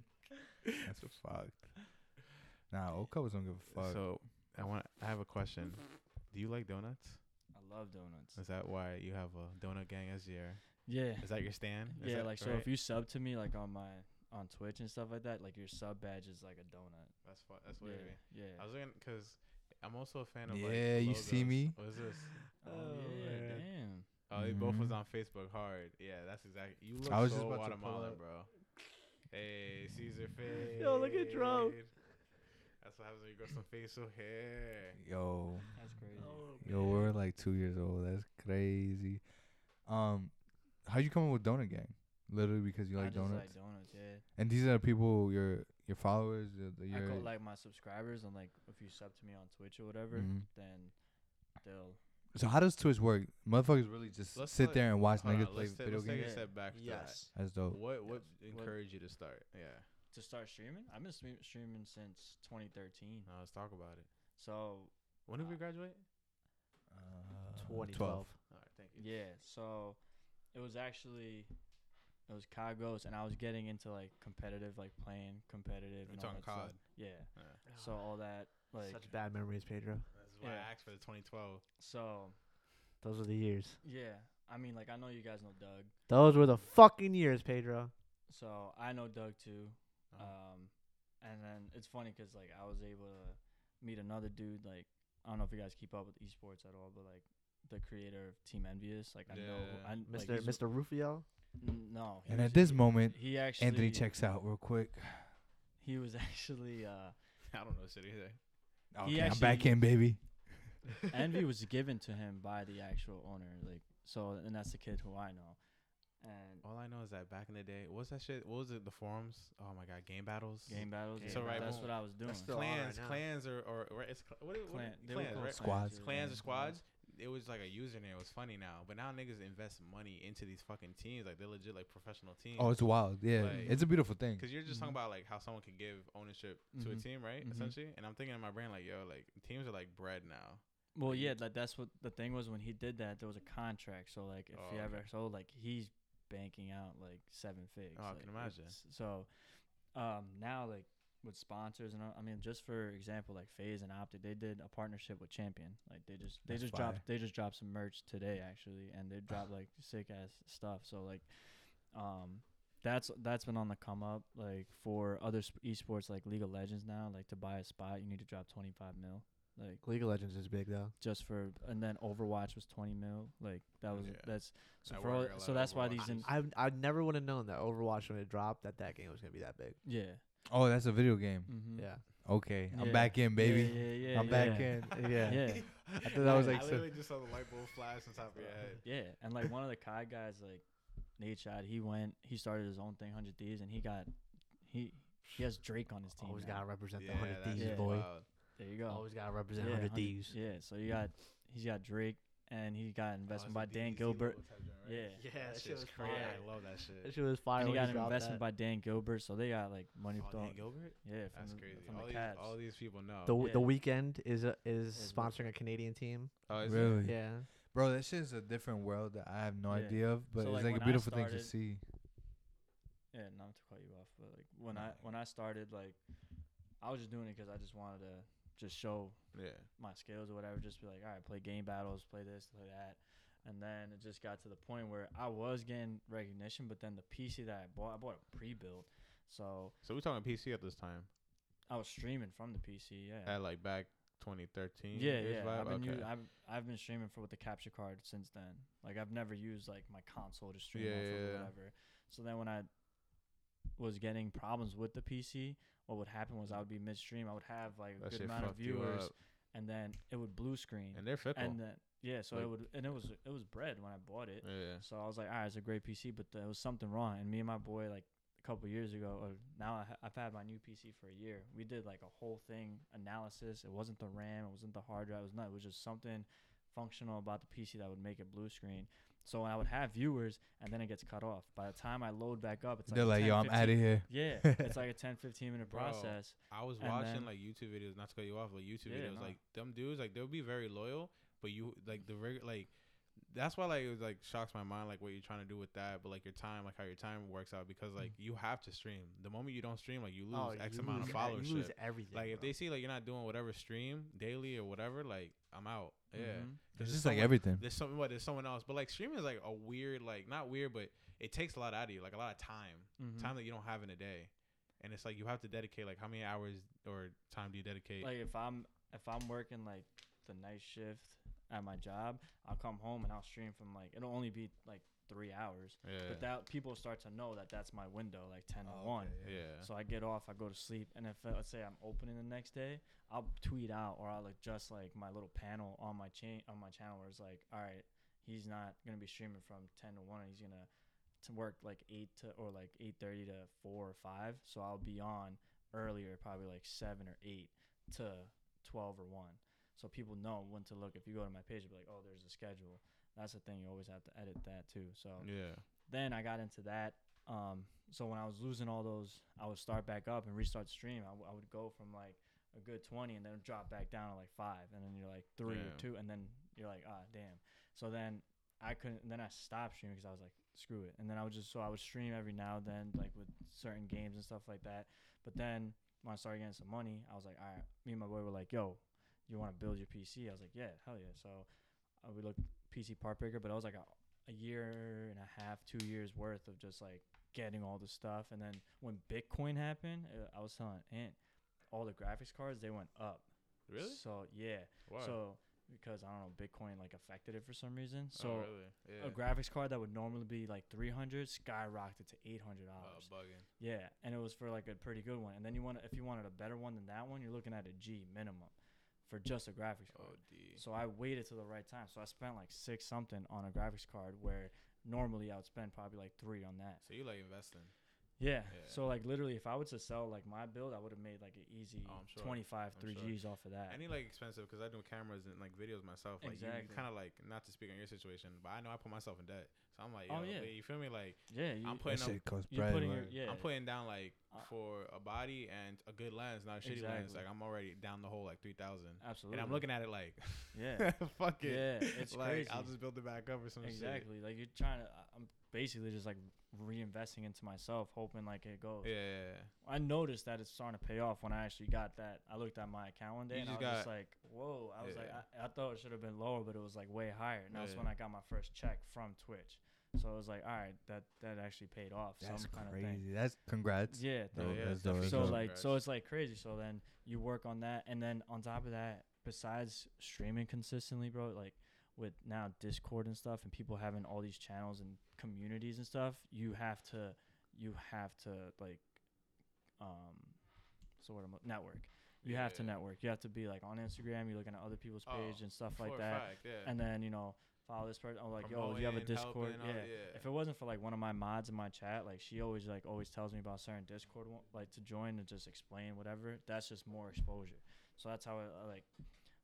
Speaker 1: That's fucked. Nah, old couples don't give a fuck.
Speaker 3: So I want. I have a question. Do you like donuts?
Speaker 4: I love donuts.
Speaker 3: Is that why you have a donut gang as your?
Speaker 4: Yeah.
Speaker 3: Is that your stand? Is
Speaker 4: yeah,
Speaker 3: that
Speaker 4: like so
Speaker 3: right?
Speaker 4: if you sub to me like on my on Twitch and stuff like that, like your sub badge is like a donut.
Speaker 3: That's what. That's what. it is.
Speaker 4: yeah.
Speaker 3: I was looking because I'm also a fan of.
Speaker 1: Yeah,
Speaker 3: like,
Speaker 1: you see
Speaker 3: logos.
Speaker 1: me?
Speaker 3: What is this?
Speaker 4: Yeah. Oh,
Speaker 2: Oh,
Speaker 4: yeah,
Speaker 2: man.
Speaker 4: damn.
Speaker 3: Oh, they both was
Speaker 1: Mhm.
Speaker 3: on Facebook hard. Yeah, that's exactly. You look
Speaker 1: I was
Speaker 3: so
Speaker 1: just about to pull
Speaker 3: Guatemalan,
Speaker 1: up.
Speaker 3: bro. Hey, Caesar fade.
Speaker 2: Yo, look at Drum.
Speaker 3: I That's what happens when you grow some facial hair.
Speaker 1: Yo,
Speaker 4: That's crazy.
Speaker 1: yo, we're like two years old. That's crazy. Um, how'd you come up with Donut Gang? Literally because you
Speaker 4: I
Speaker 1: like
Speaker 4: just
Speaker 1: donuts.
Speaker 4: like donuts, yeah.
Speaker 1: and these are people your your followers. Your, the-
Speaker 4: I
Speaker 1: your,
Speaker 4: call like my subscribers and like if you sub to me on Twitch or whatever,
Speaker 1: Mhm.
Speaker 4: then they'll
Speaker 1: so how does Twitch work? Motherfuckers really just
Speaker 3: Let's
Speaker 1: sit
Speaker 3: like-
Speaker 1: there and watch
Speaker 3: Hold on,
Speaker 1: niggas play
Speaker 3: let's ta-
Speaker 1: video
Speaker 3: let's take
Speaker 1: games.
Speaker 3: a
Speaker 4: games?
Speaker 3: step back. To
Speaker 2: Yes.
Speaker 1: That's
Speaker 3: That.
Speaker 1: dope.
Speaker 3: What what
Speaker 4: Yes. What-
Speaker 3: encouraged you to start? Yeah.
Speaker 4: to start streaming. I've been stream- streaming since 2013.
Speaker 3: No, let's talk about it.
Speaker 4: So
Speaker 3: When did we graduate?
Speaker 1: Uh,
Speaker 2: 2012.
Speaker 3: All right, thank you.
Speaker 4: Yeah, so it was actually it was Kagos, and I was getting into like competitive, like playing competitive.
Speaker 3: We're
Speaker 4: and all that
Speaker 3: talking
Speaker 4: stuff.
Speaker 3: COD.
Speaker 4: Yeah.
Speaker 3: Yeah.
Speaker 4: So all that like
Speaker 2: Such bad memories, Pedro.
Speaker 3: Uh, That's why
Speaker 4: Yeah.
Speaker 3: I asked for the 2012.
Speaker 4: so
Speaker 2: Those were the years.
Speaker 4: yeah. I mean, like I know you guys know Doug,
Speaker 2: Those were the fucking years, Pedro.
Speaker 4: so I know Doug too.
Speaker 3: Oh.
Speaker 4: Um, and then it's funny 'cause like I was able to meet another dude. Like I don't know if you guys keep up with esports at all, but like the creator of Team Envious, like I know
Speaker 3: Yeah.
Speaker 4: I, like,
Speaker 2: Mr.
Speaker 4: he's-
Speaker 2: Mr. Rufio.
Speaker 4: n- No. he
Speaker 1: And
Speaker 4: was-
Speaker 1: at this
Speaker 4: he-
Speaker 1: moment,
Speaker 4: he actually
Speaker 1: Anthony checks out real quick.
Speaker 4: He was [laughs] actually uh,
Speaker 3: [laughs] I don't know the city either.
Speaker 1: Okay, I'm
Speaker 4: actually-
Speaker 1: back in, baby.
Speaker 4: [laughs] envy was given to him by the actual owner, like so, and that's the kid who I know. And
Speaker 3: [laughs] All I know is that back in the day, what was that shit? What was it? The forums? Oh my god, game battles.
Speaker 4: game battles,
Speaker 3: Game
Speaker 4: so right,
Speaker 3: battles.
Speaker 4: that's what I was doing.
Speaker 2: That's still on right
Speaker 3: Clans,
Speaker 2: now.
Speaker 3: clans, or or, or it's cl- what, what,
Speaker 4: Clan- they were
Speaker 3: clans,
Speaker 4: called Mm-hmm.
Speaker 3: right?
Speaker 1: Squads.
Speaker 4: yeah,
Speaker 3: clans or squads. It was like a username. It was funny now, but now niggas invest money into these fucking teams. Like they're legit, like professional teams.
Speaker 1: Oh, it's wild. Yeah,
Speaker 3: Like-
Speaker 1: it's a beautiful thing.
Speaker 3: [laughs] Cause you're just
Speaker 4: Mhm.
Speaker 3: talking about like how someone could give ownership to a
Speaker 4: Mhm.
Speaker 3: team, right?
Speaker 4: Mhm.
Speaker 3: Essentially, and I'm thinking in my brain like, yo, like teams are like bread now.
Speaker 4: Well, yeah, like that's what the thing was when he did that. There was a contract, so like if
Speaker 3: Oh,
Speaker 4: he
Speaker 3: okay.
Speaker 4: ever sold, like he's banking out like seven figs.
Speaker 3: Oh, I
Speaker 4: like,
Speaker 3: can imagine.
Speaker 4: it's- So, um, now like with sponsors and all, I mean, just for example, like Phase and Optic, they did a partnership with Champion. Like they just they
Speaker 1: That's
Speaker 4: just
Speaker 1: fire.
Speaker 4: dropped they just dropped some merch today actually, and they
Speaker 3: [sighs]
Speaker 4: dropped like sick ass stuff. So like, um. That's that's been on the come up like for other sp- esports like League of Legends now like to buy a spot you need to drop 25 mil like
Speaker 2: League of Legends is big though.
Speaker 4: just for and then Overwatch was 20 mil. Like that was
Speaker 3: Yeah.
Speaker 4: that's so
Speaker 3: I
Speaker 4: for
Speaker 3: worry
Speaker 4: all,
Speaker 3: a lot
Speaker 4: so
Speaker 3: of
Speaker 4: that's why
Speaker 3: Overwatch
Speaker 4: these in,
Speaker 3: is-
Speaker 2: I I never would have known that Overwatch when it dropped that that game was gonna be that big.
Speaker 4: yeah.
Speaker 1: Oh, that's a video game.
Speaker 4: Mm-hmm.
Speaker 2: Yeah.
Speaker 1: Okay, I'm
Speaker 4: Yeah.
Speaker 1: back in, baby.
Speaker 4: Yeah, yeah, yeah
Speaker 1: I'm
Speaker 4: yeah.
Speaker 1: back in.
Speaker 4: [laughs]
Speaker 2: yeah.
Speaker 3: [laughs]
Speaker 4: Yeah.
Speaker 3: I
Speaker 1: thought that was, like,
Speaker 3: I
Speaker 1: so-
Speaker 3: literally just saw the light bulb flash on top of your head.
Speaker 4: Yeah, and like one of the Kai guys like Nate Shot, he went he started his own thing 100 Thieves and he got he he has Drake on his team.
Speaker 2: Always
Speaker 4: now.
Speaker 2: gotta represent
Speaker 3: Yeah,
Speaker 2: the hundred
Speaker 3: that's
Speaker 2: thieves,
Speaker 4: just
Speaker 3: yeah.
Speaker 2: boy.
Speaker 3: wild.
Speaker 4: There you go.
Speaker 2: Always gotta represent
Speaker 4: yeah,
Speaker 2: hundred
Speaker 4: 100
Speaker 2: thieves.
Speaker 4: Yeah, so you got he's got Drake and he got investment by Dan Gilbert. Yeah.
Speaker 2: Yeah,
Speaker 3: that, shit is
Speaker 4: fire.
Speaker 3: crazy. I love that
Speaker 2: That
Speaker 3: shit.
Speaker 2: shit was fire.
Speaker 4: And he
Speaker 2: when
Speaker 4: got
Speaker 2: he
Speaker 4: an
Speaker 2: dropped
Speaker 4: investment
Speaker 2: that.
Speaker 4: by Dan Gilbert, so they got like money
Speaker 3: Oh,
Speaker 4: thrown.
Speaker 3: Dan Gilbert?
Speaker 4: Yeah, from
Speaker 3: That's
Speaker 4: the,
Speaker 3: crazy.
Speaker 4: From
Speaker 3: All
Speaker 4: the
Speaker 3: these,
Speaker 4: Cavs.
Speaker 3: all these people know.
Speaker 2: the w the
Speaker 4: Yeah.
Speaker 2: weekend is a, is
Speaker 4: Is what-
Speaker 2: sponsoring a Canadian team.
Speaker 3: oh, is it?
Speaker 1: Really,
Speaker 2: Yeah.
Speaker 1: bro, that shit is a different world that I have no
Speaker 4: Yeah.
Speaker 1: idea of, but
Speaker 4: So,
Speaker 1: it's
Speaker 4: like,
Speaker 1: like a
Speaker 4: when I
Speaker 1: beautiful thing to
Speaker 4: started-
Speaker 1: see.
Speaker 4: yeah, not to cut you off, but like when
Speaker 1: Nah.
Speaker 4: I when I started, like I was just doing it 'cause I just wanted to just show
Speaker 3: Yeah.
Speaker 4: my skills or whatever. Just be like, all right, play game battles, play this, play that, and then it just got to the point where I was getting recognition, but then the PC that I bought, I bought a pre-built, so
Speaker 3: So we're talking PC at this time.
Speaker 4: I was streaming from the PC. Yeah,
Speaker 3: At like back 2013.
Speaker 4: yeah,
Speaker 3: -ish
Speaker 4: yeah.
Speaker 3: vibe?
Speaker 4: I've been
Speaker 3: okay.
Speaker 4: u- I've I've been streaming for with the capture card since then. Like I've never used like my console to stream
Speaker 3: Yeah,
Speaker 4: off of
Speaker 3: yeah,
Speaker 4: or
Speaker 3: yeah.
Speaker 4: whatever. So then when I was getting problems with the PC, what would happen was I would be midstream. I would have like a
Speaker 3: that
Speaker 4: good
Speaker 3: shit
Speaker 4: amount of
Speaker 3: fucked you
Speaker 4: viewers,
Speaker 3: up.
Speaker 4: and then it would blue screen,
Speaker 3: And they're fickle.
Speaker 4: and then yeah, so
Speaker 3: Like-
Speaker 4: it would and it was it was bread when I bought it.
Speaker 3: yeah.
Speaker 4: So I was like, all right, it's a great PC, but there was something wrong. And me and my boy, like a couple years ago, or now I ha- I've had my new PC for a year. We did like a whole thing analysis. It wasn't the RAM, it wasn't the hard drive, it was not. It was just something functional about the PC that would make it blue screen. So I would have viewers, and then it gets cut off. By the time I load back up, it's like
Speaker 1: They're
Speaker 4: a
Speaker 1: like,
Speaker 4: 10,
Speaker 1: yo, I'm
Speaker 4: 15
Speaker 1: out of here.
Speaker 4: [laughs] Yeah, it's like a 10, 15 minute
Speaker 3: Bro.
Speaker 4: process.
Speaker 3: I was
Speaker 4: And
Speaker 3: watching
Speaker 4: then-
Speaker 3: like YouTube videos, not to cut you off, but YouTube
Speaker 4: Yeah,
Speaker 3: videos,
Speaker 4: no.
Speaker 3: like them dudes, like they'll be very loyal, but you like the reg- like that's why like it was, like shocks my mind like what you're trying to do with that, but like your time, like how your time works out because like you have to stream. The moment you don't stream, like you lose X
Speaker 2: you
Speaker 3: amount of
Speaker 2: lose e- You lose
Speaker 3: followership.
Speaker 2: everything.
Speaker 3: Like if
Speaker 2: bro.
Speaker 3: they see like you're not doing whatever stream daily or whatever, like I'm out. Yeah.
Speaker 4: Mhm.
Speaker 1: It's
Speaker 3: there's
Speaker 1: just like
Speaker 3: someone-
Speaker 1: everything.
Speaker 3: There's something what there's someone else, but like streaming is like a weird like not weird, but it takes a lot out of you, like a lot of time
Speaker 4: Mhm.
Speaker 3: time that you don't have in a day and it's like you have to dedicate like how many hours or time do you dedicate
Speaker 4: like if I'm if I'm working like the night shift at my job, I'll come home and I'll stream from like it'll only be like three hours.
Speaker 3: Yeah.
Speaker 4: But that people start to know that that's my window, like ten to one.
Speaker 1: okay, Oh, yeah.
Speaker 3: yeah.
Speaker 4: So I get off, I go to sleep, and if uh, let's say I'm opening the next day, I'll tweet out or I'll adjust like my little panel on my chain on my channel where it's like, all right, he's not gonna be streaming from ten to one, he's gonna to work like eight to or like eight thirty to four or five. So I'll be on earlier, probably like seven or eight to twelve or one. So people know when to look. If you go to my page, you'll be like, oh, there's a schedule. That's the thing. You always have to edit that too. So
Speaker 3: yeah.
Speaker 4: then I got into that. Um, so when I was losing all those, I would start back up and restart the stream. I, w- I would go from like a good 20 and then drop back down to like five. And then you're like three or
Speaker 3: Damn.
Speaker 4: two. And then you're like, ah, damn. So then I couldn't, then I stopped streaming because I was like, screw it. And then I would just, so I would stream every now and then, like with certain games and stuff like that. But then when I started getting some money, I was like, all right, me and my boy were like, yo, you want to build your PC? I was like, yeah, hell yeah. So uh, we looked PC part picker, but I was like, a a year and a half, two years worth of just like getting all the stuff. And then when Bitcoin happened, uh, I was telling Aunt all the graphics cards they went up.
Speaker 3: Really?
Speaker 4: So yeah.
Speaker 3: Why?
Speaker 4: So because I don't know, Bitcoin like affected it for some reason.
Speaker 3: Oh,
Speaker 4: So
Speaker 3: really? Yeah.
Speaker 4: a graphics card that would normally be like three hundred skyrocketed to eight hundred
Speaker 3: Oh,
Speaker 4: dollars.
Speaker 3: bugging.
Speaker 4: Yeah, and it was for like a pretty good one. And then you want to if you wanted a better one than that one, you're looking at a G minimum for just a graphics card.
Speaker 3: Oh, D.
Speaker 4: So I waited till the right time. So I spent like six something on a graphics card where normally I would spend probably like three on that.
Speaker 3: So you like investing?
Speaker 4: Yeah.
Speaker 3: Yeah.
Speaker 4: So like literally, if I was to sell like my build, I would have made like an easy
Speaker 3: Oh, I'm sure.
Speaker 4: 25
Speaker 3: I'm
Speaker 4: three
Speaker 3: sure.
Speaker 4: Gs off of that.
Speaker 3: Any like expensive because I do cameras and like videos myself. Like you,
Speaker 4: Exactly.
Speaker 3: you kind of like not to speak on your situation, but I know I put myself in debt. So I'm like,
Speaker 4: Oh,
Speaker 3: yo,
Speaker 4: yeah.
Speaker 3: You feel me? Like
Speaker 4: yeah. You,
Speaker 3: I'm
Speaker 1: That
Speaker 3: putting up,
Speaker 1: shit costs
Speaker 4: you're
Speaker 1: bread.
Speaker 4: putting your
Speaker 1: like-
Speaker 4: yeah.
Speaker 3: I'm putting down like
Speaker 4: Uh,
Speaker 3: for a body and a good lens, not a shitty lens.
Speaker 4: Exactly.
Speaker 3: Like I'm already down the hole like three thousand,
Speaker 4: absolutely.
Speaker 3: and I'm looking at it like,
Speaker 4: Yeah.
Speaker 3: [laughs] fuck it.
Speaker 4: Yeah, it's
Speaker 3: [laughs] like I'll
Speaker 4: crazy.
Speaker 3: just build it back up or some
Speaker 4: exactly like you're trying to. I- I'm basically just like reinvesting into myself, hoping like it goes.
Speaker 3: shit. Yeah.
Speaker 4: I noticed that it's starting to pay off when I actually got that. I looked at my account one day
Speaker 3: You
Speaker 4: and I
Speaker 3: just
Speaker 4: was just
Speaker 3: got-
Speaker 4: like, "Whoa!" I was like,
Speaker 3: Yeah.
Speaker 4: I, "I thought it should have been lower, but it was like way higher." And that's
Speaker 3: Yeah.
Speaker 4: when I got my first check from Twitch. So I was like, "All right, that that actually paid off."
Speaker 1: That's
Speaker 4: some kind of thing.
Speaker 1: crazy. That's congrats.
Speaker 4: Yeah.
Speaker 1: No,
Speaker 3: Yeah,
Speaker 1: that's
Speaker 3: it's
Speaker 1: dope, Oh,
Speaker 3: definitely
Speaker 1: that's
Speaker 4: So
Speaker 1: dope.
Speaker 3: Some
Speaker 4: like, so
Speaker 3: scratch.
Speaker 4: it's like crazy. So then you work on that, and then on top of that, besides streaming consistently, bro, like with now Discord and stuff, and people having all these channels and communities and stuff, you have to, you have to like, um, so what am I- network? You have to
Speaker 3: Yeah.
Speaker 4: network. You have to be like on Instagram. You're looking at other people's
Speaker 3: Oh,
Speaker 4: page and stuff
Speaker 3: For
Speaker 4: like
Speaker 3: a
Speaker 4: that,
Speaker 3: fact, yeah.
Speaker 4: and then you know follow this person. Oh, like yo, you have a
Speaker 3: Promoting,
Speaker 4: Discord,
Speaker 3: helping, all-
Speaker 4: yeah if it wasn't for like one of my mods in my chat, like she always like always tells me about certain Discord one- like to join and just explain whatever. That's just more exposure. So that's how I, I like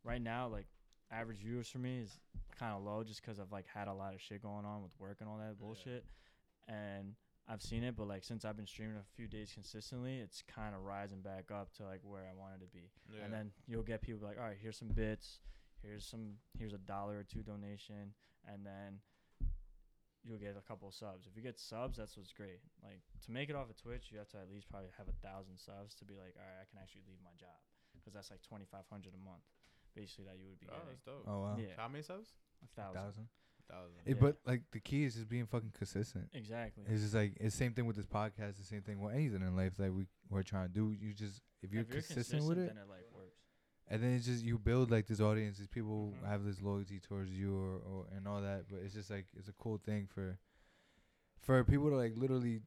Speaker 4: right now like average viewers for me is kind of low just because I've like had a lot of shit going on with work and all that
Speaker 3: Yeah.
Speaker 4: bullshit, and I've seen it. But like since I've been streaming a few days consistently, it's kind of rising back up to like where I wanted to be.
Speaker 3: yeah.
Speaker 4: And then you'll get people be like, all right, here's some bits, here's some, here's a dollar or two donation, and then you'll get a couple of subs. If you get subs, that's what's great. Like to make it off of Twitch, you have to at least probably have a thousand subs to be like, all right, I can actually leave my job because that's like twenty five hundred a month, basically that you would be
Speaker 3: oh,
Speaker 4: getting.
Speaker 3: that's dope.
Speaker 1: Oh wow.
Speaker 4: Yeah,
Speaker 3: How many subs?
Speaker 4: a thousand.
Speaker 1: Thousand.
Speaker 3: Thousand.
Speaker 1: Eh,
Speaker 4: Yeah.
Speaker 1: But like the key is just being fucking consistent.
Speaker 4: Exactly.
Speaker 1: It's just like it's same thing with this podcast. The same thing with anything in life that we we're trying to do. You just if you're, consistent, with it,
Speaker 4: then it like works.
Speaker 1: and then it's just you build like this audience. These people
Speaker 4: Mhm.
Speaker 1: have this loyalty towards you or, or and all that. But it's just like it's a cool thing for for people to like literally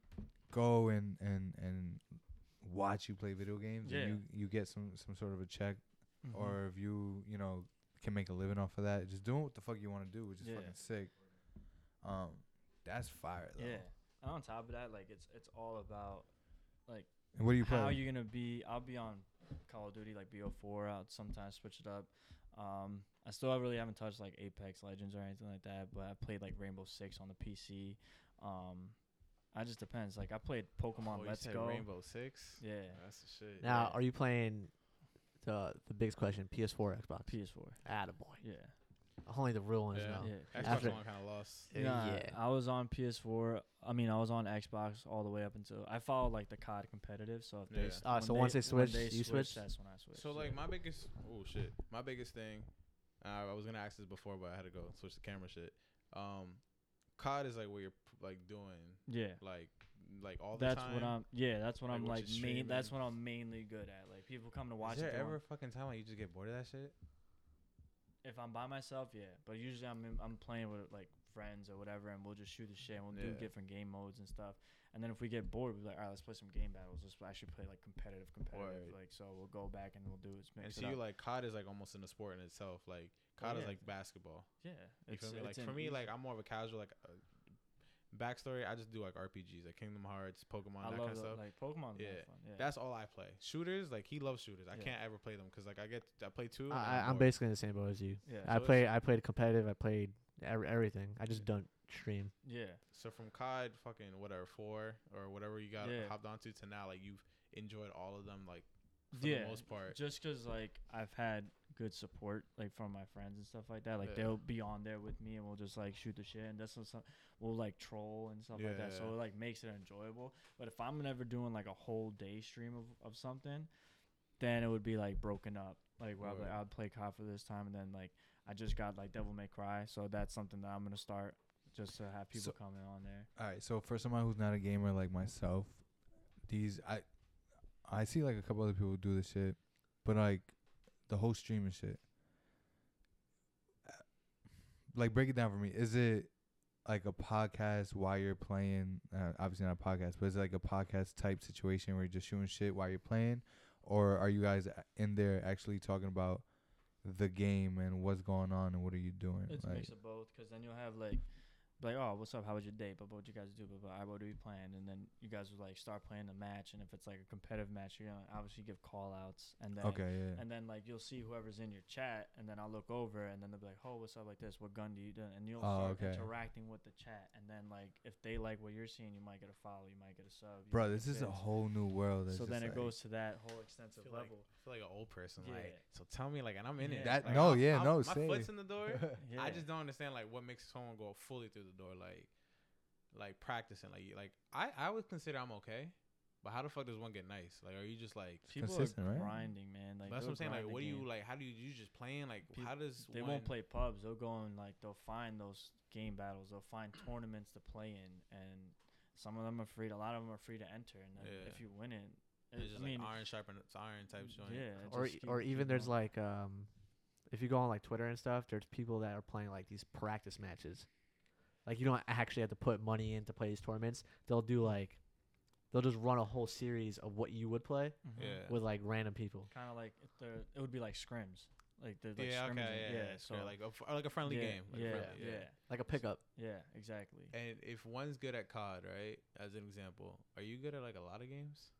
Speaker 1: go and and and watch you play video games
Speaker 4: Yeah.
Speaker 1: and you you get some some sort of a check
Speaker 4: Mhm.
Speaker 1: or if you you know can make a living off of that just doing what the fuck you want to do which is
Speaker 4: Yeah.
Speaker 1: fucking sick um that's fire though
Speaker 4: yeah. And on top of that, like it's it's all about
Speaker 1: and what do you play
Speaker 4: how you gonna be? I'll be on Call of Duty like BO4. I'll sometimes switch it up. Um, I still really haven't touched like Apex Legends or anything like that, but I played like Rainbow Six on the PC. Um, I just depends. Like I played Pokemon
Speaker 3: Oh, you
Speaker 4: Let's
Speaker 3: said
Speaker 4: Go.
Speaker 3: Rainbow Six.
Speaker 4: Yeah,
Speaker 3: That's the shit.
Speaker 4: Nah.
Speaker 2: Now,
Speaker 4: Yeah.
Speaker 2: are you playing the the biggest question? PS4, or Xbox.
Speaker 4: PS4.
Speaker 2: Attaboy.
Speaker 4: Yeah,
Speaker 2: Only the real ones
Speaker 3: Yeah.
Speaker 2: know.
Speaker 4: yeah.
Speaker 3: Xbox
Speaker 2: After-
Speaker 3: One kind of lost.
Speaker 2: Yeah,
Speaker 4: Nah,
Speaker 2: yeah.
Speaker 4: I was on PS4. I mean, I was on Xbox all the way up until I followed like the COD competitive. So if they
Speaker 3: Yeah.
Speaker 4: s-
Speaker 2: Ah,
Speaker 4: when
Speaker 2: so once they
Speaker 4: when
Speaker 2: switched, you switched?
Speaker 4: That's when I switched.
Speaker 3: So like
Speaker 4: yeah.
Speaker 3: my biggest oh shit, my biggest thing, uh, I was gonna ask this before, but I had to go switch the camera shit. Um, COD is like where you're p- like doing
Speaker 4: yeah.
Speaker 3: like like all the
Speaker 4: that's
Speaker 3: time.
Speaker 4: what I'm. Yeah, that's what
Speaker 3: Like,
Speaker 4: I'm
Speaker 3: what
Speaker 4: like
Speaker 3: you
Speaker 4: main. That's
Speaker 3: streaming.
Speaker 4: what I'm mainly good at. Like people come to watch.
Speaker 3: Is there
Speaker 4: it go on-
Speaker 3: ever a fucking time like you just get bored of that shit?
Speaker 4: if I'm by myself, yeah. But usually I'm in, I'm playing with like friends or whatever, and we'll just shoot the shit. and We'll do
Speaker 3: Yeah.
Speaker 4: different game modes and stuff. And then if we get bored, we're like, all right, let's play some game battles. Let's actually play like competitive, competitive.
Speaker 3: Word.
Speaker 4: Like so, we'll go back and we'll do it. Mix
Speaker 3: And
Speaker 4: it
Speaker 3: see, you
Speaker 4: up. Oh,
Speaker 3: like COD is like almost in a sport in itself. Like COD is
Speaker 4: yeah.
Speaker 3: like basketball.
Speaker 4: yeah,
Speaker 3: You feel me? Like
Speaker 4: an
Speaker 3: for me,
Speaker 4: easy-
Speaker 3: like I'm more of a casual like. Uh, backstory, I just do like RPGs, like Kingdom Hearts, Pokemon,
Speaker 4: I love
Speaker 3: that kind of
Speaker 4: the-
Speaker 3: stuff.
Speaker 4: like Pokemon. Yeah,
Speaker 3: Yeah.
Speaker 4: fun. yeah.
Speaker 3: That's all I play. Shooters, like he loves shooters. I
Speaker 4: Yeah.
Speaker 3: can't ever play them because like I get I play two. and
Speaker 2: I, I'm
Speaker 3: bored.
Speaker 2: basically in the same boat as you.
Speaker 4: yeah,
Speaker 2: I
Speaker 3: So
Speaker 2: play. I played competitive. I played every, everything. I just don't stream.
Speaker 4: yeah.
Speaker 3: So from COD, fucking whatever four or whatever you got
Speaker 4: Yeah.
Speaker 3: hopped onto to now, like you've enjoyed all of them, like for
Speaker 4: yeah,
Speaker 3: the most part.
Speaker 4: just because like I've had good support like from my friends and stuff like that. Like
Speaker 3: Yeah.
Speaker 4: they'll be on there with me and we'll just like shoot the shit and that's what some we'll like troll and stuff like that. So
Speaker 3: Yeah.
Speaker 4: it like makes it enjoyable. But if I'm never doing like a whole day stream of, of something, then it would be like broken up. Like where I'd, be like,
Speaker 3: Word.
Speaker 4: I'd play COD for this time and then like I just got like Devil May Cry, so that's something that I'm gonna start just to have
Speaker 1: So-
Speaker 4: people coming on there.
Speaker 1: All right. So for someone who's not a gamer like myself, these I I see like a couple other people do this shit, but like the whole stream and shit. Uh, Like break it down for me. Is it like a podcast while you're playing? Uh, obviously not a podcast, but is it like a podcast type situation where you're just shooting shit while you're playing, or are you guys a- in there actually talking about the game and what's going on and what are you doing?
Speaker 4: It's a
Speaker 1: Like-
Speaker 4: mix of both, because then you'll have like, be like, oh, what's up? How was your day? But what you guys do? But but what are we playing? And then you guys would like start playing the match, and if it's like a competitive match, you're gonna obviously give call outs, and then
Speaker 1: okay, yeah.
Speaker 4: and then like you'll see whoever's in your chat, and then I'll look over, and then they'll be like, oh, what's up? Like this? What gun do you do? And you'll
Speaker 1: Oh,
Speaker 4: start
Speaker 1: okay.
Speaker 4: interacting with the chat, and then like if they like what you're seeing, you might get a follow, you might get a sub. you
Speaker 1: Bro,
Speaker 4: might
Speaker 1: this
Speaker 4: get
Speaker 1: is a
Speaker 4: this.
Speaker 1: whole new world. that's
Speaker 4: So
Speaker 1: just
Speaker 4: then it
Speaker 1: like-
Speaker 4: goes to that whole
Speaker 3: I
Speaker 4: extensive
Speaker 3: feel, like,
Speaker 4: level.
Speaker 3: I feel like an old person.
Speaker 4: Yeah.
Speaker 3: Like, so tell me, like, and I'm in
Speaker 4: Yeah.
Speaker 3: it.
Speaker 1: That-
Speaker 3: Like,
Speaker 1: no,
Speaker 3: I'm-
Speaker 1: yeah,
Speaker 3: I'm-
Speaker 1: no,
Speaker 3: My
Speaker 1: say.
Speaker 3: foot's in
Speaker 4: [laughs]
Speaker 3: the [laughs] door.
Speaker 4: yeah.
Speaker 3: I just don't understand like what makes someone go fully through the door, like, like practicing, like, you- like I I would consider I'm okay, but how the fuck does one get nice? Like, are you just like?
Speaker 4: people
Speaker 1: consistent,
Speaker 4: are
Speaker 1: right?
Speaker 4: grinding, man. Like
Speaker 3: that's
Speaker 4: they'll
Speaker 3: what I'm saying.
Speaker 4: grind
Speaker 3: Like,
Speaker 4: the
Speaker 3: what do
Speaker 4: game.
Speaker 3: you like? How do you you just playing? Like,
Speaker 4: Peop-
Speaker 3: how does
Speaker 4: They
Speaker 3: one-
Speaker 4: won't play pubs. They'll go and like they'll find those game battles. They'll
Speaker 3: [clears throat]
Speaker 4: find tournaments to play in, and some of them are free. A lot of them are free to enter, and then
Speaker 3: Yeah.
Speaker 4: if you win it,
Speaker 3: It's
Speaker 4: it-
Speaker 3: just
Speaker 4: I mean,
Speaker 3: like iron sharpen it's iron type joint.
Speaker 4: yeah, Uh-huh. it
Speaker 2: Or
Speaker 4: just
Speaker 2: e-
Speaker 4: keep-
Speaker 2: or even
Speaker 4: keep
Speaker 2: there's
Speaker 4: going.
Speaker 2: like um, if you go on like Twitter and stuff, there's people that are playing like these practice matches. Like you don't actually have to put money in to play these tournaments. They'll do like, they'll just run a whole series of what you would play
Speaker 4: Mhm.
Speaker 3: Yeah.
Speaker 2: with like random people.
Speaker 4: kind of like if they're- it would be like scrims, like they're like
Speaker 3: yeah,
Speaker 4: scrimmaging.
Speaker 3: okay, yeah, yeah, it's
Speaker 4: so
Speaker 3: great, like a, f- or like a friendly
Speaker 4: yeah,
Speaker 3: game, like a
Speaker 4: yeah,
Speaker 3: friendly,
Speaker 4: yeah,
Speaker 2: Like a pickup.
Speaker 4: yeah, exactly.
Speaker 3: And if one's good at COD, right? As an example, are you good at like a lot of games?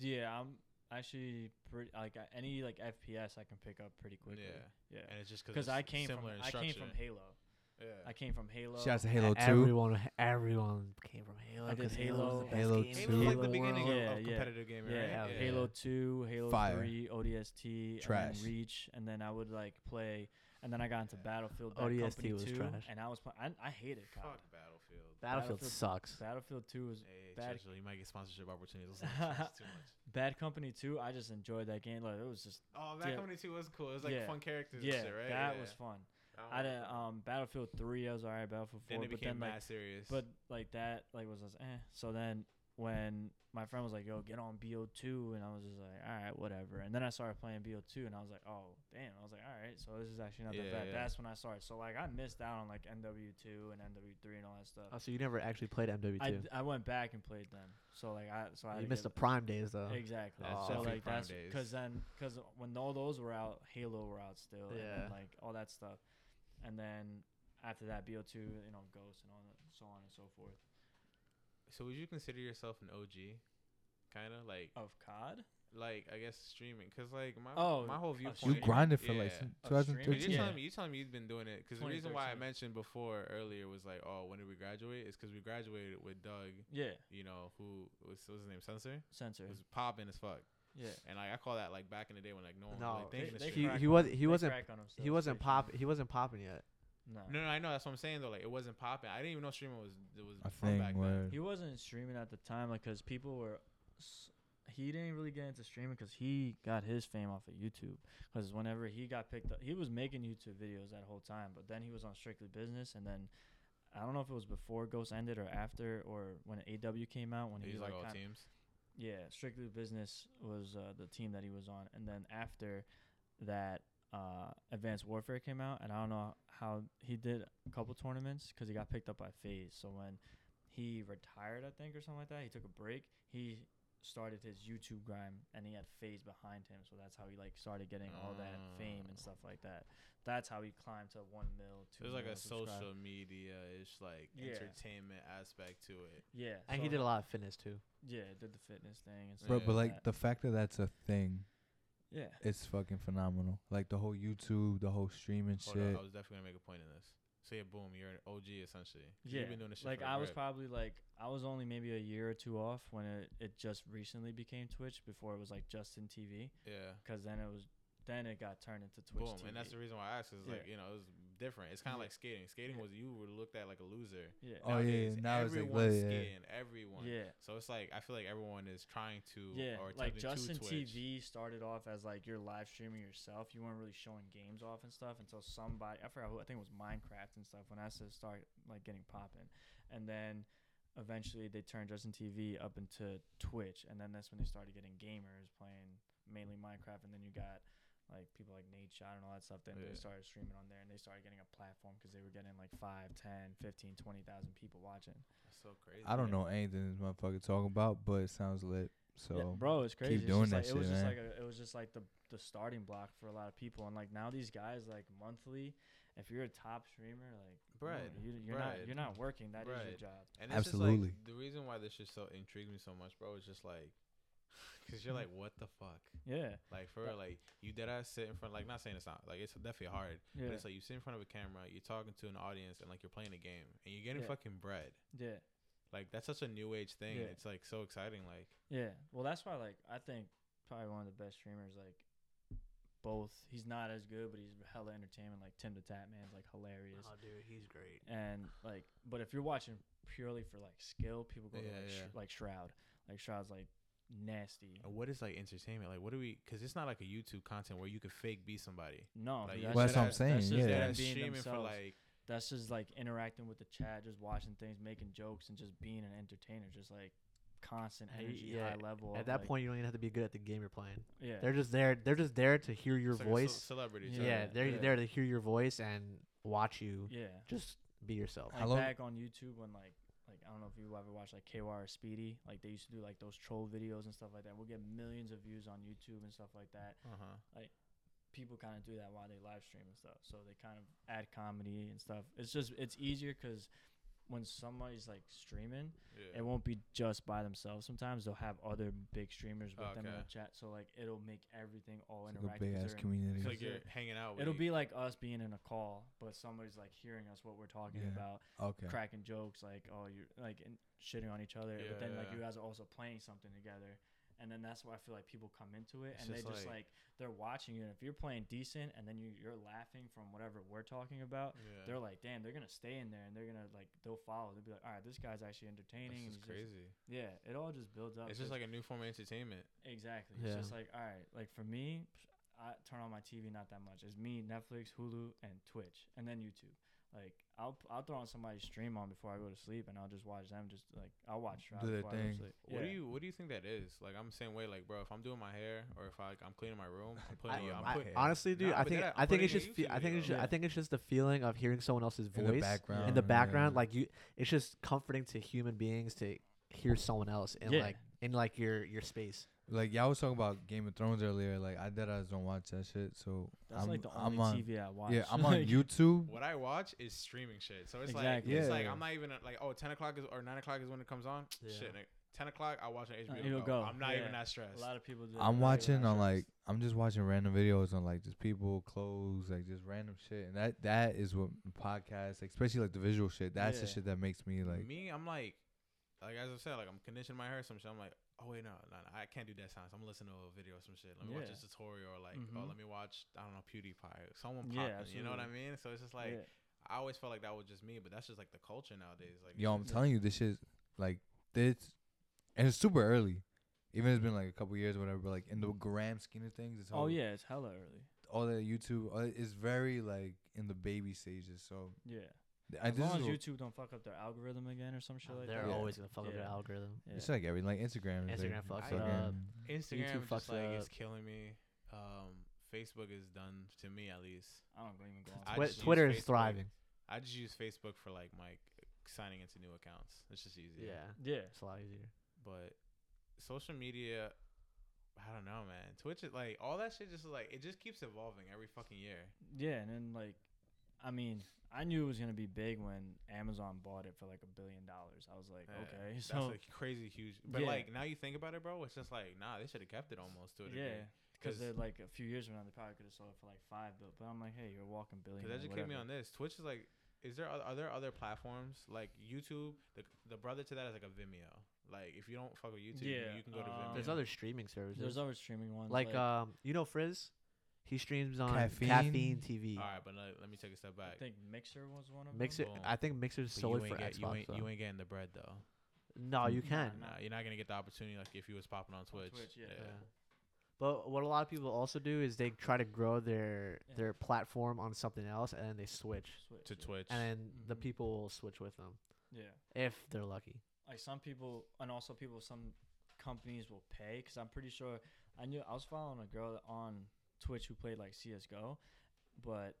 Speaker 4: Yeah, I'm actually pretty like I- any like FPS I can pick up pretty quickly. Yeah,
Speaker 3: And it's just
Speaker 4: because
Speaker 3: because
Speaker 4: I came from I came from Halo.
Speaker 3: Yeah.
Speaker 4: I came from Halo.
Speaker 1: Shout out to Halo
Speaker 2: E-
Speaker 1: 2.
Speaker 2: Everyone, everyone came from Halo.
Speaker 4: I did
Speaker 2: 'cause Halo's the
Speaker 1: Halo
Speaker 4: Halo-
Speaker 2: best game in
Speaker 1: Halo was
Speaker 3: Halo
Speaker 2: the
Speaker 3: like the
Speaker 2: world.
Speaker 3: beginning of,
Speaker 4: Yeah,
Speaker 3: of
Speaker 4: yeah.
Speaker 3: competitive gaming, right?
Speaker 4: Yeah,
Speaker 2: Yeah.
Speaker 4: Halo Two, Halo
Speaker 1: Fire.
Speaker 4: Three, ODST, and
Speaker 1: Trash.
Speaker 4: then Reach, and then I would like play, and then I got into
Speaker 3: Yeah.
Speaker 4: Battlefield. Bad
Speaker 2: ODST
Speaker 4: Company
Speaker 2: was
Speaker 4: 2,
Speaker 2: trash.
Speaker 4: and I was playing. I hated COD.
Speaker 3: Fuck Battlefield.
Speaker 2: Battlefield
Speaker 4: Battlefield-
Speaker 2: sucks.
Speaker 4: Battlefield Two was
Speaker 3: Hey,
Speaker 4: Bad-
Speaker 3: Churchill, you might get sponsorship opportunities. Let's not stress too much.
Speaker 4: Bad Company Two. I just enjoyed that game. Like it was just
Speaker 3: [laughs] Oh, Bad
Speaker 4: Yeah.
Speaker 3: Company 2 was cool. It was like
Speaker 4: Yeah.
Speaker 3: fun characters
Speaker 4: yeah,
Speaker 3: and shit, right?
Speaker 4: that
Speaker 3: Yeah.
Speaker 4: was fun.
Speaker 3: don't
Speaker 4: I
Speaker 3: know.
Speaker 4: didn't, um Battlefield Three. I was alright. Battlefield Four,
Speaker 3: Then
Speaker 4: but
Speaker 3: it became
Speaker 4: then like
Speaker 3: mad serious.
Speaker 4: But like that, like was just eh. So then when my friend was like, "Yo, get on BO2," and I was just like, "All right, whatever." And then I started playing BO2, and I was like, "Oh, damn!" I was like, "All right, so this is actually not
Speaker 3: Yeah,
Speaker 4: that bad."
Speaker 3: yeah.
Speaker 4: That's when I started. So like I missed out on like NW2 and NW3 and all that stuff.
Speaker 2: Oh, so you never actually played MW2.
Speaker 4: I, d- I went back and played them. So like I so I had
Speaker 2: you
Speaker 4: to
Speaker 2: missed the
Speaker 4: give-
Speaker 2: prime days though.
Speaker 4: Exactly.
Speaker 3: That's
Speaker 4: so
Speaker 3: definitely
Speaker 4: like
Speaker 3: prime
Speaker 4: that's
Speaker 3: days.
Speaker 4: because then because when all those were out, Halo were out still, and
Speaker 2: Yeah.
Speaker 4: then, like all that stuff, and then after that, BO2, you know, Ghost and all that, so on and so forth.
Speaker 3: so would you consider yourself an OG? Kind of like,
Speaker 4: Of COD.
Speaker 3: like I guess streaming, cause like my
Speaker 4: Oh,
Speaker 3: my whole
Speaker 4: of
Speaker 3: viewpoint.
Speaker 1: You
Speaker 4: Yeah.
Speaker 1: grinded for like
Speaker 3: Yeah.
Speaker 1: since
Speaker 4: Of streaming.
Speaker 1: 2013.
Speaker 3: Dude, you're
Speaker 4: Yeah.
Speaker 3: telling me, you're telling me you've been doing it because the reason why I
Speaker 4: 2013.
Speaker 3: mentioned before earlier was like, oh, when did we graduate? Is because we graduated with Doug,
Speaker 4: Yeah,
Speaker 3: you know, who was what was his name, Sensor,
Speaker 4: censor.
Speaker 3: was popping as fuck,
Speaker 4: Yeah,
Speaker 3: and like I call that like back in the day when like no one was
Speaker 2: No,
Speaker 3: like, thinking
Speaker 4: they-
Speaker 3: of
Speaker 4: they
Speaker 3: streaming.
Speaker 2: he
Speaker 4: crack
Speaker 2: he
Speaker 4: on-
Speaker 2: was he
Speaker 4: They
Speaker 2: wasn't
Speaker 4: crack on themselves,
Speaker 2: he wasn't
Speaker 4: they
Speaker 2: pop
Speaker 4: do.
Speaker 2: he wasn't popping yet.
Speaker 4: No.
Speaker 3: No, no, I know that's what I'm saying though. Like it wasn't popping. I didn't even know streaming was it was
Speaker 1: I
Speaker 3: from back
Speaker 1: think.
Speaker 3: then.
Speaker 1: Word.
Speaker 4: he wasn't streaming at the time, like, cause people were. s- He didn't really get into streaming because he got his fame off of YouTube. Because whenever he got picked up, he was making YouTube videos that whole time. But then he was on Strictly Business, and then I don't know if it was before Ghost ended or after, or when AW came out. When he
Speaker 3: He's
Speaker 4: was
Speaker 3: like
Speaker 4: like,
Speaker 3: all
Speaker 4: kinda-
Speaker 3: teams.
Speaker 4: Yeah, Strictly Business was uh, the team that he was on, and then after that, uh, Advanced Warfare came out, and I don't know how he did a couple tournaments because he got picked up by Phase. So when he retired, I think, or something like that, he took a break. He started his YouTube grind, and he had Phase behind him, so that's how he like started getting all that fame
Speaker 3: Oh.
Speaker 4: and stuff like that. That's how he climbed to one mil, two.
Speaker 3: There's like
Speaker 4: mil
Speaker 3: a
Speaker 4: subscribers.
Speaker 3: social media ish like
Speaker 4: Yeah.
Speaker 3: entertainment aspect to it.
Speaker 4: Yeah,
Speaker 2: And he
Speaker 4: so-
Speaker 2: did a lot of fitness too.
Speaker 4: Yeah, did the fitness thing and stuff.
Speaker 1: Bro, but
Speaker 3: Yeah.
Speaker 1: like the fact that that's a thing,
Speaker 4: yeah,
Speaker 1: it's fucking phenomenal. Like the whole YouTube, the whole streaming shit.
Speaker 3: Hold on, I was definitely gonna make a point in this. So yeah, boom, you're an OG essentially. 'Cause
Speaker 4: yeah.
Speaker 3: You've been doing this shit
Speaker 4: like
Speaker 3: for a
Speaker 4: I was
Speaker 3: grip.
Speaker 4: probably like I was only maybe a year or two off when it, it just recently became Twitch. Before it was like Justin TV,
Speaker 3: yeah.
Speaker 4: because then it was then it got turned into Twitch.
Speaker 3: Boom,
Speaker 4: TV.
Speaker 3: and that's the reason why I asked. Is
Speaker 4: Yeah.
Speaker 3: like you know it was different. It's kind of like skating. Skating was you were looked at like a loser.
Speaker 4: yeah,
Speaker 1: Oh, yeah,
Speaker 3: Nowadays,
Speaker 1: now it's like,
Speaker 3: everyone's
Speaker 1: yeah, yeah.
Speaker 3: skating. Everyone.
Speaker 4: yeah,
Speaker 3: So it's like I feel like everyone is trying to
Speaker 4: yeah.
Speaker 3: or
Speaker 4: Like
Speaker 3: attempting
Speaker 4: Justin
Speaker 3: to Twitch.
Speaker 4: TV started off as like you're live streaming yourself. You weren't really showing games off and stuff until somebody I forgot who I think it was Minecraft and stuff when I started start like getting popping, and then eventually they turned Justin TV up into Twitch, and then that's when they started getting gamers playing mainly Minecraft, and then you got. Like people like Nate Shot and all that stuff, then
Speaker 3: Yeah.
Speaker 4: they started streaming on there and they started getting a platform because they were getting like 5, 10, 15, 20,000 people watching.
Speaker 3: That's so crazy.
Speaker 1: I don't know
Speaker 3: Yeah.
Speaker 1: anything this motherfucker talking about, but it sounds lit. So,
Speaker 4: Yeah, bro, it's crazy. It's
Speaker 1: doing
Speaker 4: just
Speaker 1: that
Speaker 4: like,
Speaker 1: shit,
Speaker 4: it was just
Speaker 1: man.
Speaker 4: like a, it was just like the the starting block for a lot of people, and like now these guys like monthly. If you're a top streamer, like
Speaker 3: Bread,
Speaker 4: you, you're
Speaker 3: bread,
Speaker 4: not you're not working. That is
Speaker 3: bread.
Speaker 4: your job.
Speaker 3: And it's just, like,
Speaker 1: Absolutely.
Speaker 3: the reason why this shit so intrigues me so much, bro, is just like, [laughs] cause you're like, what the fuck?
Speaker 4: Yeah,
Speaker 3: Like for real, like you dead ass sit in front. Like not saying it's not like it's definitely hard,
Speaker 4: yeah,
Speaker 3: but it's like you sit in front of a camera, you're talking to an audience, and like you're playing a game, and you're getting
Speaker 4: Yeah.
Speaker 3: fucking bread.
Speaker 4: yeah,
Speaker 3: Like that's such a new age thing.
Speaker 4: Yeah.
Speaker 3: It's like so exciting. Like
Speaker 4: yeah. Well, that's why like I think probably one of the best streamers like. Both, he's not as good, but he's hella entertainment. Like Tim the Tap Man's like hilarious,
Speaker 2: Oh, dude, he's great.
Speaker 4: and like, but if you're watching purely for like skill, people go to
Speaker 3: Yeah,
Speaker 4: like,
Speaker 3: yeah.
Speaker 4: Sh- like Shroud. Like Shroud's like nasty.
Speaker 3: and what is like entertainment? Like what do we? Cause it's not like a YouTube content where you could fake be somebody.
Speaker 4: No,
Speaker 3: Like,
Speaker 4: dude,
Speaker 3: you
Speaker 1: well, that's what I'm
Speaker 3: that's-
Speaker 1: saying.
Speaker 4: that's just
Speaker 1: yeah,
Speaker 4: them
Speaker 3: Dead
Speaker 4: that-
Speaker 3: ass
Speaker 4: being
Speaker 3: streaming for
Speaker 4: themselves.
Speaker 3: like
Speaker 4: that's just like interacting with the chat, just watching things, making jokes, and just being an entertainer. Just like constant
Speaker 2: And y-
Speaker 4: energy,
Speaker 2: yeah,
Speaker 4: high level.
Speaker 2: At
Speaker 4: of,
Speaker 2: that
Speaker 4: like-
Speaker 2: point, you don't even have to be good at the game you're playing.
Speaker 4: yeah,
Speaker 2: They're just there. They're just there to hear your
Speaker 3: it's like a ce-
Speaker 2: voice.
Speaker 3: celebrity.
Speaker 4: Yeah,
Speaker 2: yeah,
Speaker 3: type.
Speaker 2: they're
Speaker 4: yeah.
Speaker 2: there to hear your voice and watch you.
Speaker 4: yeah.
Speaker 2: Just be yourself.
Speaker 4: Like
Speaker 1: How long-
Speaker 4: back on YouTube when like like I don't know if you ever watched like KYR or Speedy, like they used to do like those troll videos and stuff like that. We'll get millions of views on YouTube and stuff like that.
Speaker 3: Uh-huh.
Speaker 4: People kind of do that while they live stream and stuff, so they kind of add comedy and stuff. It's just it's easier because when somebody's like streaming,
Speaker 3: Yeah.
Speaker 4: it won't be just by themselves. Sometimes they'll have other big streamers with them in
Speaker 3: Okay.
Speaker 4: the chat, so like it'll make everything all
Speaker 1: it's like a
Speaker 4: interactive.
Speaker 1: big
Speaker 4: 'cause
Speaker 1: ass
Speaker 4: they're in-
Speaker 1: community.
Speaker 3: It's like
Speaker 4: Yeah.
Speaker 3: you're hanging out. with
Speaker 4: It'll
Speaker 3: you.
Speaker 4: be like us being in a call, but somebody's like hearing us what we're talking
Speaker 1: Yeah.
Speaker 4: about,
Speaker 1: Okay.
Speaker 4: cracking jokes, like oh you're like and shitting on each other, but then like
Speaker 3: Yeah.
Speaker 4: you guys are also playing something together. And then that's why I feel like people come into it
Speaker 3: It's
Speaker 4: and they
Speaker 3: just
Speaker 4: just
Speaker 3: like-
Speaker 4: like they're watching you. And if you're playing decent and then you, you're laughing from whatever we're talking about,
Speaker 3: Yeah.
Speaker 4: they're like, damn, they're gonna stay in there and they're gonna like they'll follow. They'll be like, all right, this guy's actually entertaining.
Speaker 3: This
Speaker 4: and
Speaker 3: is
Speaker 4: he's just-
Speaker 3: crazy.
Speaker 4: yeah, it all just builds up.
Speaker 3: It's just like a new form of entertainment.
Speaker 4: exactly.
Speaker 2: Yeah.
Speaker 4: It's just like all right, like for me, I turn on my TV not that much. It's me, Netflix, Hulu, and Twitch, and then YouTube. Like I'll I'll throw on somebody's stream on before I go to sleep, and I'll just watch them. Just like I'll watch Shroud
Speaker 1: Do their
Speaker 4: before I go
Speaker 1: thing.
Speaker 4: to sleep.
Speaker 3: What do
Speaker 4: Yeah.
Speaker 3: you What do you think that is? Like I'm the same way. Like bro, if I'm doing my hair or if I, like, I'm cleaning my room, I'm putting. you, uh, I'm
Speaker 2: I-
Speaker 3: putting
Speaker 2: honestly, dude,
Speaker 3: Nah,
Speaker 2: I
Speaker 3: but
Speaker 2: think
Speaker 3: that-
Speaker 2: I
Speaker 3: I'm
Speaker 2: think it's
Speaker 3: putting
Speaker 2: just
Speaker 3: in
Speaker 2: fe-
Speaker 3: a
Speaker 2: I think
Speaker 3: YouTube
Speaker 2: it's just,
Speaker 4: video.
Speaker 2: I think it's just the feeling of hearing someone else's voice
Speaker 1: in the background.
Speaker 4: in the
Speaker 2: uh,
Speaker 1: yeah.
Speaker 2: Like you, it's just comforting to human beings to hear someone else in
Speaker 4: Yeah.
Speaker 2: like in like your your space.
Speaker 1: Like y'all was talking about Game of Thrones earlier. Like I dead ass don't watch that shit. So
Speaker 4: That's
Speaker 1: I'm,
Speaker 4: like the
Speaker 1: I'm
Speaker 4: only
Speaker 1: on,
Speaker 4: TV I watch.
Speaker 1: Yeah, I'm on
Speaker 4: [laughs] Like,
Speaker 1: YouTube.
Speaker 3: what I watch is streaming shit. So it's
Speaker 4: Exactly.
Speaker 3: like it's like
Speaker 1: Yeah.
Speaker 3: I'm not even uh, like oh 10 o'clock is or nine o'clock is when it comes on.
Speaker 2: Yeah.
Speaker 3: Shit, like, ten o'clock I watch on
Speaker 4: Uh,
Speaker 3: HBO.
Speaker 4: it'll
Speaker 3: Go.
Speaker 4: go.
Speaker 3: Oh, I'm not
Speaker 4: Yeah.
Speaker 3: even that stressed.
Speaker 4: A lot of people do. that.
Speaker 1: I'm
Speaker 4: Like,
Speaker 1: watching on
Speaker 4: Shroud's-
Speaker 1: like I'm just watching random videos on like just people, clothes, like just random shit, and that that is what podcasts, like, especially like the visual shit. That's the
Speaker 4: Yeah.
Speaker 1: shit that makes me like.
Speaker 3: me, I'm like, like as I said, like I'm conditioning my hair or some shit. I'm like, oh wait, no, no, no I can't do that science. I'm gonna listen to a video or some shit. Let me watch
Speaker 4: Yeah.
Speaker 3: this tutorial or like, oh,
Speaker 4: Mhm.
Speaker 3: let me watch, I don't know, PewDiePie, someone
Speaker 4: Yeah,
Speaker 3: popping. you know what I mean? So it's just like
Speaker 4: Yeah.
Speaker 3: I always felt like that was just me, but that's just like the culture nowadays. Like,
Speaker 1: Yo, I'm
Speaker 3: it's-
Speaker 1: telling you, this shit, like this, and it's super early. Even it's been like a couple years, or whatever. But like in the grand scheme of things, it's
Speaker 4: Oh
Speaker 1: all-
Speaker 4: yeah, it's hella early.
Speaker 1: all that YouTube uh, is very like in the baby stages. So
Speaker 4: Yeah.
Speaker 1: I,
Speaker 4: As
Speaker 1: this
Speaker 4: long
Speaker 1: is
Speaker 4: as
Speaker 1: what-
Speaker 4: YouTube don't fuck up their algorithm again or some shit like
Speaker 2: They're
Speaker 4: that.
Speaker 1: Yeah.
Speaker 2: always gonna fuck up their
Speaker 4: Yeah.
Speaker 2: algorithm.
Speaker 4: Yeah.
Speaker 1: it's like every like Instagram. is,
Speaker 2: Instagram
Speaker 1: like,
Speaker 2: fucks
Speaker 3: it
Speaker 1: fucking-
Speaker 2: up.
Speaker 3: Instagram
Speaker 2: YouTube
Speaker 3: just
Speaker 2: fucks
Speaker 3: like it's
Speaker 2: up.
Speaker 3: killing me. Um, Facebook is done to me at least.
Speaker 4: I don't go- even go.
Speaker 3: I
Speaker 4: on
Speaker 2: Twi-
Speaker 3: just use
Speaker 2: Twitter is
Speaker 3: Facebook.
Speaker 2: thriving.
Speaker 3: I just use Facebook for like my signing into new accounts. It's just easier.
Speaker 2: Yeah.
Speaker 4: Yeah,
Speaker 2: It's a lot easier.
Speaker 3: But social media, I don't know, man. Twitch is like all that shit. Just like it just keeps evolving every fucking year.
Speaker 4: yeah, and then like, I mean, I knew it was gonna be big when Amazon bought it for like a billion dollars. I was like,
Speaker 3: Yeah,
Speaker 4: okay, [laughs]
Speaker 3: that's
Speaker 4: so
Speaker 3: like crazy huge. But
Speaker 4: Yeah.
Speaker 3: like now you think about it, bro, it's just like nah, they should have kept it almost to a degree.
Speaker 4: yeah, because
Speaker 3: 'Cause-
Speaker 4: they're like a few years from now they probably could have sold it for like five, but but I'm like, hey, you're a walking billion.
Speaker 3: Because educate me on this. Twitch is like, is there oth- are there other platforms like YouTube? The the brother to that is like a Vimeo. Like if you don't fuck with YouTube,
Speaker 4: Yeah,
Speaker 3: you can go to
Speaker 4: um,
Speaker 3: Vimeo.
Speaker 2: There's
Speaker 4: yeah.
Speaker 2: other streaming services.
Speaker 4: There's other streaming ones
Speaker 2: like, um, you know Frizz, he streams on
Speaker 1: Caffeine?
Speaker 2: caffeine, TV.
Speaker 3: All right, but let, let me take a step
Speaker 4: I
Speaker 3: back.
Speaker 4: think Mixer was one of
Speaker 2: Mixer,
Speaker 4: them.
Speaker 3: Boom.
Speaker 2: I think Mixer's
Speaker 3: But
Speaker 2: solely
Speaker 3: you
Speaker 2: for
Speaker 3: ain't, get,
Speaker 2: Xbox.
Speaker 3: you, ain't,
Speaker 2: though.
Speaker 3: you ain't getting the bread though.
Speaker 2: no, you
Speaker 4: Nah,
Speaker 2: can.
Speaker 4: nah.
Speaker 3: Nah, you're not gonna get the opportunity like if you was popping on Twitch.
Speaker 4: Twitch, yeah.
Speaker 2: Yeah. But what a lot of people also do is they try to grow their
Speaker 4: Yeah.
Speaker 2: their platform on something else, and then they switch,
Speaker 4: Switch,
Speaker 3: To
Speaker 4: yeah.
Speaker 3: Twitch,
Speaker 2: and then the
Speaker 4: Mhm.
Speaker 2: people will switch with them
Speaker 4: Yeah.
Speaker 2: if they're lucky.
Speaker 4: like some people and also people some companies will pay because i'm pretty sure i knew i was following a girl on twitch who played like csgo but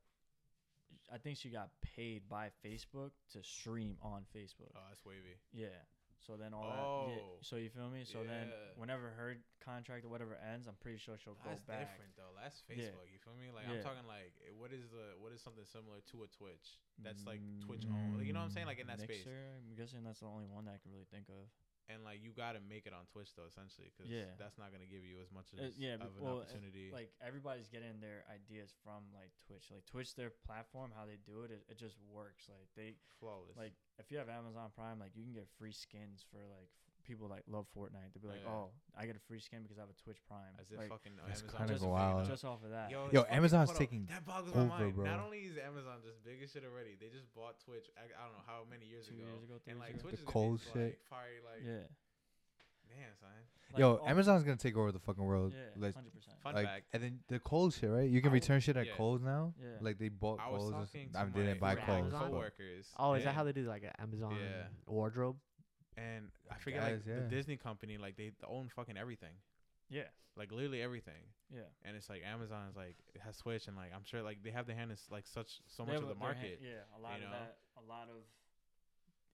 Speaker 4: i think she got paid by facebook to stream on facebook
Speaker 3: oh, that's wavy.
Speaker 4: yeah so then all that yeah,
Speaker 3: Oh.
Speaker 4: so you feel me so then
Speaker 3: Yeah.
Speaker 4: whenever her contract or whatever ends i'm pretty sure she'll
Speaker 3: That's
Speaker 4: go back
Speaker 3: different though. That's
Speaker 4: Yeah.
Speaker 3: Facebook. You feel me? Like I'm
Speaker 4: Yeah.
Speaker 3: talking like eh, what is the what is something similar to a Twitch that's like Twitch owned. Like, you know what I'm saying? Like in that
Speaker 4: Mm. Mixer,
Speaker 3: space.
Speaker 4: i'm guessing that's the only one that i can really think of
Speaker 3: and like you got to make it on Twitch though, essentially, because
Speaker 4: Yeah.
Speaker 3: that's not gonna give you as much
Speaker 4: Uh,
Speaker 3: as
Speaker 4: yeah, but-
Speaker 3: of an
Speaker 4: well, uh,
Speaker 3: opportunity.
Speaker 4: like everybody's getting their ideas from like Twitch. Like Twitch, their platform, how they do it, it, it just works. Like they
Speaker 3: flawless.
Speaker 4: like if you have Amazon Prime, like you can get free skins for like f- people like love Fortnite. They'll be like,
Speaker 3: Yeah.
Speaker 4: oh, I get a free skin because I have a Twitch Prime.
Speaker 3: as if
Speaker 4: like,
Speaker 3: fucking
Speaker 1: That's
Speaker 3: Amazon
Speaker 1: kinda
Speaker 3: just
Speaker 1: go
Speaker 3: figured
Speaker 1: wild.
Speaker 3: out-
Speaker 4: just off of that.
Speaker 3: it's
Speaker 1: Yo,
Speaker 3: fucking-
Speaker 1: Amazon's
Speaker 3: hold on.
Speaker 1: taking
Speaker 3: that boggles
Speaker 1: over,
Speaker 3: my mind.
Speaker 1: bro.
Speaker 3: Not only is Amazon just big as shit already, they just bought Twitch. I, I don't know how many years
Speaker 4: two
Speaker 3: ago.
Speaker 4: years ago, three
Speaker 3: And like
Speaker 4: years ago.
Speaker 3: Twitch
Speaker 1: The
Speaker 3: is gonna
Speaker 1: cold
Speaker 3: be,
Speaker 1: shit.
Speaker 3: Like, fiery, like
Speaker 4: yeah.
Speaker 3: man, son.
Speaker 4: um, Like,
Speaker 1: Yo,
Speaker 4: all-
Speaker 1: Amazon's gonna take over the fucking world.
Speaker 4: Yeah,
Speaker 1: like,
Speaker 4: hundred percent.
Speaker 3: Fun
Speaker 1: like,
Speaker 3: fact.
Speaker 1: and then the Kohl's shit, right? You can
Speaker 3: I w-
Speaker 1: return shit at
Speaker 3: yeah.
Speaker 1: Kohl's now.
Speaker 4: Yeah.
Speaker 1: Like they bought
Speaker 3: I
Speaker 1: Kohl's.
Speaker 3: was
Speaker 1: or
Speaker 3: talking
Speaker 1: some-
Speaker 3: to
Speaker 1: I
Speaker 3: my
Speaker 1: didn't buy
Speaker 2: friend
Speaker 1: Kohl's.
Speaker 2: Amazon
Speaker 1: but-
Speaker 3: coworkers.
Speaker 2: Oh, is that
Speaker 3: yeah.
Speaker 2: how they do like an Amazon
Speaker 3: Yeah.
Speaker 2: wardrobe?
Speaker 3: And I forget
Speaker 1: Guys,
Speaker 3: like
Speaker 1: yeah.
Speaker 3: the Disney company, like they own fucking everything,
Speaker 4: Yeah,
Speaker 3: like literally everything.
Speaker 4: yeah.
Speaker 3: And it's like Amazon is like it has Twitch, and like I'm sure like they have the hand is like such so
Speaker 4: They
Speaker 3: much
Speaker 4: have
Speaker 3: of the
Speaker 4: a- their hand-
Speaker 3: market.
Speaker 4: yeah, a lot
Speaker 3: you
Speaker 4: of
Speaker 3: know?
Speaker 4: that. A lot of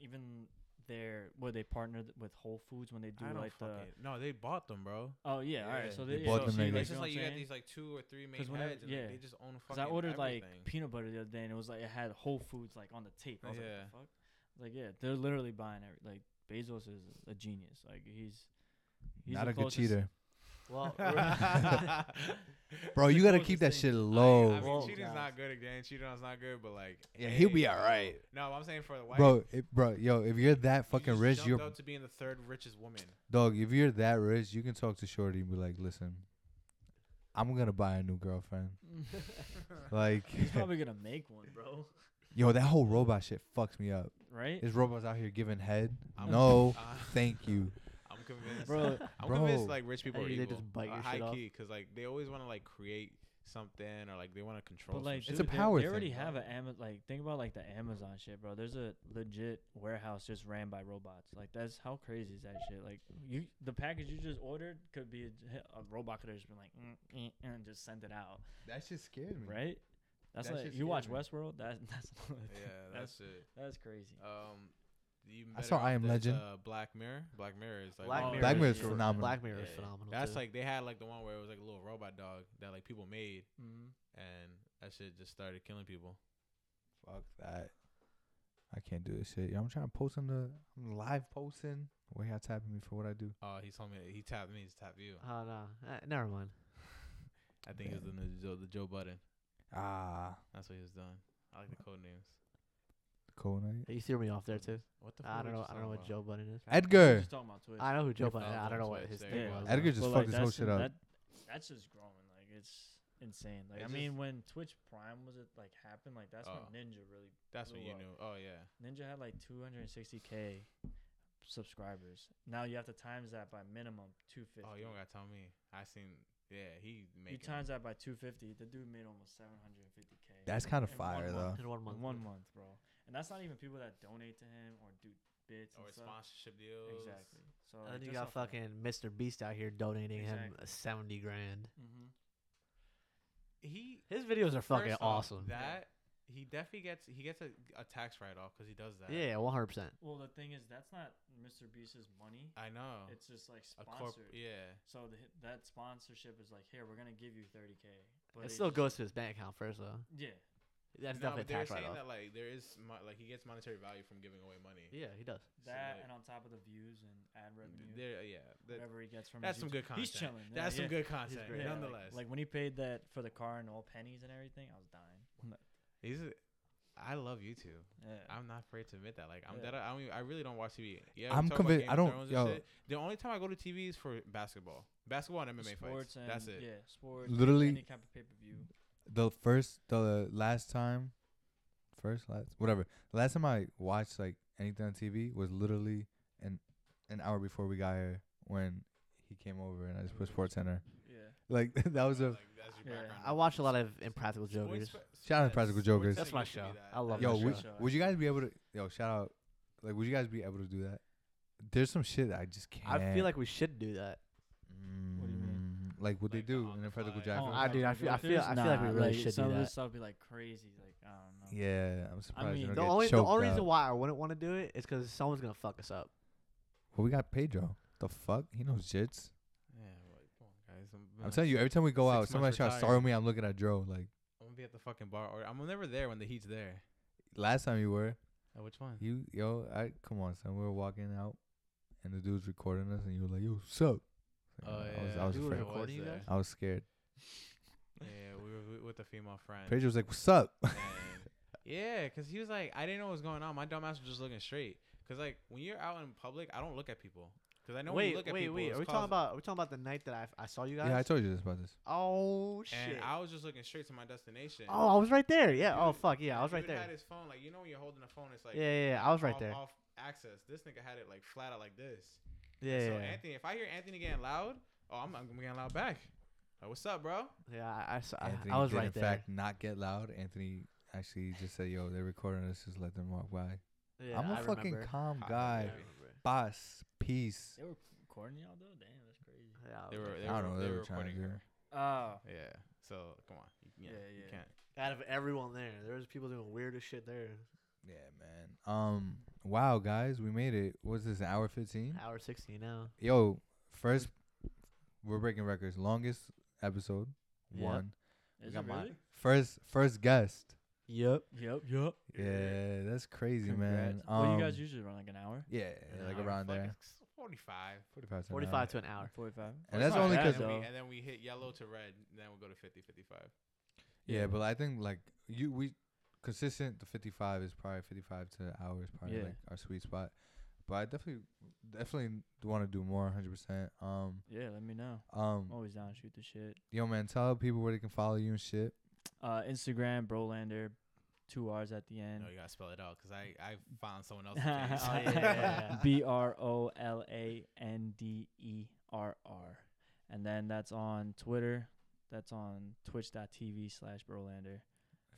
Speaker 4: even their where they partnered with Whole Foods when they do
Speaker 3: I don't
Speaker 4: like the.
Speaker 3: fucking no. They bought them, bro.
Speaker 4: Oh yeah, all
Speaker 1: Yeah.
Speaker 4: right. So
Speaker 1: They
Speaker 4: they,
Speaker 1: bought
Speaker 4: yeah,
Speaker 1: them
Speaker 4: so
Speaker 1: niggas.
Speaker 4: you, like, you
Speaker 3: It's just
Speaker 4: know
Speaker 3: like
Speaker 4: what
Speaker 3: you
Speaker 4: I'm
Speaker 3: had
Speaker 4: saying?
Speaker 3: these like two or three main
Speaker 4: 'Cause whenever-
Speaker 3: heads, and like,
Speaker 4: yeah.
Speaker 3: they just own
Speaker 4: Because
Speaker 3: fucking.
Speaker 4: I ordered
Speaker 3: everything.
Speaker 4: like peanut butter the other day, and it was like it had Whole Foods like on the tape. I was like,
Speaker 3: Yeah.
Speaker 4: "The fuck?" I was like, yeah, they're literally buying every. Like Bezos is a genius. Like he's, he's
Speaker 1: Not
Speaker 4: the
Speaker 1: a good
Speaker 4: closest-
Speaker 1: cheater,
Speaker 2: [laughs] Well,
Speaker 1: bro.
Speaker 4: [laughs]
Speaker 3: [laughs]
Speaker 4: the
Speaker 1: You gotta
Speaker 4: closest
Speaker 1: keep that
Speaker 4: thing.
Speaker 1: shit
Speaker 3: I
Speaker 1: low.
Speaker 3: mean,
Speaker 2: Well,
Speaker 3: cheating's
Speaker 4: guys.
Speaker 3: not good again. Cheating on's not good, but like,
Speaker 1: Yeah, he'll be
Speaker 3: hey,
Speaker 1: alright.
Speaker 3: No, I'm saying for the wife,
Speaker 1: Bro, it, bro, yo, if you're that
Speaker 3: you
Speaker 1: fucking
Speaker 3: just
Speaker 1: rich,
Speaker 3: jumped
Speaker 1: you're
Speaker 3: out to being the third richest
Speaker 2: [laughs]
Speaker 3: woman.
Speaker 1: dog. If you're that rich, you can talk to Shorty and be like, "Listen, I'm gonna buy a new girlfriend." Like,
Speaker 4: He's probably gonna make one, bro.
Speaker 1: [laughs] yo, that whole robot shit fucks me up.
Speaker 4: Right,
Speaker 1: Is robots out here giving head?
Speaker 3: I'm- [laughs]
Speaker 1: no,
Speaker 3: Uh,
Speaker 1: thank you.
Speaker 3: I'm convinced.
Speaker 4: bro.
Speaker 3: [laughs] I'm
Speaker 1: Bro.
Speaker 3: convinced like rich people
Speaker 2: Hey,
Speaker 3: are
Speaker 2: they
Speaker 3: evil.
Speaker 2: just bite your
Speaker 3: uh,
Speaker 2: shit
Speaker 3: high
Speaker 2: off.
Speaker 3: key, because like they always want to like create something or like they want to control.
Speaker 4: But
Speaker 3: some
Speaker 4: like,
Speaker 3: shit.
Speaker 1: It's a
Speaker 4: dude, they-
Speaker 1: power
Speaker 4: They already
Speaker 1: thing,
Speaker 4: have an Amazon. Like, think about like the Amazon shit, bro. There's a legit warehouse just ran by robots. Like, that's how crazy is that shit? Like, you the package you just ordered could be a, a robot could have just been like, mm, mm, and just sent it out,
Speaker 1: That shit scared me.
Speaker 3: Mm.
Speaker 4: right? That's
Speaker 1: That
Speaker 4: like
Speaker 1: shit
Speaker 4: you watch
Speaker 1: scares
Speaker 4: Westworld. That that's [laughs] another
Speaker 3: yeah,
Speaker 4: thing.
Speaker 3: that's,
Speaker 4: that's
Speaker 3: it.
Speaker 4: that's crazy.
Speaker 3: Um, you
Speaker 1: I
Speaker 3: better
Speaker 1: saw
Speaker 3: off
Speaker 1: I Am
Speaker 3: that's,
Speaker 1: Legend.
Speaker 3: Uh, Black Mirror. Black Mirror is like
Speaker 2: Black
Speaker 3: one of
Speaker 2: Mirror
Speaker 1: Black
Speaker 2: is
Speaker 1: Mirror is
Speaker 2: true.
Speaker 1: phenomenal.
Speaker 2: Black Mirror
Speaker 3: Yeah,
Speaker 2: is
Speaker 3: yeah.
Speaker 2: phenomenal.
Speaker 3: That's
Speaker 2: too.
Speaker 3: like they had like the one where it was like a little robot dog that like people made,
Speaker 4: Mm.
Speaker 3: and that shit just started killing people.
Speaker 1: Fuck that. I can't do this shit. Yo, I'm trying to post on the I'm live posting. Why y'all tapping me for what I do?
Speaker 3: Oh, he told me he tapped me. He's tapped you.
Speaker 2: Oh no, uh, never mind.
Speaker 3: I think he's
Speaker 1: Yeah.
Speaker 3: doing the Joe, the Joe Budden.
Speaker 1: Ah,
Speaker 3: That's what he was doing. I like the code names.
Speaker 1: cool night.
Speaker 2: You threw me off there too.
Speaker 3: What the?
Speaker 2: I
Speaker 3: fuck were we
Speaker 2: don't know.
Speaker 3: just
Speaker 2: I don't know what
Speaker 3: talking
Speaker 2: Joe Budden is.
Speaker 4: We're
Speaker 1: Edgar.
Speaker 4: just talking about Twitch.
Speaker 2: I know who Joe
Speaker 3: Your
Speaker 2: Budden. is. I
Speaker 3: father
Speaker 2: don't know
Speaker 3: was
Speaker 2: what his
Speaker 3: there.
Speaker 2: thing
Speaker 4: Yeah.
Speaker 2: was.
Speaker 1: Edgar
Speaker 2: though.
Speaker 1: just
Speaker 4: But,
Speaker 1: fucked
Speaker 4: like,
Speaker 1: his whole
Speaker 4: that's-
Speaker 1: shit up.
Speaker 4: That, that's just growing. Like, it's insane. Like, I
Speaker 3: It just-
Speaker 4: mean, when Twitch Prime was it like happened, like that's
Speaker 3: Oh.
Speaker 4: when Ninja really
Speaker 3: about? That's what
Speaker 4: blew
Speaker 3: you
Speaker 4: up.
Speaker 3: knew. Oh yeah.
Speaker 4: Ninja had like 260k subscribers. Now you have to times that by minimum 250.
Speaker 3: Oh, you don't gotta tell me. I seen. Yeah, he
Speaker 4: You
Speaker 3: making.
Speaker 4: times that by 250, the dude made almost 750k.
Speaker 1: That's kind of
Speaker 4: in one
Speaker 1: fire though.
Speaker 4: month.
Speaker 2: in one
Speaker 4: in
Speaker 2: month.
Speaker 4: one month, bro. And that's not even people that donate to him or do bits
Speaker 3: or
Speaker 4: and stuff.
Speaker 3: sponsorship deals.
Speaker 4: Exactly. So
Speaker 2: And
Speaker 4: like,
Speaker 2: then you
Speaker 4: just
Speaker 2: got
Speaker 4: off that-
Speaker 2: fucking Mr. Beast out here donating him
Speaker 4: Exactly.
Speaker 2: uh, seventy grand.
Speaker 4: Mhm.
Speaker 3: he
Speaker 2: His videos are fucking
Speaker 3: first off,
Speaker 2: awesome.
Speaker 3: That he definitely gets he gets a, a tax write off because he does that.
Speaker 2: yeah, one hundred percent.
Speaker 4: Well, the thing is, that's not Mr. Beast's money.
Speaker 3: I know.
Speaker 4: It's just like
Speaker 3: a corp.
Speaker 4: sponsored.
Speaker 3: Yeah,
Speaker 4: So the, that sponsorship is like, here, we're gonna give you 30k. But
Speaker 2: It
Speaker 4: it's
Speaker 2: still
Speaker 4: just-
Speaker 2: goes to his bank account first though.
Speaker 4: Yeah,
Speaker 2: That's
Speaker 3: No, but
Speaker 2: definitely a
Speaker 3: they're
Speaker 2: tax
Speaker 3: saying
Speaker 2: write off.
Speaker 3: that like there is mo- like he gets monetary value from giving away money.
Speaker 2: Yeah, he does.
Speaker 3: So,
Speaker 4: that
Speaker 3: like,
Speaker 4: and on top of the views and ad revenue,
Speaker 3: There, yeah, that-
Speaker 4: whatever he gets from. his
Speaker 3: that's some
Speaker 4: YouTube-
Speaker 3: good content.
Speaker 4: He's chilling. yeah,
Speaker 3: That's
Speaker 4: yeah.
Speaker 3: some good content,
Speaker 2: great.
Speaker 4: Yeah, like-
Speaker 3: nonetheless.
Speaker 4: Like, when he paid that for the car and all pennies and everything, I was dying.
Speaker 3: he's, a- I love YouTube.
Speaker 4: yeah.
Speaker 3: I'm not afraid to admit that. Like I'm
Speaker 4: Yeah.
Speaker 3: dead. I don't. Even, I really don't watch TV. Yeah,
Speaker 1: I'm convinced- I don't- yo.
Speaker 3: The only time I go to TV is for basketball, basketball and MMA
Speaker 4: sports
Speaker 3: fights. That's
Speaker 4: and-
Speaker 3: it.
Speaker 4: Yeah, sports.
Speaker 1: Literally-
Speaker 4: any type of pay per view.
Speaker 1: the first the last time first last whatever the last time i watched like anything on tv was literally an an hour before we got here when he came over and i just put sports center [laughs]
Speaker 4: Yeah.
Speaker 1: like that was a
Speaker 3: Like, that's your
Speaker 4: Yeah.
Speaker 3: background.
Speaker 2: I watch a lot of Impractical Jokers.
Speaker 1: Shout out
Speaker 3: yeah,
Speaker 1: Practical
Speaker 3: Sports
Speaker 1: Jokers.
Speaker 2: That's
Speaker 3: Center
Speaker 2: my
Speaker 3: used to be
Speaker 2: show.
Speaker 3: that.
Speaker 2: I love
Speaker 1: yo
Speaker 2: that
Speaker 1: would,
Speaker 2: show.
Speaker 1: would you guys be able to yo shout out like would you guys be able to do that there's some shit that i just can't
Speaker 2: I feel like we should do that.
Speaker 1: mm,
Speaker 4: What do you mean?
Speaker 1: like what
Speaker 3: Like
Speaker 1: they do
Speaker 3: on
Speaker 1: in
Speaker 3: the
Speaker 1: a practical
Speaker 3: fly.
Speaker 1: jack
Speaker 2: Oh, I do. I feel- I feel- I feel like we
Speaker 4: Nah,
Speaker 2: really should
Speaker 4: some
Speaker 2: do
Speaker 4: of
Speaker 2: that.
Speaker 4: this stuff be like crazy. Like I don't know.
Speaker 1: yeah i'm surprised
Speaker 4: mean,
Speaker 1: you don't
Speaker 2: The
Speaker 1: get
Speaker 2: only the
Speaker 1: choked
Speaker 2: only
Speaker 1: out.
Speaker 2: reason why I wouldn't want to do it is because someone's gonna fuck us up.
Speaker 1: well we got pedro the fuck he knows jits
Speaker 2: Mm-hmm.
Speaker 3: Yeah, like, come on, guys. I'm,
Speaker 1: I'm telling you, every time we go
Speaker 3: Six
Speaker 1: out, somebody
Speaker 3: months
Speaker 1: tries to
Speaker 3: retired.
Speaker 1: start with me. I'm looking at Joe. Like
Speaker 3: I'm gonna be at the fucking bar, or I'm never there when the heat's there.
Speaker 1: last time you were,
Speaker 2: Uh,
Speaker 3: Oh, which one?
Speaker 1: you yo, I come on, son. We were walking out, and the dude's recording us, and you were like, "Yo, sup?"
Speaker 3: Oh,
Speaker 1: I was,
Speaker 3: yeah.
Speaker 1: I was
Speaker 2: You were
Speaker 1: afraid.
Speaker 3: record-
Speaker 2: recording you
Speaker 3: there.
Speaker 2: guys.
Speaker 1: I was scared.
Speaker 3: Yeah, we were w- with a female friend.
Speaker 1: Pedro was like, "What's up?"
Speaker 3: And- yeah, cause he was like, I didn't know what was going on. My dumb ass was just looking straight. Cause like when you're out in public, I don't look at people. Cause I know when
Speaker 2: wait,
Speaker 3: you look at
Speaker 2: wait,
Speaker 3: people.
Speaker 2: wait.
Speaker 3: it's
Speaker 2: Are we
Speaker 3: causing-
Speaker 2: talking about? Are we talking about the night that I, I saw you
Speaker 1: [laughs]
Speaker 2: guys?
Speaker 1: yeah, I told you this about this.
Speaker 2: oh
Speaker 3: And
Speaker 2: shit.
Speaker 3: I was just looking straight to my destination.
Speaker 2: oh, I was right there. Yeah. oh
Speaker 3: Dude,
Speaker 2: fuck. Yeah, I was
Speaker 3: Dude
Speaker 2: right there.
Speaker 3: Had his phone like you know when you're holding a phone, it's like
Speaker 2: yeah, yeah, yeah, I was right
Speaker 3: off,
Speaker 2: there.
Speaker 3: Off access. This nigga had it like flat out like this.
Speaker 2: yeah,
Speaker 3: so
Speaker 2: yeah, yeah.
Speaker 3: Anthony, if I hear Anthony getting loud, oh, I'm, I'm getting loud back. Like, what's up, bro?
Speaker 2: yeah. I, I, saw, I,
Speaker 1: Anthony
Speaker 2: I was
Speaker 1: did,
Speaker 2: right
Speaker 1: in
Speaker 2: there.
Speaker 1: fact, not get loud. Anthony actually just said, "Yo, they're recording us. Just let them walk by."
Speaker 2: yeah,
Speaker 1: I'm a
Speaker 2: I
Speaker 1: fucking
Speaker 2: remember.
Speaker 1: calm
Speaker 3: Ah,
Speaker 1: guy.
Speaker 3: yeah.
Speaker 1: Boss, peace.
Speaker 4: They were recording y'all though. Damn, that's crazy.
Speaker 2: Yeah, I
Speaker 3: They
Speaker 2: was
Speaker 3: were,
Speaker 2: right
Speaker 3: they
Speaker 2: there.
Speaker 1: I
Speaker 3: were,
Speaker 1: don't know,
Speaker 3: they
Speaker 1: they
Speaker 3: were
Speaker 1: were trying to
Speaker 3: recording
Speaker 1: do
Speaker 3: her.
Speaker 4: Oh,
Speaker 3: Yeah. So come on. You, yeah,
Speaker 4: Yeah,
Speaker 3: you
Speaker 4: yeah.
Speaker 3: can't.
Speaker 2: out of everyone there, there was people doing weirdest shit there.
Speaker 1: Yeah, man. Um, wow, guys, we made it. What's this? An hour fifteen?
Speaker 3: Uh,
Speaker 2: Hour sixteen now.
Speaker 1: Yo, first we're breaking records. Longest episode
Speaker 4: Yep.
Speaker 1: one.
Speaker 4: is
Speaker 1: got
Speaker 4: it
Speaker 1: my-
Speaker 4: really?
Speaker 1: First first guest.
Speaker 2: Yep.
Speaker 4: Yep, yep.
Speaker 1: Yeah, that's crazy, man.
Speaker 4: Congrats. well, you guys
Speaker 1: Um,
Speaker 4: usually run like an hour.
Speaker 1: yeah,
Speaker 2: an
Speaker 1: like
Speaker 2: hour,
Speaker 1: around
Speaker 3: Fuck,
Speaker 1: there.
Speaker 3: it's 45.
Speaker 1: Forty five.
Speaker 2: Forty five to an hour.
Speaker 4: 45.
Speaker 1: And
Speaker 4: It's
Speaker 1: that's
Speaker 4: not
Speaker 1: only
Speaker 4: bad,
Speaker 1: because
Speaker 3: and, then
Speaker 4: though.
Speaker 3: we, and then we hit yellow to red, and then we'll go to 50, 55.
Speaker 1: yeah, but I think like you we consistent. The fifty five is probably fifty five to an hour is probably
Speaker 4: Yeah.
Speaker 1: like our sweet spot. But I definitely definitely want to do more, hundred percent. Um,
Speaker 4: Yeah, let me know.
Speaker 1: um,
Speaker 4: I'm always down to shoot the shit.
Speaker 1: yo, man, tell people where they can follow you and shit.
Speaker 4: Uh, Instagram, Brolander, two R's at the end.
Speaker 3: No, you gotta spell it out because I, I found
Speaker 1: [laughs]
Speaker 4: [laughs]
Speaker 3: someone else. [laughs]
Speaker 2: Oh, yeah, yeah, yeah.
Speaker 4: B R O L A N D E R R. And then that's on Twitter. That's on twitch.tv slash Brolander.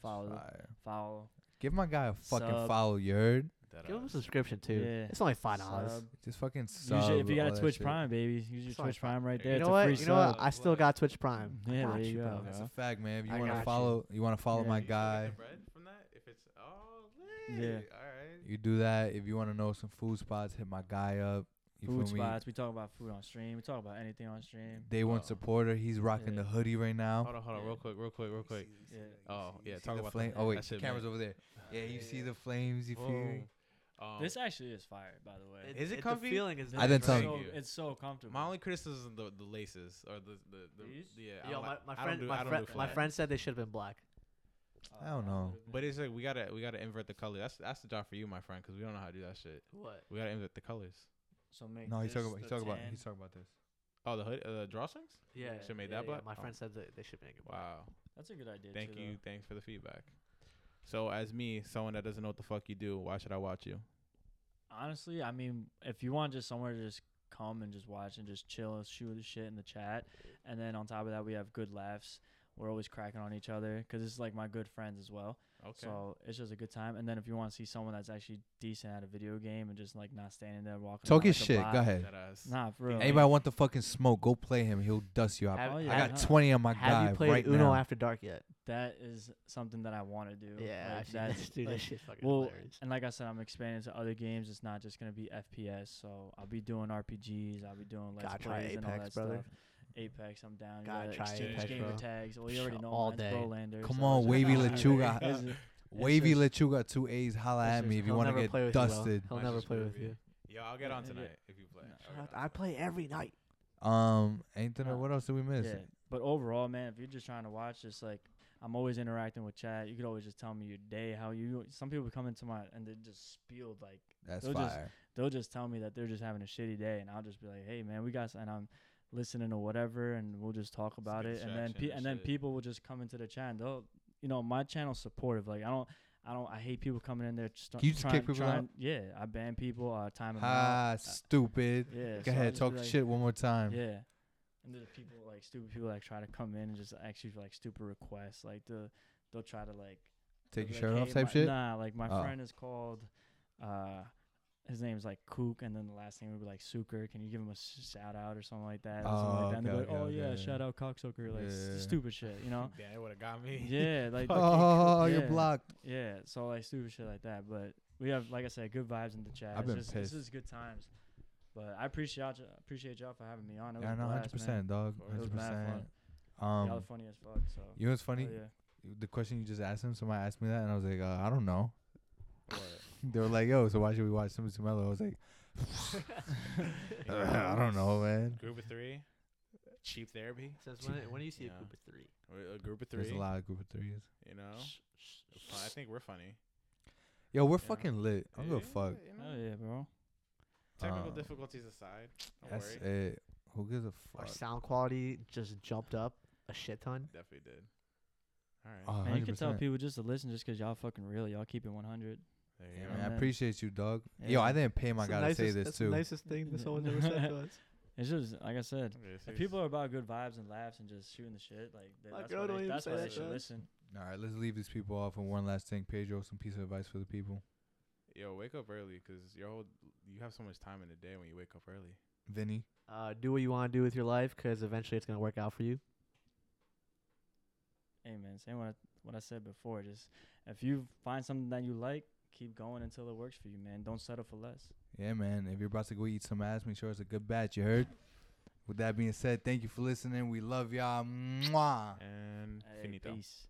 Speaker 4: Follow.
Speaker 1: Fire.
Speaker 4: Follow.
Speaker 1: Give my guy a fucking
Speaker 4: Sub.
Speaker 1: follow, yerd.
Speaker 3: uh,
Speaker 2: Give them a subscription too.
Speaker 4: Yeah.
Speaker 2: It's only five dollars.
Speaker 4: Sub.
Speaker 1: Just fucking sub.
Speaker 4: Use your- if you
Speaker 1: all
Speaker 4: got a
Speaker 1: that
Speaker 4: Twitch
Speaker 1: shit.
Speaker 4: Prime, baby, use your
Speaker 2: It's only
Speaker 4: Twitch Prime right there.
Speaker 2: You
Speaker 4: it's
Speaker 2: know
Speaker 4: a
Speaker 2: what?
Speaker 4: free
Speaker 2: You know what?
Speaker 4: sub.
Speaker 2: I still got Twitch Prime. I
Speaker 4: Yeah,
Speaker 2: got
Speaker 4: there you go.
Speaker 2: bro.
Speaker 1: That's
Speaker 4: bro.
Speaker 1: a fact, man. If
Speaker 2: I
Speaker 1: you want
Speaker 2: got
Speaker 1: to
Speaker 2: you.
Speaker 1: follow, you, want to follow
Speaker 4: Yeah,
Speaker 1: my
Speaker 4: you
Speaker 1: guy.
Speaker 3: bread from that? If it's, oh,
Speaker 4: Yeah.
Speaker 3: lit. All right.
Speaker 1: You do that. If you want to know some food spots, hit my guy up. You
Speaker 4: food
Speaker 1: feel me?
Speaker 4: spots. We talk about food on stream. We talk about anything on stream.
Speaker 1: Day one
Speaker 3: Oh.
Speaker 1: supporter. He's rocking
Speaker 4: Yeah.
Speaker 1: the hoodie right now.
Speaker 3: Hold on, hold on, real quick, real quick, real quick.
Speaker 4: Yeah.
Speaker 3: Oh, yeah,
Speaker 1: See
Speaker 3: talk
Speaker 1: the
Speaker 3: about
Speaker 1: flame.
Speaker 3: that.
Speaker 1: Oh wait,
Speaker 3: That
Speaker 1: the
Speaker 3: shit,
Speaker 1: camera's
Speaker 3: man.
Speaker 1: over there. Yeah, you
Speaker 3: Yeah,
Speaker 1: see
Speaker 3: yeah.
Speaker 1: the flames. You feel me?
Speaker 3: Whoa.
Speaker 4: [sighs]
Speaker 3: Um,
Speaker 4: This actually is fire, by the way.
Speaker 3: Is it comfy?
Speaker 2: The feeling is
Speaker 1: I didn't
Speaker 2: nice,
Speaker 1: tell
Speaker 2: right?
Speaker 1: you.
Speaker 4: so,
Speaker 3: Thank you.
Speaker 4: it's so comfortable.
Speaker 3: [laughs] my only criticism is the, the laces or the the, the,
Speaker 4: These?
Speaker 3: yeah. I
Speaker 2: Yo,
Speaker 3: don't
Speaker 2: my,
Speaker 3: like-
Speaker 2: my
Speaker 3: I don't
Speaker 2: friend,
Speaker 3: do- I
Speaker 2: my,
Speaker 3: don't
Speaker 2: friend
Speaker 3: do
Speaker 2: my
Speaker 3: flat.
Speaker 2: friend said they should have been black.
Speaker 4: Uh,
Speaker 1: I don't know.
Speaker 3: But it's like we gotta we gotta invert the color. That's that's the job for you, my friend, because we don't know how to do that shit.
Speaker 2: What?
Speaker 3: We gotta invert the colors.
Speaker 4: so make
Speaker 1: No, he's
Speaker 4: this
Speaker 1: talking about. He's
Speaker 4: the
Speaker 1: talking about.
Speaker 4: 10.
Speaker 1: He's talking about this.
Speaker 3: Oh, the hood, uh, the drawstrings.
Speaker 2: Yeah.
Speaker 3: Should've made
Speaker 2: yeah,
Speaker 3: that
Speaker 2: yeah.
Speaker 3: black?
Speaker 2: My
Speaker 3: Oh.
Speaker 2: friend said that they should make it black.
Speaker 3: Wow.
Speaker 4: That's a good idea.
Speaker 3: Thank
Speaker 4: too,
Speaker 3: you. Thanks for the feedback. So, as me, someone that doesn't know what the fuck you do, why should I watch you?
Speaker 4: though. Honestly, I mean, if you want just somewhere to just come and just watch and just chill, shoot the shit in the chat, and then on top of that, we have good laughs. we're always cracking on each other because it's like my good friends as well.
Speaker 3: Okay.
Speaker 4: So it's just a good time. And then if you want to see someone that's actually decent at a video game and just like not standing there walking,
Speaker 1: Talk
Speaker 4: around
Speaker 1: his
Speaker 4: like a
Speaker 1: shit.
Speaker 4: bot-
Speaker 1: Go ahead.
Speaker 3: That ass.
Speaker 4: Nah, for real. like-
Speaker 1: Anybody want the fucking smoke? Go play him. He'll dust you up.
Speaker 2: Have,
Speaker 4: Oh, yeah.
Speaker 1: I got
Speaker 2: have-
Speaker 1: 20 on my
Speaker 2: have
Speaker 1: guy
Speaker 2: you played
Speaker 1: right
Speaker 2: Uno
Speaker 1: now.
Speaker 2: After Dark yet?
Speaker 4: that is something that I want to do.
Speaker 2: Yeah,
Speaker 4: Like,
Speaker 2: I've seen that. dude, that
Speaker 4: like-
Speaker 2: shit's fucking
Speaker 4: well,
Speaker 2: hilarious.
Speaker 4: and like I said, I'm expanding to other games. It's not just gonna be FPS. So I'll be doing RPGs. I'll be doing let's
Speaker 2: Gotta try
Speaker 4: plays and all that
Speaker 2: Apex, brother.
Speaker 4: stuff. Apex, I'm down. You
Speaker 2: Gotta
Speaker 4: gotta
Speaker 2: try
Speaker 4: exchange
Speaker 3: Apex,
Speaker 4: gamer
Speaker 3: bro.
Speaker 4: tags. Well, you already
Speaker 2: Sh-
Speaker 4: know
Speaker 2: all
Speaker 4: mine's
Speaker 2: day.
Speaker 4: Brolander,
Speaker 1: Come
Speaker 4: so
Speaker 1: on,
Speaker 4: it's-
Speaker 1: Wavy
Speaker 4: it's- [laughs]
Speaker 1: Lechuga.
Speaker 4: it's-
Speaker 2: [laughs]
Speaker 4: it's
Speaker 1: Wavy
Speaker 4: just-
Speaker 1: Lechuga, two A's. Holla
Speaker 2: It's
Speaker 1: at
Speaker 2: just-
Speaker 1: me if you
Speaker 2: he'll
Speaker 1: want
Speaker 2: never
Speaker 1: to get
Speaker 2: play with you,
Speaker 4: [laughs]
Speaker 2: Will.
Speaker 1: dusted.
Speaker 2: He'll
Speaker 3: That's
Speaker 2: never
Speaker 3: just
Speaker 2: play
Speaker 3: gonna
Speaker 2: with
Speaker 3: be-
Speaker 2: you.
Speaker 3: Yo, I'll get
Speaker 4: Yeah,
Speaker 3: on
Speaker 4: yeah.
Speaker 3: tonight if you play.
Speaker 4: Nah.
Speaker 3: I'll get on
Speaker 2: I
Speaker 3: tonight.
Speaker 2: play every night.
Speaker 1: Um, anything?
Speaker 4: Nah.
Speaker 1: What else did we miss?
Speaker 4: Yeah, but overall, man, if you're just trying to watch, just like I'm always interacting with chat. You could always just tell me your day, how you. Some people come into my and they just spilled like
Speaker 1: That's
Speaker 4: They'll just-
Speaker 1: fire.
Speaker 4: they'll just tell me that they're just having a shitty day, and I'll just be like, "Hey, man, we got," s- and I'm listening to whatever, and we'll just talk about
Speaker 3: good
Speaker 4: it, and then
Speaker 3: distraction
Speaker 4: pe-
Speaker 3: and
Speaker 4: and then
Speaker 3: shit.
Speaker 4: people will just come into the chat. And they'll, you know, my channel's supportive. Like I don't, I don't, I hate people coming in there. St-
Speaker 1: Can you just
Speaker 4: trying,
Speaker 1: kick people
Speaker 4: trying,
Speaker 1: out?
Speaker 4: Yeah, I ban people. Uh, time them
Speaker 1: Ha,
Speaker 4: out.
Speaker 1: stupid.
Speaker 4: Yeah,
Speaker 1: Go
Speaker 4: so I'll
Speaker 1: ahead,
Speaker 4: just
Speaker 1: talk
Speaker 4: be like-
Speaker 1: shit one more time.
Speaker 4: Yeah. And there's people like stupid people that try to come in and just actually like stupid requests. Like the they'll try to like
Speaker 1: Take your
Speaker 4: they'll be
Speaker 1: shirt
Speaker 4: like,
Speaker 1: off,
Speaker 4: "Hey,
Speaker 1: type
Speaker 4: my-
Speaker 1: shit. [laughs]
Speaker 4: Nah, like my
Speaker 1: Oh.
Speaker 4: friend is called uh his name's like Kook and then the last name would be like Suker. Can you give him a s- shout out or something like that? Or something
Speaker 1: Oh,
Speaker 4: like that. And they'll be
Speaker 1: okay,
Speaker 4: like, Oh
Speaker 1: okay,
Speaker 4: yeah,
Speaker 1: okay,
Speaker 4: shout out cocksucker, like s-
Speaker 1: Yeah.
Speaker 4: stupid shit,
Speaker 1: [laughs]
Speaker 4: you know?
Speaker 3: Damn, it would have got me. [laughs]
Speaker 4: yeah, [laughs] like
Speaker 1: oh,
Speaker 4: yeah.
Speaker 1: you're blocked.
Speaker 4: yeah, so like stupid shit like that. But we have, like I said, good vibes in the chat.
Speaker 1: I've
Speaker 4: It's
Speaker 1: been
Speaker 4: just,
Speaker 1: pissed.
Speaker 4: This is good times. But I appreciate y'all, appreciate y'all for having me on. It was
Speaker 1: Yeah,
Speaker 4: a
Speaker 1: no,
Speaker 4: blast,
Speaker 1: hundred
Speaker 4: man.
Speaker 1: percent, dog.
Speaker 3: It
Speaker 1: Hundred
Speaker 4: was mad
Speaker 1: percent.
Speaker 4: Y'all are
Speaker 1: Um,
Speaker 4: funny as fuck. So
Speaker 1: you know what's funny?
Speaker 4: Hell
Speaker 1: The question you just asked him. Somebody asked me that, and I was like, uh, I don't know. [laughs]
Speaker 3: What?
Speaker 1: They were like, Yo, so why should we watch Super Mello? I was like, [laughs] Uh, I don't know, man.
Speaker 3: Group of three. Cheap therapy.
Speaker 2: Since when, when do you see
Speaker 3: Yeah.
Speaker 2: a group of three?
Speaker 3: We're A group of three.
Speaker 1: There's a lot of group of threes.
Speaker 3: You know.
Speaker 2: Oh.
Speaker 3: Fun- I think we're funny.
Speaker 1: Yo, we're
Speaker 3: Yeah.
Speaker 1: fucking lit. I'm gonna
Speaker 3: Yeah,
Speaker 1: fuck.
Speaker 3: you
Speaker 4: yeah,
Speaker 3: know.
Speaker 4: Hell yeah, bro.
Speaker 3: Technical
Speaker 1: Uh,
Speaker 3: difficulties aside, don't
Speaker 1: That's
Speaker 3: worry.
Speaker 1: it. Who gives a
Speaker 2: Our
Speaker 1: fuck?
Speaker 2: sound quality just jumped up a shit ton.
Speaker 3: Definitely did. All right.
Speaker 1: Oh,
Speaker 4: Man, you can tell
Speaker 1: 100%.
Speaker 4: people just to listen just 'cause y'all fucking real. Y'all keep it 100.
Speaker 3: there
Speaker 1: Yeah,
Speaker 3: you
Speaker 1: man,
Speaker 3: go.
Speaker 1: I
Speaker 4: man.
Speaker 1: appreciate you, dog.
Speaker 4: Yeah,
Speaker 1: Yo, I
Speaker 4: man.
Speaker 1: didn't pay Oh my
Speaker 2: That's the
Speaker 1: guy to say
Speaker 2: nicest-
Speaker 1: this
Speaker 2: that's the
Speaker 1: too.
Speaker 2: nicest thing that someone's ever said [laughs] to us.
Speaker 4: It's just like I said.
Speaker 3: Okay,
Speaker 4: If
Speaker 3: serious.
Speaker 4: people are about good vibes and laughs and just shooting the shit, like th-
Speaker 2: My
Speaker 4: that's
Speaker 2: girl
Speaker 4: why
Speaker 2: don't
Speaker 4: they,
Speaker 2: even
Speaker 4: that's
Speaker 2: say
Speaker 4: why they
Speaker 2: that
Speaker 4: should
Speaker 2: shit.
Speaker 4: listen.
Speaker 1: All right, let's leave these people off with one last thing. Pedro, some piece of advice for the people.
Speaker 3: Yo, wake up early 'cause your whole you have so much time in the day when you wake up early.
Speaker 1: Vinny,
Speaker 2: Uh, do what you want to do with your life 'cause eventually it's gonna work out for you.
Speaker 4: Hey man, same what I, what I said before. Just if you find something that you like, keep going until it works for you, man. Don't settle for less.
Speaker 1: yeah, man. If you're about to go eat some ass, make sure it's a good batch. You heard. With that being said, thank you for listening. We love y'all. Mwah.
Speaker 3: And
Speaker 4: Hey,
Speaker 3: finito.
Speaker 4: peace.